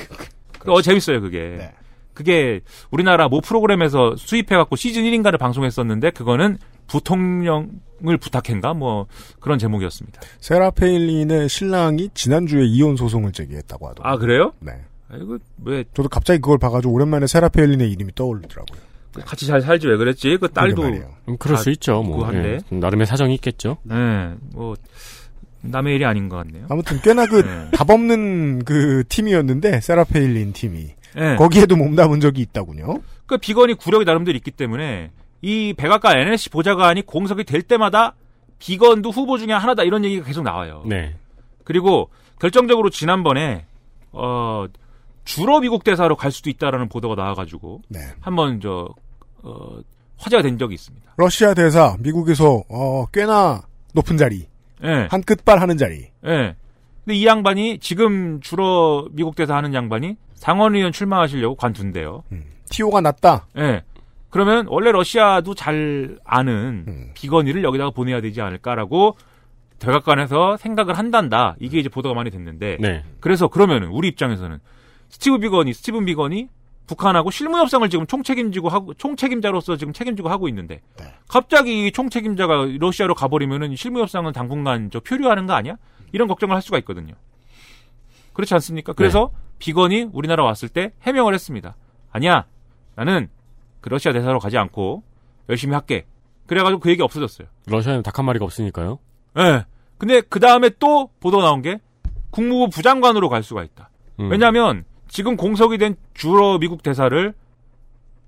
Speaker 10: 그거 어, 재밌어요 그게. 그게 우리나라 모 프로그램에서 수입해갖고 시즌 1인가를 방송했었는데 그거는 부통령을 부탁한가 뭐 그런 제목이었습니다.
Speaker 11: 세라 페일린의 신랑이 지난주에 이혼 소송을 제기했다고 하더라고요
Speaker 10: 아 그래요?
Speaker 11: 네.
Speaker 10: 이거 왜?
Speaker 2: 저도 갑자기 그걸 봐가지고 오랜만에 세라피엘린의 이름이 떠오르더라고요.
Speaker 10: 같이 잘 살지 왜 그랬지? 그 딸도
Speaker 3: 음, 그럴
Speaker 10: 다
Speaker 3: 수 있죠. 뭐
Speaker 10: 구한데.
Speaker 3: 예, 나름의 사정이 있겠죠.
Speaker 10: 네, 뭐 남의 일이 아닌 것 같네요.
Speaker 2: 아무튼 꽤나 그 답 없는 그 팀이었는데 세라페일린 팀이
Speaker 10: 네.
Speaker 2: 거기에도 몸담은 적이 있다군요.
Speaker 10: 그 비건이 구력이 나름대로 있기 때문에 이 백악관 NSC 보좌관이 공석이 될 때마다 비건도 후보 중에 하나다 이런 얘기가 계속 나와요.
Speaker 3: 네.
Speaker 10: 그리고 결정적으로 지난번에 어 주로 미국 대사로 갈 수도 있다라는 보도가 나와가지고 한번 저 어, 화제가 된 적이 있습니다.
Speaker 2: 러시아 대사 미국에서 어, 꽤나 높은 자리
Speaker 10: 예.
Speaker 2: 한 끝발 하는 자리.
Speaker 10: 예. 근데 이 양반이 지금 주로 미국 대사 하는 양반이 상원의원 출마하시려고 관둔대요.
Speaker 2: 티오가 났다.
Speaker 10: 예. 그러면 원래 러시아도 잘 아는 비건이를 여기다가 보내야 되지 않을까라고 백악관에서 생각을 한단다. 이게 이제 보도가 많이 됐는데.
Speaker 3: 네.
Speaker 10: 그래서 그러면은 우리 입장에서는 스티브 비건이 스티븐 비건이 북한하고 실무 협상을 지금 총책임지고 하고 총책임자로서 지금 책임지고 하고 있는데 갑자기 이 총책임자가 러시아로 가버리면은 실무 협상은 당분간 저 표류하는 거 아니야? 이런 걱정을 할 수가 있거든요. 그렇지 않습니까? 그래서 비건이 우리나라 왔을 때 해명을 했습니다. 아니야, 나는 그 러시아 대사로 가지 않고 열심히 할게. 그래가지고 그 얘기 없어졌어요.
Speaker 3: 러시아에는 닭 한 마리가 없으니까요.
Speaker 10: 예. 근데 그 다음에 또 보도 나온 게 국무부 부장관으로 갈 수가 있다.
Speaker 3: 음.
Speaker 10: 왜냐하면 지금 공석이 된 주로 미국 대사를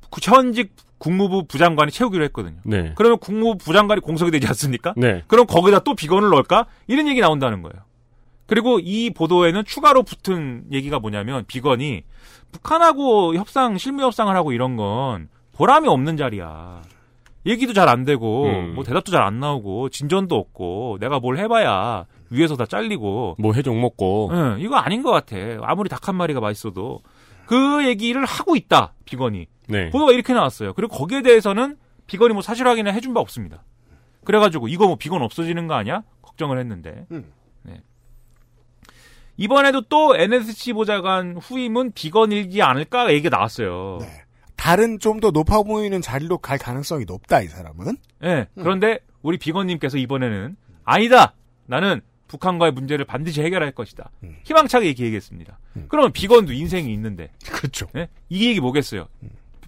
Speaker 10: 그 현직 국무부 부장관이 채우기로 했거든요.
Speaker 3: 네.
Speaker 10: 그러면 국무부 부장관이 공석이 되지 않습니까?
Speaker 3: 네.
Speaker 10: 그럼 거기다 또 비건을 넣을까? 이런 얘기 나온다는 거예요. 그리고 이 보도에는 추가로 붙은 얘기가 뭐냐면 비건이 북한하고 협상 실무 협상을 하고 이런 건 보람이 없는 자리야. 얘기도 잘 안 되고
Speaker 3: 음.
Speaker 10: 뭐 대답도 잘 안 나오고 진전도 없고 내가 뭘 해봐야 위에서 다 잘리고
Speaker 3: 뭐 해종 먹고.
Speaker 10: 응, 예, 이거 아닌 것 같아. 아무리 닭 한 마리가 맛있어도 그 얘기를 하고 있다 비건이.
Speaker 3: 네.
Speaker 10: 보도가 이렇게 나왔어요. 그리고 거기에 대해서는 비건이 뭐 사실 확인을 해준 바 없습니다. 그래가지고 이거 뭐 비건 없어지는 거 아니야? 걱정을 했는데. 네. 이번에도 또 NSC 보좌관 후임은 비건일지 않을까 얘기가 나왔어요.
Speaker 2: 다른 좀 더 높아 보이는 자리로 갈 가능성이 높다 이 사람은.
Speaker 10: 예, 그런데 우리 비건님께서 이번에는 아니다. 나는 북한과의 문제를 반드시 해결할 것이다. 희망차게 이렇게 얘기했습니다. 그러면 비건도 인생이 있는데.
Speaker 2: 그렇죠.
Speaker 10: 네? 이 얘기 뭐겠어요?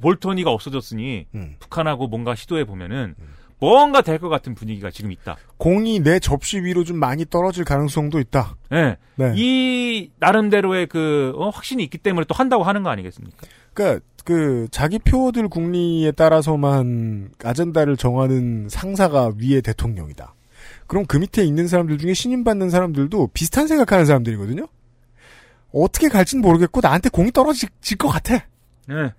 Speaker 10: 볼턴이가 없어졌으니
Speaker 2: 음.
Speaker 10: 북한하고 뭔가 시도해 보면은 뭔가 될 것 같은 분위기가 지금 있다.
Speaker 2: 공이 내 접시 위로 좀 많이 떨어질 가능성도 있다.
Speaker 10: 예.
Speaker 2: 네.
Speaker 10: 이 나름대로의 그 어, 확신이 있기 때문에 또 한다고 하는 거 아니겠습니까?
Speaker 2: 그러니까 그 자기 표어들 국리에 따라서만 아젠다를 정하는 상사가 위의 대통령이다. 그럼 그 밑에 있는 사람들 중에 신임받는 사람들도 비슷한 생각하는 사람들이거든요. 어떻게 갈진 모르겠고 나한테 공이 떨어질 것 같아.
Speaker 10: 네.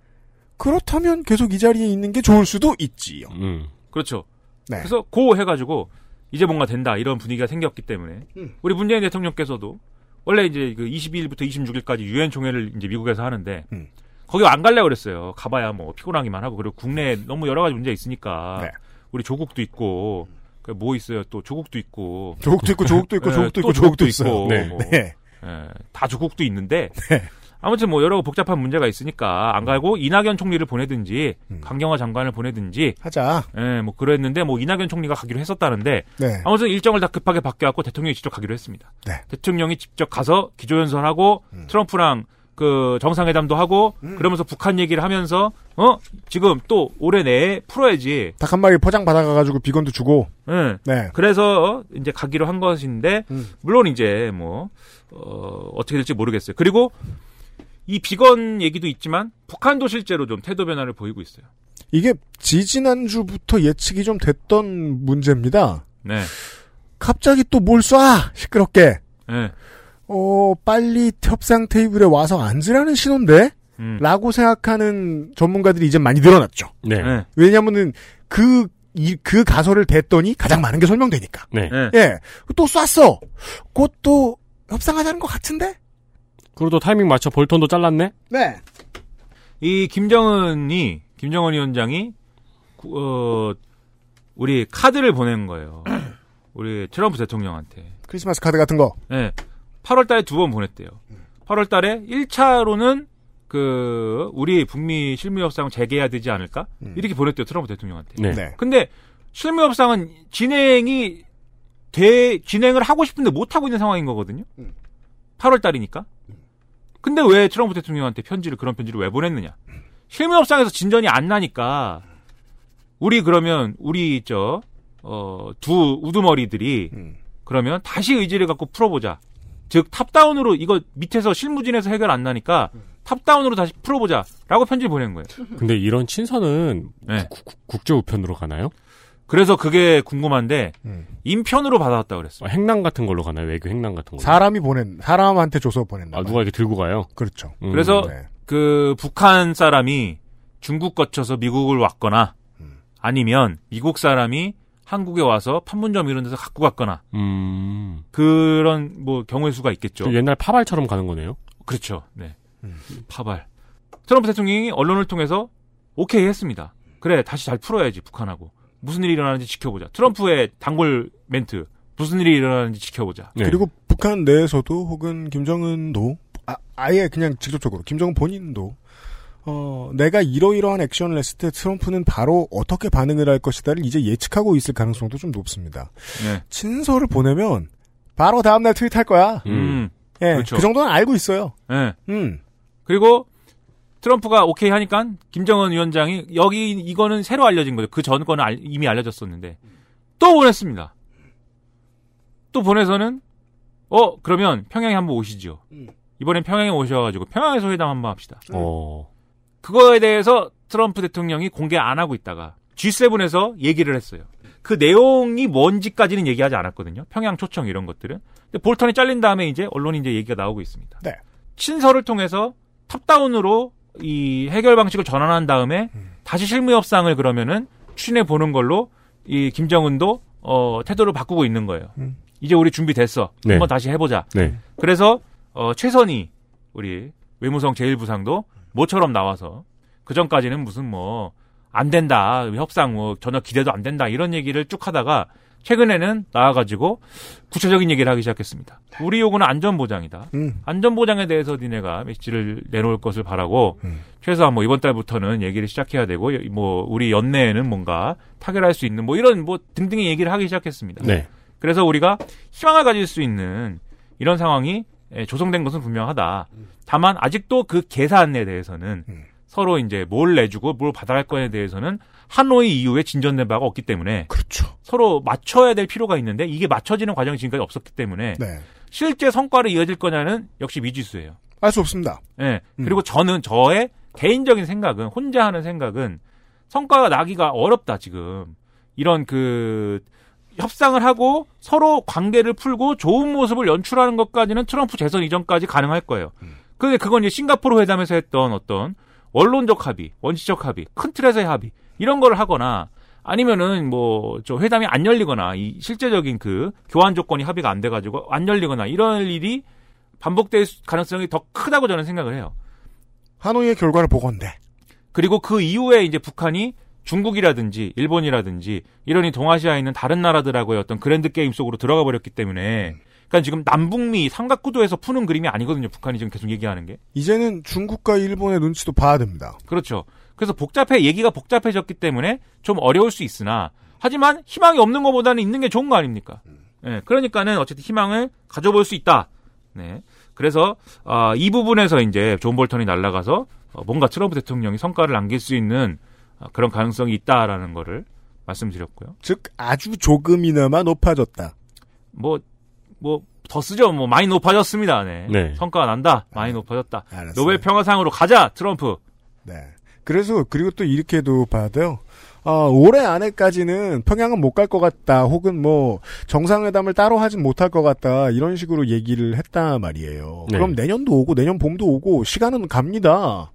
Speaker 2: 그렇다면 계속 이 자리에 있는 게 좋을 수도 있지요.
Speaker 3: 음.
Speaker 10: 그렇죠.
Speaker 2: 네.
Speaker 10: 그래서 고 해가지고 이제 뭔가 된다 이런 분위기가 생겼기 때문에
Speaker 2: 음.
Speaker 10: 우리 문재인 대통령께서도 원래 이제 그 22일부터 26일까지 유엔 총회를 이제 미국에서 하는데
Speaker 2: 음.
Speaker 10: 거기 안 갈래 그랬어요. 가봐야 뭐 피곤하기만 하고 그리고 국내에 너무 여러 가지 문제 있으니까
Speaker 2: 네.
Speaker 10: 우리 조국도 있고 그뭐 있어요 또 조국도 있고
Speaker 2: 조국도 있고, 조국도 있고,
Speaker 10: 예,
Speaker 2: 조국도
Speaker 10: 또
Speaker 2: 있고, 조국도 있어요.
Speaker 10: 있고
Speaker 2: 네.
Speaker 10: 뭐,
Speaker 2: 네.
Speaker 10: 예, 다 조국도 있는데 아무튼 뭐 여러 복잡한 문제가 있으니까
Speaker 2: 음.
Speaker 10: 안 가고 이낙연 총리를 보내든지 강경화 장관을 보내든지
Speaker 2: 하자.
Speaker 10: 예, 뭐 그랬는데 뭐 이낙연 총리가 가기로 했었다는데
Speaker 2: 네.
Speaker 10: 아무튼 일정을 다 급하게 바뀌었고 대통령이 직접 가기로 했습니다.
Speaker 2: 네. 음.
Speaker 10: 대통령이 직접 가서 기조연설하고 트럼프랑 그 정상회담도 하고 그러면서 북한 얘기를 하면서 어 지금 또 올해 내에 풀어야지.
Speaker 2: 닭 한 마리 포장 받아가가지고 비건도 주고.
Speaker 10: 예.
Speaker 2: 네. 음.
Speaker 10: 그래서 이제 가기로 한 것인데 물론 이제 뭐 어, 어떻게 될지 모르겠어요. 그리고 이 비건 얘기도 있지만 북한도 실제로 좀 태도 변화를 보이고 있어요.
Speaker 2: 이게 지지난주부터 예측이 좀 됐던 문제입니다.
Speaker 10: 네.
Speaker 2: 갑자기 또 뭘 쏴! 시끄럽게.
Speaker 10: 예.
Speaker 2: 어, 빨리 협상 테이블에 와서 앉으라는 신호인데?
Speaker 10: 음.
Speaker 2: 라고 생각하는 전문가들이 이제 많이 늘어났죠.
Speaker 3: 네.
Speaker 10: 예.
Speaker 2: 왜냐면은 그, 이, 그 가설을 댔더니 가장 많은 게 설명되니까.
Speaker 3: 네.
Speaker 2: 예. 또 쐈어! 곧또 협상하자는 것 같은데?
Speaker 3: 그리고 또 타이밍 맞춰 볼턴도 잘랐네.
Speaker 2: 네.
Speaker 10: 이 김정은이 김정은 위원장이 구- 어 우리 카드를 보낸 거예요. 우리 트럼프 대통령한테.
Speaker 2: 크리스마스 카드 같은 거.
Speaker 10: 네. 8월 달에 두 번 보냈대요. 8월 달에 1차로는 그 우리 북미 실무 협상 재개해야 되지 않을까? 이렇게 보냈대요. 트럼프 대통령한테.
Speaker 3: 네. 네.
Speaker 10: 근데 실무 협상은 진행이 돼 진행을 하고 싶은데 못 하고 있는 상황인 거거든요. 8월 달이니까. 근데 왜 트럼프 대통령한테 편지를 그런 편지를 왜 보냈느냐? 실무협상에서 진전이 안 나니까 우리 그러면 우리 저어두 우두머리들이 그러면 다시 의지를 갖고 풀어보자. 즉 탑다운으로 이거 밑에서 실무진에서 해결 안 나니까 탑다운으로 다시 풀어보자라고 편지를 보낸 거예요. 네.
Speaker 3: 근데 이런 친선은 국- 국- 국제 우편으로 가나요?
Speaker 10: 그래서 그게 궁금한데 인편으로 받아왔다 그랬어.
Speaker 3: 행랑 같은 걸로 가나요? 외교 행랑 같은 걸로?
Speaker 2: 사람이 보낸 사람한테 줘서 보낸다.
Speaker 3: 아, 누가 이렇게 들고 가요?
Speaker 2: 그렇죠.
Speaker 3: 음.
Speaker 10: 그래서 그 북한 사람이 중국 거쳐서 미국을 왔거나 아니면 미국 사람이 한국에 와서 판문점 이런 데서 갖고 갔거나
Speaker 3: 음.
Speaker 10: 그런 뭐 경우의 수가 있겠죠.
Speaker 3: 그 옛날 파발처럼 가는 거네요.
Speaker 10: 그렇죠. 네. 파발. 트럼프 대통령이 언론을 통해서 오케이 했습니다. 그래, 다시 잘 풀어야지, 북한하고. 무슨 일이 일어나는지 지켜보자. 트럼프의 단골 멘트. 무슨 일이 일어나는지 지켜보자.
Speaker 3: 네.
Speaker 2: 그리고 북한 내에서도 혹은 김정은도 아, 아예 그냥 직접적으로 김정은 본인도 어, 내가 이러이러한 액션을 했을 때 트럼프는 바로 어떻게 반응을 할 것이다를 이제 예측하고 있을 가능성도 좀 높습니다.
Speaker 10: 네.
Speaker 2: 친서를 보내면 바로 다음날 트윗할 거야.
Speaker 10: 음.
Speaker 2: 예,
Speaker 10: 그렇죠.
Speaker 2: 그 정도는 알고 있어요.
Speaker 10: 예.
Speaker 2: 음.
Speaker 10: 그리고 트럼프가 오케이 하니까 김정은 위원장이 여기 이거는 새로 알려진 거죠. 그 전 거는 알- 이미 알려졌었는데 또 보냈습니다. 또 보내서는 어 그러면 평양에 한번 오시죠. 이번엔 평양에 오셔가지고 평양에서 회담 한번 합시다.
Speaker 3: 어.
Speaker 10: 그거에 대해서 트럼프 대통령이 공개 안 하고 있다가 G7에서 얘기를 했어요. 그 내용이 뭔지까지는 얘기하지 않았거든요. 평양 초청 이런 것들은. 근데 볼턴이 잘린 다음에 이제 언론이 이제 얘기가 나오고 있습니다.
Speaker 2: 네.
Speaker 10: 친서를 통해서 탑다운으로 이 해결 방식을 전환한 다음에 다시 실무 협상을 그러면은 추진해 보는 걸로 이 김정은도 어 태도를 바꾸고 있는 거예요.
Speaker 2: 음.
Speaker 10: 이제 우리 준비됐어.
Speaker 3: 네.
Speaker 10: 한번 다시 해보자.
Speaker 3: 네.
Speaker 10: 그래서 어, 최선희 우리 외무성 제1부상도 모처럼 나와서 그 전까지는 무슨 뭐 안 된다 협상 뭐 전혀 기대도 안 된다 이런 얘기를 쭉 하다가 최근에는 나와가지고 구체적인 얘기를 하기 시작했습니다. 우리 요구는 안전 보장이다.
Speaker 2: 음.
Speaker 10: 안전 보장에 대해서 니네가 메시지를 내놓을 것을 바라고 최소한 뭐 이번 달부터는 얘기를 시작해야 되고 뭐 우리 연내에는 뭔가 타결할 수 있는 뭐 이런 뭐 등등의 얘기를 하기 시작했습니다.
Speaker 3: 네.
Speaker 10: 그래서 우리가 희망을 가질 수 있는 이런 상황이 예, 조성된 것은 분명하다. 다만 아직도 그 계산에 대해서는 서로 이제 뭘 내주고 뭘 받아갈 거에 대해서는 하노이 이후에 진전된 바가 없기 때문에 서로 맞춰야 될 필요가 있는데 이게 맞춰지는 과정이 지금까지 없었기 때문에
Speaker 2: 네.
Speaker 10: 실제 성과로 이어질 거냐는 역시 미지수예요.
Speaker 2: 알 수 없습니다.
Speaker 10: 예. 그리고 저는 저의 개인적인 생각은 혼자 하는 생각은 성과가 나기가 어렵다 지금 이런 그 협상을 하고 서로 관계를 풀고 좋은 모습을 연출하는 것까지는 트럼프 재선 이전까지 가능할 거예요. 그런데 그건 이제 싱가포르 회담에서 했던 어떤 원론적 합의, 원칙적 합의, 큰 틀에서의 합의 이런 걸 하거나 아니면은 뭐 저 회담이 안 열리거나 이 실제적인 그 교환 조건이 합의가 안 돼가지고 안 열리거나 이런 일이 반복될 수- 가능성이 더 크다고 저는 생각을 해요.
Speaker 2: 하노이의 결과를 보건대.
Speaker 10: 그리고 그 이후에 이제 북한이 중국이라든지 일본이라든지 이런 이 동아시아에 있는 다른 나라들하고의 어떤 그랜드 게임 속으로 들어가 버렸기 때문에 그러니까 지금 남북미 삼각구도에서 푸는 그림이 아니거든요. 북한이 지금 계속 얘기하는 게.
Speaker 2: 이제는 중국과 일본의 눈치도 봐야 됩니다.
Speaker 10: 그렇죠. 그래서 복잡해 얘기가 복잡해졌기 때문에 좀 어려울 수 있으나 하지만 희망이 없는 것보다는 있는 게 좋은 거 아닙니까? 예, 그러니까는 어쨌든 희망을 가져볼 수 있다. 네. 그래서 아, 이 부분에서 이제 존 볼턴이 날아가서 어, 뭔가 트럼프 대통령이 성과를 남길 수 있는 어, 그런 가능성이 있다라는 거를 말씀드렸고요.
Speaker 2: 즉 아주 조금이나마 높아졌다.
Speaker 10: 뭐 뭐 더 쓰죠. 뭐 많이 높아졌습니다. 네.
Speaker 2: 네.
Speaker 10: 성과가 난다. 많이 높아졌다. 노벨 평화상으로 가자. 트럼프.
Speaker 2: 네. 그래서 그리고 또 이렇게도 봐야 돼요. 아, 올해 안에까지는 평양은 못 갈 것 같다. 혹은 뭐 정상회담을 따로 하진 못할 것 같다. 이런 식으로 얘기를 했단 말이에요.
Speaker 10: 네.
Speaker 2: 그럼 내년도 오고 내년 봄도 오고 시간은 갑니다.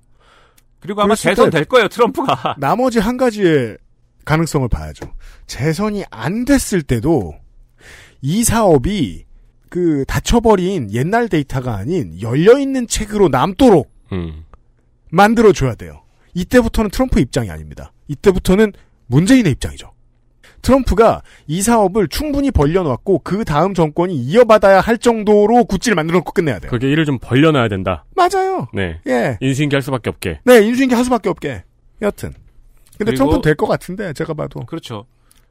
Speaker 10: 그리고 아마 재선 될 거예요. 트럼프가.
Speaker 2: 나머지 한 가지의 가능성을 봐야죠. 재선이 안 됐을 때도 이 사업이 그 닫혀버린 옛날 데이터가 아닌 열려있는 책으로 남도록
Speaker 3: 음.
Speaker 2: 만들어줘야 돼요. 이때부터는 트럼프 입장이 아닙니다. 이때부터는 문재인의 입장이죠. 트럼프가 이 사업을 충분히 벌려놓았고 그 다음 정권이 이어받아야 할 정도로 구찌를 만들어놓고 끝내야 돼요.
Speaker 3: 그게 일을 좀 벌려놔야 된다.
Speaker 2: 맞아요.
Speaker 3: 네.
Speaker 2: 예.
Speaker 3: 인수인계 할 수밖에 없게.
Speaker 2: 네, 인수인계 할 수밖에 없게. 여튼. 근데
Speaker 10: 그리고-
Speaker 2: 트럼프는 될 것 같은데 제가 봐도.
Speaker 10: 그렇죠.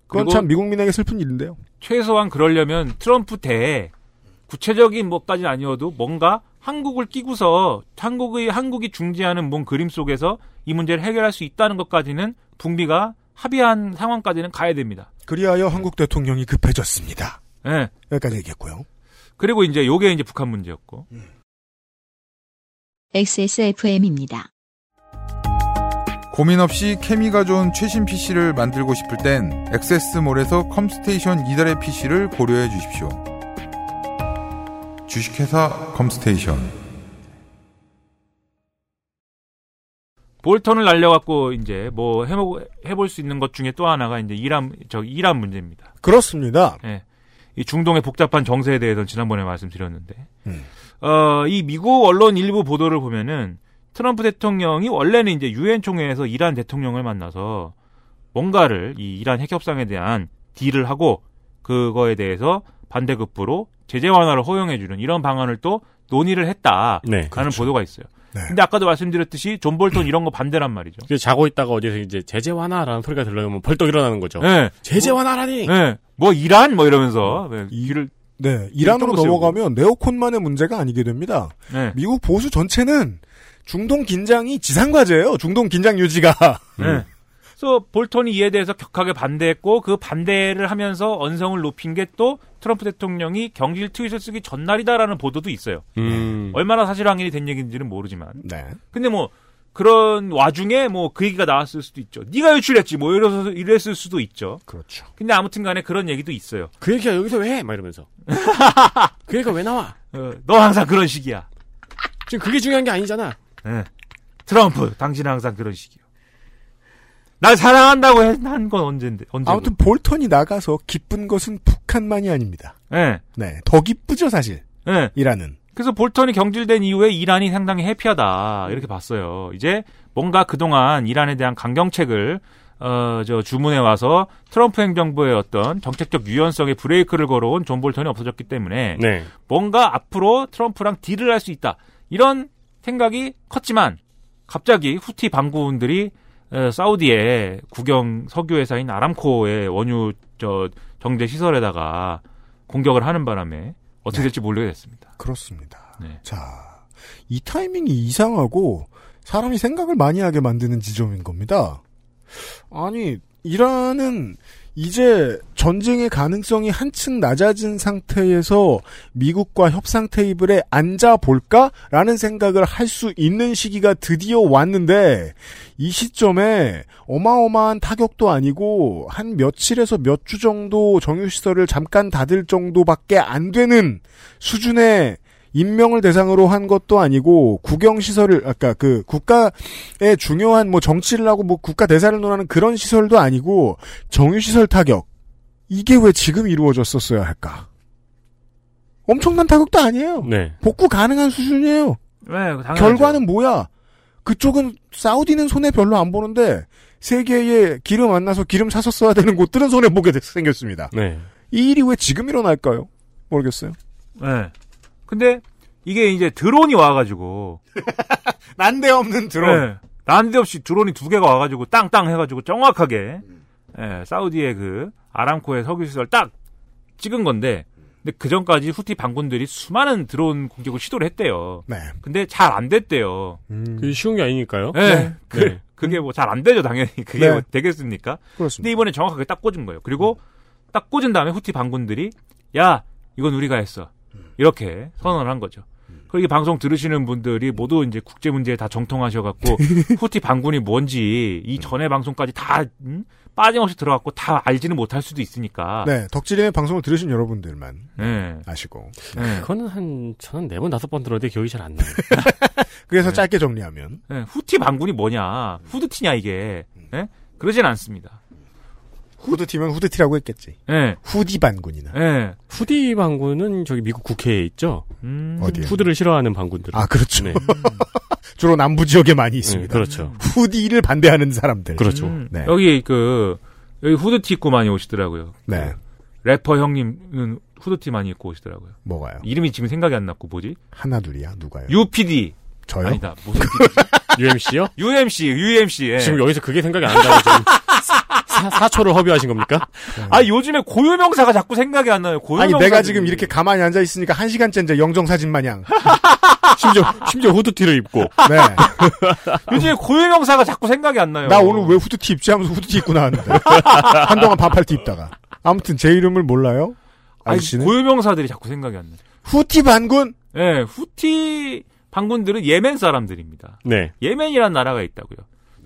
Speaker 2: 그건
Speaker 10: 그리고-
Speaker 2: 참 미국민에게 슬픈 일인데요.
Speaker 10: 최소한 그러려면 트럼프 대에 구체적인 뭐까지는 아니어도 뭐 뭔가 한국을 끼고서 한국의 한국이 중재하는 뭔 그림 속에서 이 문제를 해결할 수 있다는 것까지는 북미가 합의한 상황까지는 가야 됩니다.
Speaker 2: 그리하여 한국 대통령이 급해졌습니다.
Speaker 10: 네.
Speaker 2: 여기까지 얘기했고요.
Speaker 10: 그리고 이제 요게 이제 북한 문제였고.
Speaker 2: 음.
Speaker 1: XSFM입니다.
Speaker 4: 고민 없이 케미가 좋은 최신 PC를 만들고 싶을 땐 액세스몰에서 컴스테이션 이달의 PC를 고려해 주십시오. 주식회사 컴스테이션
Speaker 10: 볼턴을 날려갖고 이제 뭐 해보, 해볼 수 있는 것 중에 또 하나가 이제 이란 저 이란 문제입니다.
Speaker 2: 그렇습니다.
Speaker 10: 예. 이 중동의 복잡한 정세에 대해서는 지난번에 말씀드렸는데,
Speaker 3: 음.
Speaker 10: 어, 이 미국 언론 일부 보도를 보면은 트럼프 대통령이 원래는 이제 유엔 총회에서 이란 대통령을 만나서 뭔가를 이 이란 핵 협상에 대한 딜을 하고 그거에 대해서 반대급부로 제재 완화를 허용해주는 이런 방안을 또 논의를 했다라는
Speaker 3: 네, 그렇죠.
Speaker 10: 보도가 있어요. 근데 아까도 말씀드렸듯이 존 볼턴 이런 거 반대란 말이죠.
Speaker 3: 그 자고 있다가 어디서 이제 제재 완화라는 소리가 들려면 벌떡 일어나는 거죠.
Speaker 2: 네.
Speaker 10: 예.
Speaker 3: 제재 완화라니.
Speaker 10: 예. 뭐 이란 뭐 이러면서
Speaker 3: 음.
Speaker 10: 네. 귀를
Speaker 2: 네, 이란으로
Speaker 10: 세우고.
Speaker 2: 넘어가면 네오콘만의 문제가 아니게 됩니다.
Speaker 10: 네.
Speaker 2: 미국 보수 전체는 중동 긴장이 지상과제예요. 중동 긴장 유지가.
Speaker 10: 네. 그래서 볼턴이 이에 대해서 격하게 반대했고 그 반대를 하면서 언성을 높인 게 또 트럼프 대통령이 경질 트윗을 쓰기 전날이다라는 보도도 있어요.
Speaker 3: 음.
Speaker 10: 얼마나 사실황인이 된 얘기인지는 모르지만.
Speaker 2: 네.
Speaker 10: 근데 뭐 그런 와중에 뭐 그 얘기가 나왔을 수도 있죠. 네가 유출했지 뭐 이래서 이랬을 수도 있죠.
Speaker 2: 그렇죠.
Speaker 10: 근데 아무튼간에 그런 얘기도 있어요.
Speaker 3: 그 얘기가 여기서 왜 해? 막 이러면서. 그 얘기가 왜 나와?
Speaker 10: 어, 너 항상 그런 식이야.
Speaker 3: 지금 그게 중요한 게 아니잖아.
Speaker 10: 예. 트럼프 당신은 항상 그런 식이요. 날 사랑한다고 한 건 언젠데 언제?
Speaker 2: 아무튼 볼턴이 나가서 기쁜 것은 북한만이 아닙니다.
Speaker 10: 예.
Speaker 2: 네, 더 기쁘죠 사실.
Speaker 10: 예.
Speaker 2: 이라는.
Speaker 10: 그래서 볼턴이 경질된 이후에 이란이 상당히 해피하다 이렇게 봤어요. 이제 뭔가 그동안 이란에 대한 강경책을 어, 저 주문해 와서 트럼프 행정부의 어떤 정책적 유연성에 브레이크를 걸어온 존 볼턴이 없어졌기 때문에
Speaker 3: 네.
Speaker 10: 뭔가 앞으로 트럼프랑 딜을 할 수 있다 이런 생각이 컸지만 갑자기 후티 반구운들이 어, 사우디의 국영 석유 회사인 아람코의 원유 저 정제 시설에다가 공격을 하는 바람에 어떻게 될지 모르게 됐습니다.
Speaker 2: 그렇습니다.
Speaker 10: 네.
Speaker 2: 자, 이 타이밍이 이상하고 사람이 생각을 많이 하게 만드는 지점인 겁니다. 아니, 이란은 이제 전쟁의 가능성이 한층 낮아진 상태에서 미국과 협상 테이블에 앉아볼까라는 생각을 할 수 있는 시기가 드디어 왔는데 이 시점에 어마어마한 타격도 아니고 한 며칠에서 몇 주 정도 정유시설을 잠깐 닫을 정도밖에 안 되는 수준의 임명을 대상으로 한 것도 아니고 국영 시설을 아까 그 국가의 중요한 뭐 정치를 하고 뭐 국가 대사를 논하는 그런 시설도 아니고 정유 시설 타격 이게 왜 지금 이루어졌었어야 할까? 엄청난 타격도 아니에요.
Speaker 3: 네.
Speaker 2: 복구 가능한 수준이에요.
Speaker 10: 네, 당연하죠.
Speaker 2: 결과는 뭐야? 그쪽은 사우디는 손해 별로 안 보는데 세계에 기름 안 나서 기름 사서 써야 되는 곳들은 손해 보게 됐- 생겼습니다.
Speaker 3: 네.
Speaker 2: 이 일이 왜 지금 일어날까요? 모르겠어요. 뭐-
Speaker 10: 네. 근데 이게 이제 드론이 와가지고
Speaker 2: 난데없는
Speaker 10: 네. 난데없이 드론이 두 개가 와가지고 땅땅 해가지고 정확하게 예, 사우디의 그 아람코의 석유 시설 딱 찍은 건데 근데 그 전까지 후티 반군들이 수많은 드론 공격을 시도를 했대요.
Speaker 2: 네.
Speaker 10: 근데 잘 안 됐대요.
Speaker 2: 음.
Speaker 3: 그게 쉬운 게 아니니까요.
Speaker 10: 예.
Speaker 3: 네.
Speaker 10: 그, 그게 뭐 잘 안 되죠 당연히 그게
Speaker 2: 네.
Speaker 10: 뭐 되겠습니까?
Speaker 2: 그렇습니다.
Speaker 10: 근데 이번에 정확하게 딱 꽂은 거예요. 그리고 딱 꽂은 다음에 후티 반군들이 야 이건 우리가 했어 이렇게 선언을 한 거죠. 그리고 이 방송 들으시는 분들이 모두 이제 국제 문제에 다 정통하셔갖고 후티 반군이 뭔지 이 전에 방송까지 다 음? 빠짐없이 들어갔고 다 알지는 못할 수도 있으니까.
Speaker 2: 네, 덕질인의 방송을 들으신 여러분들만
Speaker 10: 네.
Speaker 2: 아시고.
Speaker 10: 네.
Speaker 3: 그거는 한, 저는 네 번, 다섯 번 들었는데 기억이 잘 안 나요.
Speaker 2: 그래서
Speaker 10: 네.
Speaker 2: 짧게 정리하면.
Speaker 10: 예, 후티 반군이 뭐냐 후드티냐 이게 예? 그러진 않습니다.
Speaker 2: 후드티면 후드티라고 했겠지.
Speaker 10: 예.
Speaker 2: 후디 반군이나.
Speaker 10: 예.
Speaker 3: 후디 반군은 저기 미국 국회에 있죠.
Speaker 10: 음.
Speaker 2: 어디에?
Speaker 3: 후드를 싫어하는 반군들.
Speaker 2: 예. 아, 그렇죠.
Speaker 3: 네.
Speaker 2: 주로 남부 지역에 많이
Speaker 3: 네,
Speaker 2: 있습니다.
Speaker 3: 그렇죠.
Speaker 2: 후디를 반대하는 사람들.
Speaker 3: 그렇죠.
Speaker 10: 음,
Speaker 2: 네.
Speaker 10: 여기 그 여기 후드티 입고 많이 오시더라고요.
Speaker 2: 네.
Speaker 10: 래퍼 형님은 후드티 많이 입고 오시더라고요.
Speaker 2: 뭐가요?
Speaker 10: 이름이 지금 생각이 안 났고 뭐지?
Speaker 2: 하나 둘이야? 누가요?
Speaker 10: UPD
Speaker 2: 저요?
Speaker 10: 아니다 무슨 PD?
Speaker 3: UMC요?
Speaker 10: UMC UMC 예.
Speaker 2: 네.
Speaker 3: 지금 여기서 그게 생각이 안 나요. 지금 사, 초를 허비하신 겁니까?
Speaker 10: 아 요즘에 고유명사가 자꾸 생각이 안 나요. 고유명사.
Speaker 2: 아니 내가 지금 이렇게 가만히 앉아 있으니까 한 시간째 이제 영정 사진 마냥.
Speaker 3: 심지어 심지어 후드티를 입고.
Speaker 2: 네.
Speaker 10: 요즘에 고유명사가 자꾸 생각이 안 나요.
Speaker 2: 나 오늘 왜 후드티 입지 하면서 후드티 입고 나왔는데 한동안 반팔티 입다가 아무튼 제 이름을 몰라요.
Speaker 10: 아니,
Speaker 2: 아저씨는
Speaker 10: 고유명사들이 자꾸 생각이 안 나요.
Speaker 2: 후티 반군.
Speaker 10: 예, 후티 반군들은 예멘 사람들입니다.
Speaker 3: 네.
Speaker 10: 예멘이라는 나라가 있다고요.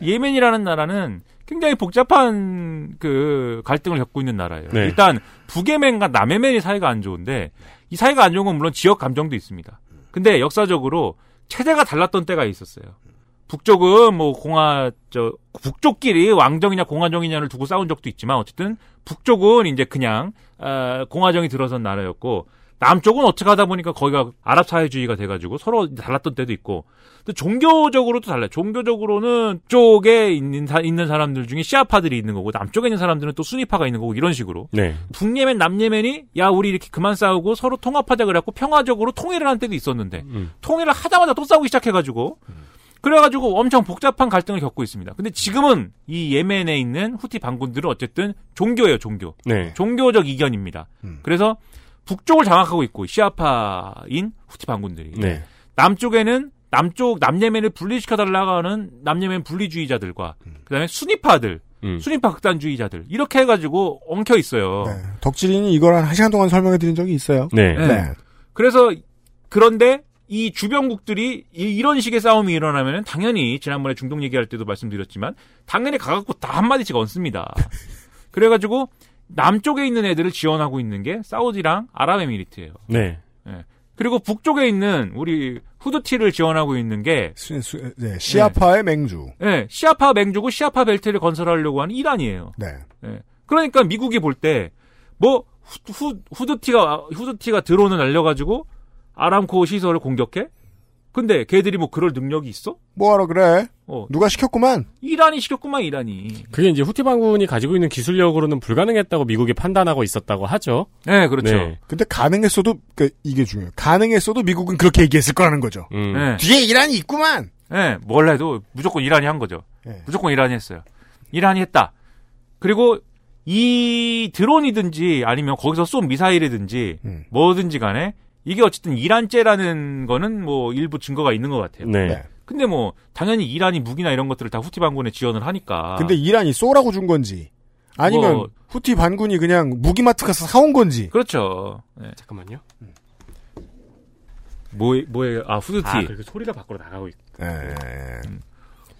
Speaker 10: 예멘이라는 나라는 굉장히 복잡한 그 갈등을 겪고 있는 나라예요.
Speaker 3: 네.
Speaker 10: 일단 북예멘과 남예멘이 사이가 안 좋은데 이 사이가 안 좋은 건 물론 지역 감정도 있습니다. 근데 역사적으로 체제가 달랐던 때가 있었어요. 북쪽은 뭐 공화 저 북쪽끼리 왕정이냐 공화정이냐를 두고 싸운 적도 있지만 어쨌든 북쪽은 이제 그냥 아, 공화정이 들어선 나라였고 남쪽은 어떻게 하다 보니까 거기가 아랍 사회주의가 돼가지고 서로 달랐던 때도 있고 근데 종교적으로도 달라요. 종교적으로는 쪽에 있는 사, 있는 사람들 중에 시아파들이 있는 거고 남쪽에 있는 사람들은 또 수니파가 있는 거고 이런 식으로
Speaker 3: 네.
Speaker 10: 북예멘 남예멘이 야 우리 이렇게 그만 싸우고 서로 통합하자 그래갖고 평화적으로 통일을 한 때도 있었는데 통일을 하자마자 또 싸우기 시작해가지고 그래가지고 엄청 복잡한 갈등을 겪고 있습니다. 근데 지금은 이 예멘에 있는 후티 반군들은 어쨌든 종교예요, 종교.
Speaker 3: 네.
Speaker 10: 종교적 이견입니다. 그래서 북쪽을 장악하고 있고 시아파인 후티 반군들이
Speaker 3: 네.
Speaker 10: 남쪽에는 남쪽 남예멘을 분리시켜 달라고 하는 남예멘 분리주의자들과 그다음에 순위파들,
Speaker 3: 음.
Speaker 10: 순위파 극단주의자들 이렇게 해가지고 엉켜 있어요.
Speaker 2: 네. 덕질인이 이걸 한 1시간 동안 설명해 드린 적이 있어요.
Speaker 3: 네.
Speaker 10: 네. 그래서 그런데 이 주변국들이 이- 이런 식의 싸움이 일어나면 당연히 지난번에 중동 얘기할 때도 말씀드렸지만 당연히 가갖고 다 한마디씩 얹습니다. 그래가지고 남쪽에 있는 애들을 지원하고 있는 게 사우디랑 아랍에미리트예요.
Speaker 3: 네.
Speaker 10: 예. 그리고 북쪽에 있는 우리 후드티를 지원하고 있는 게
Speaker 2: 수- 수- 네, 시아파의 맹주.
Speaker 10: 예, 시아파 맹주고 시아파 벨트를 건설하려고 하는 이란이에요.
Speaker 2: 네.
Speaker 10: 예. 그러니까 미국이 볼 때 뭐 후드티가 후드티가 드론을 날려가지고 아람코 시설을 공격해? 근데 걔들이 뭐 그럴 능력이 있어?
Speaker 2: 뭐하러 그래?
Speaker 10: 어.
Speaker 2: 누가 시켰구만.
Speaker 10: 이란이 시켰구만 이란이.
Speaker 3: 그게 이제 후티 반군이 가지고 있는 기술력으로는 불가능했다고 미국이 판단하고 있었다고 하죠.
Speaker 10: 네, 그렇죠.
Speaker 2: 근데 가능했어도 그러니까 이게 중요해요. 가능했어도 미국은 그렇게 얘기했을 거라는 거죠.
Speaker 3: 음.
Speaker 10: 네.
Speaker 2: 뒤에 이란이 있구만.
Speaker 10: 예, 뭘 해도 무조건 이란이 한 거죠. 무조건 이란이 했어요. 이란이 했다. 그리고 이 드론이든지 아니면 거기서 쏜 미사일이든지 뭐든지 간에 이게 어쨌든 이란죄라는 거는 뭐 일부 증거가 있는 것 같아요.
Speaker 3: 네. 네.
Speaker 10: 근데 뭐 당연히 이란이 무기나 이런 것들을 다 후티 반군에 지원을 하니까.
Speaker 2: 근데 이란이 쏘라고 준 건지 아니면
Speaker 10: 아. 뭐-
Speaker 2: 후티 반군이 그냥 무기마트 가서 사온 건지.
Speaker 10: 그렇죠. 네.
Speaker 3: 잠깐만요.
Speaker 10: 뭐 뭐예요? 아 후드티.
Speaker 3: 아, 그리고 소리가 밖으로 나가고 있고.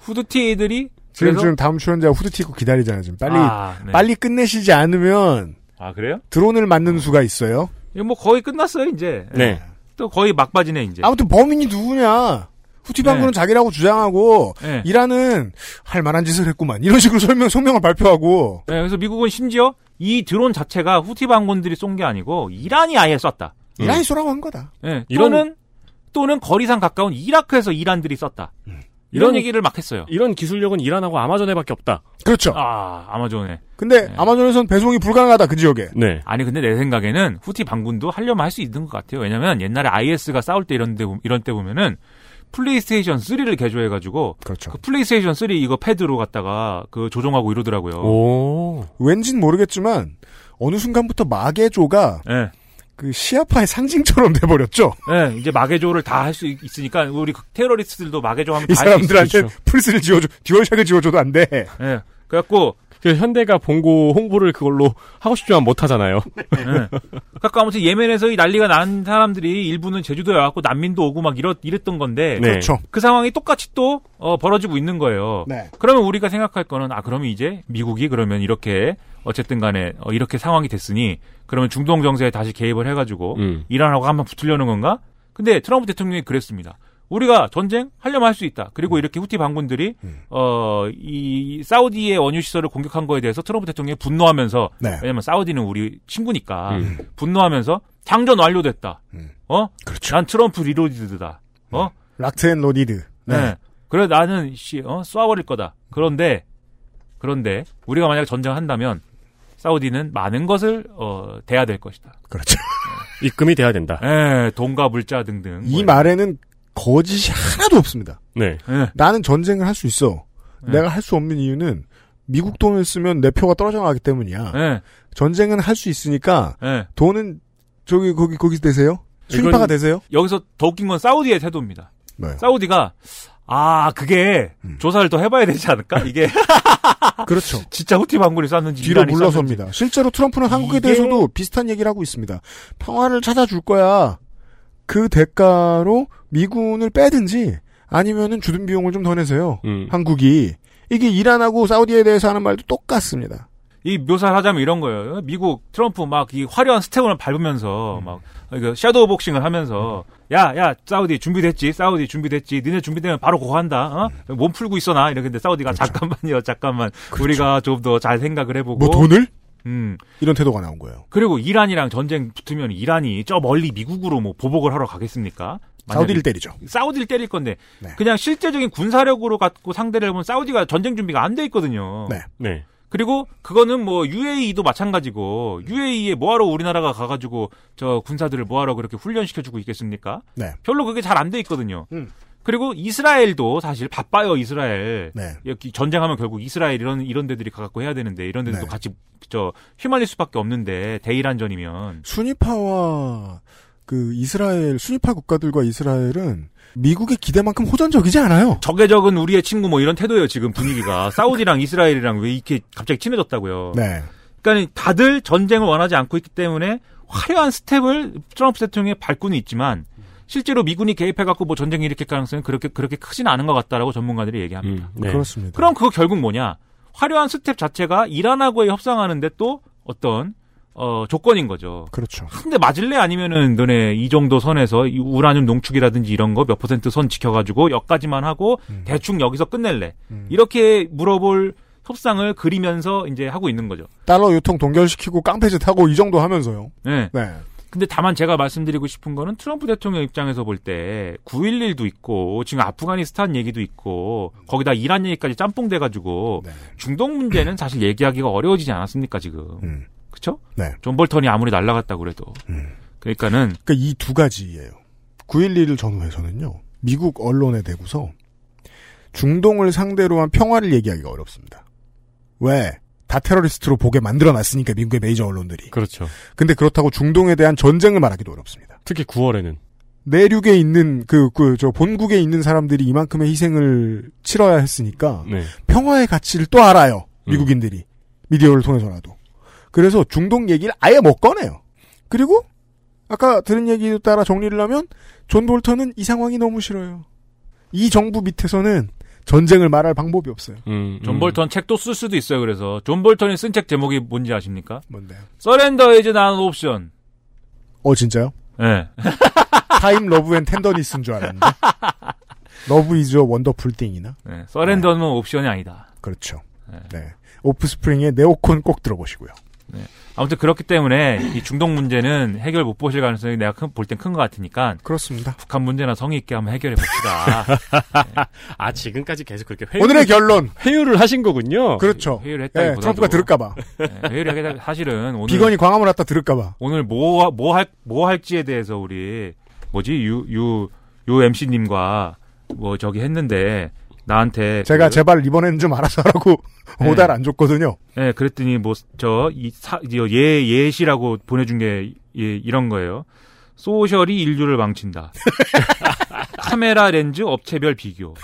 Speaker 10: 후드티들이
Speaker 2: 지금
Speaker 10: 네. 그래서-
Speaker 2: 지금 다음 출연자 후드티 입고 기다리잖아요. 지금 빨리
Speaker 10: 아, 네.
Speaker 2: 빨리 끝내시지 않으면
Speaker 10: 아 그래요?
Speaker 2: 드론을 맞는 수가 있어요.
Speaker 10: 이거 뭐 거의 끝났어요 이제.
Speaker 3: 네.
Speaker 10: 또 거의 막바지네 이제.
Speaker 2: 아무튼 범인이 누구냐? 후티 반군은
Speaker 10: 예. 네.
Speaker 2: 자기라고 주장하고
Speaker 10: 네.
Speaker 2: 이란은 할 만한 짓을 했구만 이런 식으로 설명 성명을 발표하고
Speaker 10: 네, 그래서 미국은 심지어 이 드론 자체가 후티 반군들이 쏜 게 아니고 이란이 아예 쐈다.
Speaker 2: 이란이 쏘라고 한 거다.
Speaker 10: 예,
Speaker 3: 이런-
Speaker 10: 또는 또는 거리상 가까운 이라크에서 이란들이 썼다. 이런,
Speaker 3: 이런-
Speaker 10: 얘기를 막 했어요.
Speaker 3: 이런 기술력은 이란하고 아마존에밖에 없다.
Speaker 2: 그렇죠.
Speaker 10: 아 아마존에.
Speaker 2: 근데 아마존에선 배송이 불가능하다 그 지역에.
Speaker 3: 네.
Speaker 10: 아니 근데 내 생각에는 후티 반군도 하려면 할 수 있는 것 같아요. 왜냐면 옛날에 IS가 싸울 때 이런 데 보- 이런 때 보면은 플레이스테이션 3를 개조해 가지고
Speaker 2: 그렇죠.
Speaker 10: 플레이스테이션 3 이거 패드로 갖다가 그 조종하고 이러더라고요.
Speaker 3: 오.
Speaker 2: 왠진 모르겠지만 어느 순간부터 마개조가
Speaker 10: 예.
Speaker 2: 그 시아파의 상징처럼 돼버렸죠.
Speaker 10: 예, 이제 마개조를 다 할 수 있으니까 우리 그 테러리스트들도 마개조 하면
Speaker 2: 이
Speaker 10: 다 할 수
Speaker 2: 사람들한테
Speaker 10: 있죠.
Speaker 2: 플스를 지워줘, 듀얼샥을 지워줘도 안 돼.
Speaker 10: 예. 그래갖고
Speaker 3: 그래서 현대가 봉고 홍보를 그걸로 하고 싶지만 못 하잖아요.
Speaker 10: 그러니까 아무튼 예멘에서 이 난리가 난 사람들이 일부는 제주도에 와갖고 난민도 오고 막 이랬, 이랬던 건데
Speaker 3: 네. 그렇죠.
Speaker 10: 그 상황이 똑같이 또 어, 벌어지고 있는 거예요.
Speaker 2: 네.
Speaker 10: 그러면 우리가 생각할 거는 아 그러면 이제 미국이 그러면 이렇게 어쨌든 간에 어, 이렇게 상황이 됐으니 그러면 중동 정세에 다시 개입을 해가지고
Speaker 3: 음.
Speaker 10: 이란하고 한번 붙으려는 건가? 근데 트럼프 대통령이 그랬습니다. 우리가 전쟁 하려면 할 수 있다.
Speaker 2: 음.
Speaker 10: 그리고 이렇게 후티 반군들이 어 이 사우디의 원유 시설을 공격한 거에 대해서 트럼프 대통령이 분노하면서
Speaker 2: 네. 음.
Speaker 10: 왜냐면 사우디는 우리 친구니까 분노하면서 장전 완료됐다. 어? 난 트럼프 리로디드다. 어?
Speaker 2: 락트 앤 로니드.
Speaker 10: 네. 그래 나는 씨, 어, 쏴버릴 거다. 그런데 그런데 우리가 만약 전쟁한다면 사우디는 많은 것을 어, 대야 될 것이다.
Speaker 2: 그렇죠.
Speaker 3: 입금이 돼야 된다.
Speaker 10: 예, 돈과 물자 등등.
Speaker 2: 아. 이 말에는 거짓이 하나도 없습니다.
Speaker 3: 네.
Speaker 10: 예.
Speaker 2: 나는 전쟁을 할 수 있어.
Speaker 10: 네.
Speaker 2: 내가 할 수 없는 이유는 미국 돈을 쓰면 내 표가 떨어져 나가기 때문이야.
Speaker 10: 네.
Speaker 2: 전쟁은 할 수 있으니까
Speaker 10: 네.
Speaker 2: 돈은 저기 거기 거기 되세요? 순파가 되세요?
Speaker 10: 여기서 더 웃긴 건 사우디의 태도입니다.
Speaker 2: 네.
Speaker 10: 사우디가 아 그게
Speaker 2: 음.
Speaker 10: 조사를 더 해봐야 되지 않을까? 이게
Speaker 2: 그렇죠.
Speaker 10: 진짜 후티 반군이 쐈는지
Speaker 2: 뒤로
Speaker 10: 이란이 쐈는지.
Speaker 2: 물러섭니다. 실제로 트럼프는 한국에
Speaker 10: 이게-
Speaker 2: 대해서도 비슷한 얘기를 하고 있습니다. 평화를 찾아줄 거야. 그 대가로 미군을 빼든지 아니면은 주둔 비용을 좀 더 내세요.
Speaker 10: 음.
Speaker 2: 한국이 이게 이란하고 사우디에 대해서 하는 말도 똑같습니다.
Speaker 10: 이 묘사를 하자면 이런 거예요. 미국 트럼프 막 이 화려한 스텝을
Speaker 2: 음.
Speaker 10: 밟으면서 막 이거 섀도우 복싱을 하면서 야, 야, 사우디 준비됐지? 사우디 준비됐지? 니네 준비되면 바로 고거 한다. 어?
Speaker 2: 음.
Speaker 10: 몸 풀고 있어나. 이러는데 사우디가 잠깐만요. 잠깐만. 우리가 좀 더 잘 생각을 해 보고
Speaker 2: 그렇죠. 뭐 돈을?
Speaker 10: 음.
Speaker 2: 이런 태도가 나온 거예요.
Speaker 10: 그리고 이란이랑 전쟁 붙으면 이란이 저 멀리 미국으로 뭐 보복을 하러 가겠습니까? 만약에
Speaker 2: 사우디를 때리죠. 네.
Speaker 10: 사우디를 때릴 건데 그냥 실제적인 군사력으로 갖고 상대를 보면 사우디가 전쟁 준비가 안 돼 있거든요.
Speaker 2: 네.
Speaker 3: 네.
Speaker 10: 그리고 그거는 뭐 UAE도 마찬가지고 UAE에 뭐하러 우리나라가 가가지고 저 군사들을 뭐하러 그렇게 훈련시켜주고 있겠습니까?
Speaker 2: 네.
Speaker 10: 별로 그게 잘 안 돼 있거든요.
Speaker 2: 음.
Speaker 10: 그리고 이스라엘도 사실 바빠요 이스라엘. 예,
Speaker 2: 네.
Speaker 10: 여기 전쟁하면 결국 이스라엘 이런 이런 데들이 가갖고 해야 되는데 이런 데들도
Speaker 2: 네.
Speaker 10: 같이 저 휘말릴 수밖에 없는데 대이란전이면
Speaker 2: 순위파와 그 이스라엘 순위파 국가들과 이스라엘은 미국의 기대만큼 호전적이지 않아요.
Speaker 10: 적외적은 우리의 친구 뭐 이런 태도예요 지금 분위기가 사우디랑 이스라엘이랑 왜 이렇게 갑자기 친해졌다고요?
Speaker 2: 네.
Speaker 10: 그러니까 다들 전쟁을 원하지 않고 있기 때문에 화려한 스텝을 트럼프 대통령의 발군이 있지만 실제로 미군이 개입해갖고 뭐 전쟁이 일으킬 가능성은 그렇게 그렇게 크진 않은 것 같다라고 전문가들이
Speaker 3: 음.
Speaker 10: 얘기합니다.
Speaker 2: 네. 그렇습니다.
Speaker 10: 그럼 그거 결국 뭐냐? 화려한 스텝 자체가 이란하고의 협상하는데 또 어떤 어, 조건인 거죠.
Speaker 2: 그렇죠.
Speaker 10: 근데 맞을래 아니면은 너네 이 정도 선에서 이 우라늄 농축이라든지 이런 거 몇 퍼센트 선 지켜가지고 여기까지만 하고 대충 여기서 끝낼래 이렇게 물어볼 협상을 그리면서 이제 하고 있는 거죠.
Speaker 2: 달러 유통 동결시키고 깡패짓 하고 이 정도 하면서요.
Speaker 10: 네.
Speaker 2: 네.
Speaker 10: 근데 다만 제가 말씀드리고 싶은 거는 트럼프 대통령 입장에서 볼 때 9.11도 있고 지금 아프가니스탄 얘기도 있고 거기다 이란 얘기까지 짬뽕 돼가지고 중동 문제는 사실 얘기하기가 어려워지지 않았습니까 지금 그쵸?
Speaker 2: 네.
Speaker 10: 존 볼턴이 아무리 날라갔다 그래도 그러니까는
Speaker 2: 그러니까 이 두 가지예요. 9.11을 전후해서는요. 미국 언론에 대고서 중동을 상대로 한 평화를 얘기하기가 어렵습니다. 왜? 다 테러리스트로 보게 만들어놨으니까 미국의 메이저 언론들이.
Speaker 3: 그렇죠.
Speaker 2: 근데 그렇다고 중동에 대한 전쟁을 말하기도 어렵습니다.
Speaker 3: 특히 9월에는
Speaker 2: 내륙에 있는 그 그 저 본국에 있는 사람들이 이만큼의 희생을 치러야 했으니까
Speaker 3: 네.
Speaker 2: 평화의 가치를 또 알아요. 미국인들이 미디어를 통해서라도. 그래서 중동 얘기를 아예 못 꺼내요. 그리고 아까 들은 얘기 따라 정리를 하면 존 볼턴은 이 상황이 너무 싫어요. 이 정부 밑에서는 전쟁을 말할 방법이 없어요.
Speaker 3: 음.
Speaker 10: 존 볼턴 책도 쓸 수도 있어요 그래서 존 볼턴이 쓴 책 제목이 뭔지 아십니까?
Speaker 2: 뭔데요?
Speaker 10: 서렌더 이즈 난 옵션
Speaker 2: 어 진짜요?
Speaker 10: 네.
Speaker 2: 타임 러브 앤 텐더니스인 줄 알았는데. 러브 이즈 원더풀 띵이나
Speaker 10: 네, 서렌더는 옵션이 아니다
Speaker 2: 그렇죠. 네. 오프스프링의 네오콘 꼭 들어보시고요.
Speaker 10: 아무튼 그렇기 때문에 이 중동 문제는 해결 못 보실 가능성이 내가 볼 땐 큰 것 같으니까
Speaker 2: 그렇습니다.
Speaker 10: 북한 문제나 성의 있게 한번 해결해 봅시다.
Speaker 3: 아 지금까지 계속 그렇게
Speaker 2: 오늘의 결론.
Speaker 3: 회유를 하신 거군요.
Speaker 2: 그렇죠.
Speaker 10: 회유를
Speaker 2: 예,
Speaker 10: 했다기보다도
Speaker 2: 트럼프가 들을까봐.
Speaker 10: 네, 회의를 하겠다. 사실은 오늘
Speaker 2: 비건이 광화문 왔다 들을까봐.
Speaker 10: 오늘 뭐뭐 할 뭐 할지에 대해서 우리 뭐지 유유유 MC님과 뭐 저기 했는데 나한테
Speaker 2: 제가
Speaker 10: 그-
Speaker 2: 제발 이번에는 좀 알아서 하라고
Speaker 10: 네.
Speaker 2: 오달 안 줬거든요.
Speaker 10: 예, 그랬더니 뭐 저이사예 예시라고 보내준 게 예, 이런 거예요. 소셜이 인류를 망친다. 카메라 렌즈 업체별 비교.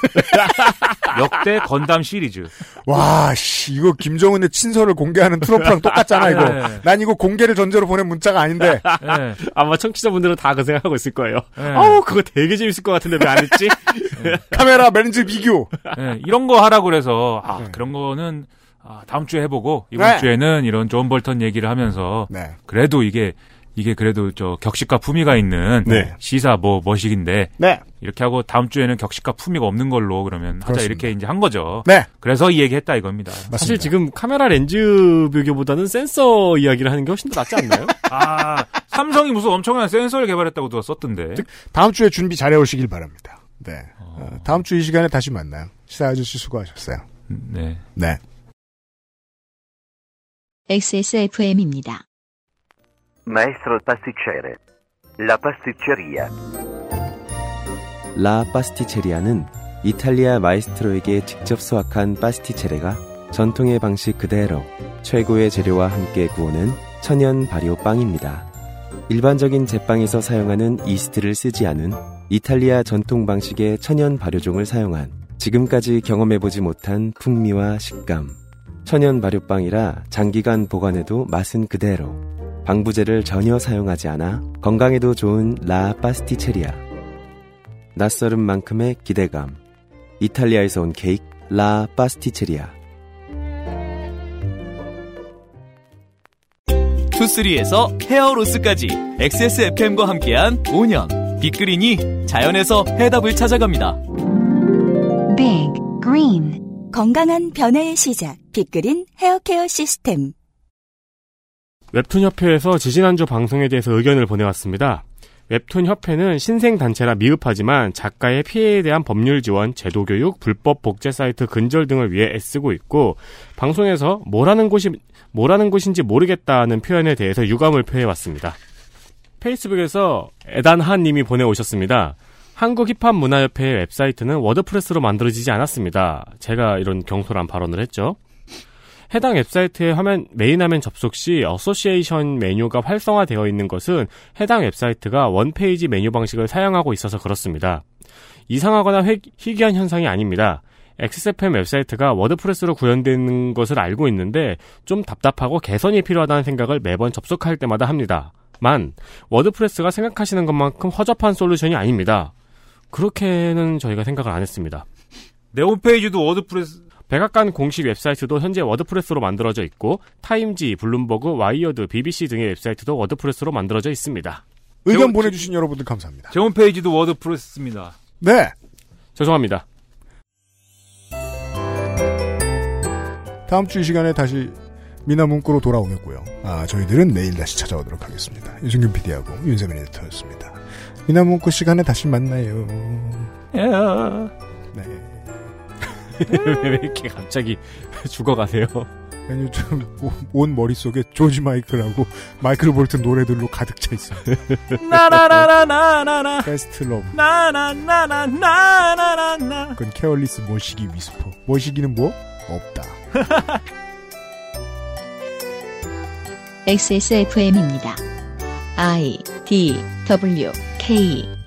Speaker 10: 역대 건담 시리즈.
Speaker 2: 와, 씨, 이거 김정은의 친서를 공개하는 트럼프랑 똑같잖아,
Speaker 10: 네.
Speaker 2: 이거. 난 이거 공개를 전제로 보낸 문자가 아닌데.
Speaker 10: 예.
Speaker 3: 아마 청취자분들은 다 그 생각하고 있을 거예요.
Speaker 10: 네.
Speaker 3: 어우 그거 되게 재밌을 것 같은데 왜 안 했지?
Speaker 2: 카메라 렌즈 비교.
Speaker 10: 예, 이런 거 하라 그래서 아 그런 거는 아, 다음 주에 해보고 이번
Speaker 2: 네.
Speaker 10: 주에는 이런 존 볼턴 얘기를 하면서
Speaker 2: 네.
Speaker 10: 그래도 이게 이게 그래도 저 격식과 품위가 있는
Speaker 2: 네.
Speaker 10: 시사 뭐 머식인데
Speaker 2: 네.
Speaker 10: 이렇게 하고 다음 주에는 격식과 품위가 없는 걸로 그러면 하자
Speaker 3: 그렇습니다.
Speaker 10: 이렇게 이제 한 거죠.
Speaker 2: 네.
Speaker 10: 그래서 이 얘기했다 이겁니다.
Speaker 3: 사실 지금 카메라 렌즈 비교보다는 센서 이야기를 하는 게 훨씬 더 낫지 않나요?
Speaker 10: 아 삼성이 무슨 엄청난 센서를 개발했다고 누가 썼던데.
Speaker 2: 다음 주에 준비 잘해오시길 바랍니다. 네. 어, 다음 주 이 시간에 다시 만나요. 시사 아저씨 수고하셨어요.
Speaker 10: 네.
Speaker 2: 네.
Speaker 1: XSFM입니다.
Speaker 13: Maestro pasticcere. La pasticceria.
Speaker 14: 라 파스티체리아는 이탈리아 마에스트로에게 직접 수확한 파스티체레가
Speaker 15: 전통의 방식 그대로 최고의 재료와 함께 구우는 천연 발효 빵입니다. 일반적인 제빵에서 사용하는 이스트를 쓰지 않은 이탈리아 전통 방식의 천연 발효종을 사용한 지금까지 경험해보지 못한 풍미와 식감. 천연 발효빵이라 장기간 보관해도 맛은 그대로. 방부제를 전혀 사용하지 않아 건강에도 좋은 라 파스티체리아. 낯설은 만큼의 기대감. 이탈리아에서 온 케이크 라 파스티체리아.
Speaker 16: 투쓰리에서 헤어로스까지 XSFM과 함께한 5년 빅그린이 자연에서 해답을 찾아갑니다.
Speaker 17: Big Green
Speaker 7: 건강한 변화의 시작 빅그린 헤어케어 시스템
Speaker 3: 웹툰 협회에서 지지난주 방송에 대해서 의견을 보내왔습니다. 웹툰 협회는 신생 단체라 미흡하지만 작가의 피해에 대한 법률 지원, 제도 교육, 불법 복제 사이트 근절 등을 위해 애쓰고 있고 방송에서 뭐라는 곳이 뭐라는 곳인지 모르겠다는 표현에 대해서 유감을 표해 왔습니다. 페이스북에서 에단한 님이 보내 오셨습니다. 한국 힙합 문화협회의 웹사이트는 워드프레스로 만들어지지 않았습니다. 제가 이런 경솔한 발언을 했죠. 해당 웹사이트의 화면 메인 화면 접속 시 어소시에이션 메뉴가 활성화되어 있는 것은 해당 웹사이트가 원페이지 메뉴 방식을 사용하고 있어서 그렇습니다. 이상하거나 회, 희귀한 현상이 아닙니다. XFM 웹사이트가 워드프레스로 구현되는 것을 알고 있는데 좀 답답하고 개선이 필요하다는 생각을 매번 접속할 때마다 합니다. 만 워드프레스가 생각하시는 것만큼 허접한 솔루션이 아닙니다. 그렇게는 저희가 생각을 안 했습니다.
Speaker 18: 내 홈페이지도 워드프레스
Speaker 3: 백악관 공식 웹사이트도 현재 워드프레스로 만들어져 있고 타임지, 블룸버그, 와이어드, BBC 등의 웹사이트도 워드프레스로 만들어져 있습니다.
Speaker 2: 의견 보내주신 제... 여러분들 감사합니다.
Speaker 18: 제 홈페이지도 워드프레스입니다.
Speaker 2: 네.
Speaker 3: 죄송합니다.
Speaker 2: 다음 주 이 시간에 다시 미나 문구로 돌아오겠고요. 아, 저희들은 내일 다시 찾아오도록 하겠습니다. 유승균 PD하고 윤세민 에디터였습니다. 미나 문구 시간에 다시 만나요.
Speaker 18: 야.
Speaker 2: 네.
Speaker 3: 왜 이렇게 갑자기 죽어가세요?
Speaker 2: 아니 좀온 머릿속에 조지 마이클하고 마이클 볼튼 노래들로 가득 차 있어요.
Speaker 18: 나나나나나나나
Speaker 2: 베스트 러브
Speaker 18: 나나나나나나나
Speaker 2: 그건 케어리스 모시기 위스퍼 모시기는 뭐? 없다.
Speaker 1: XSFM입니다. I D W K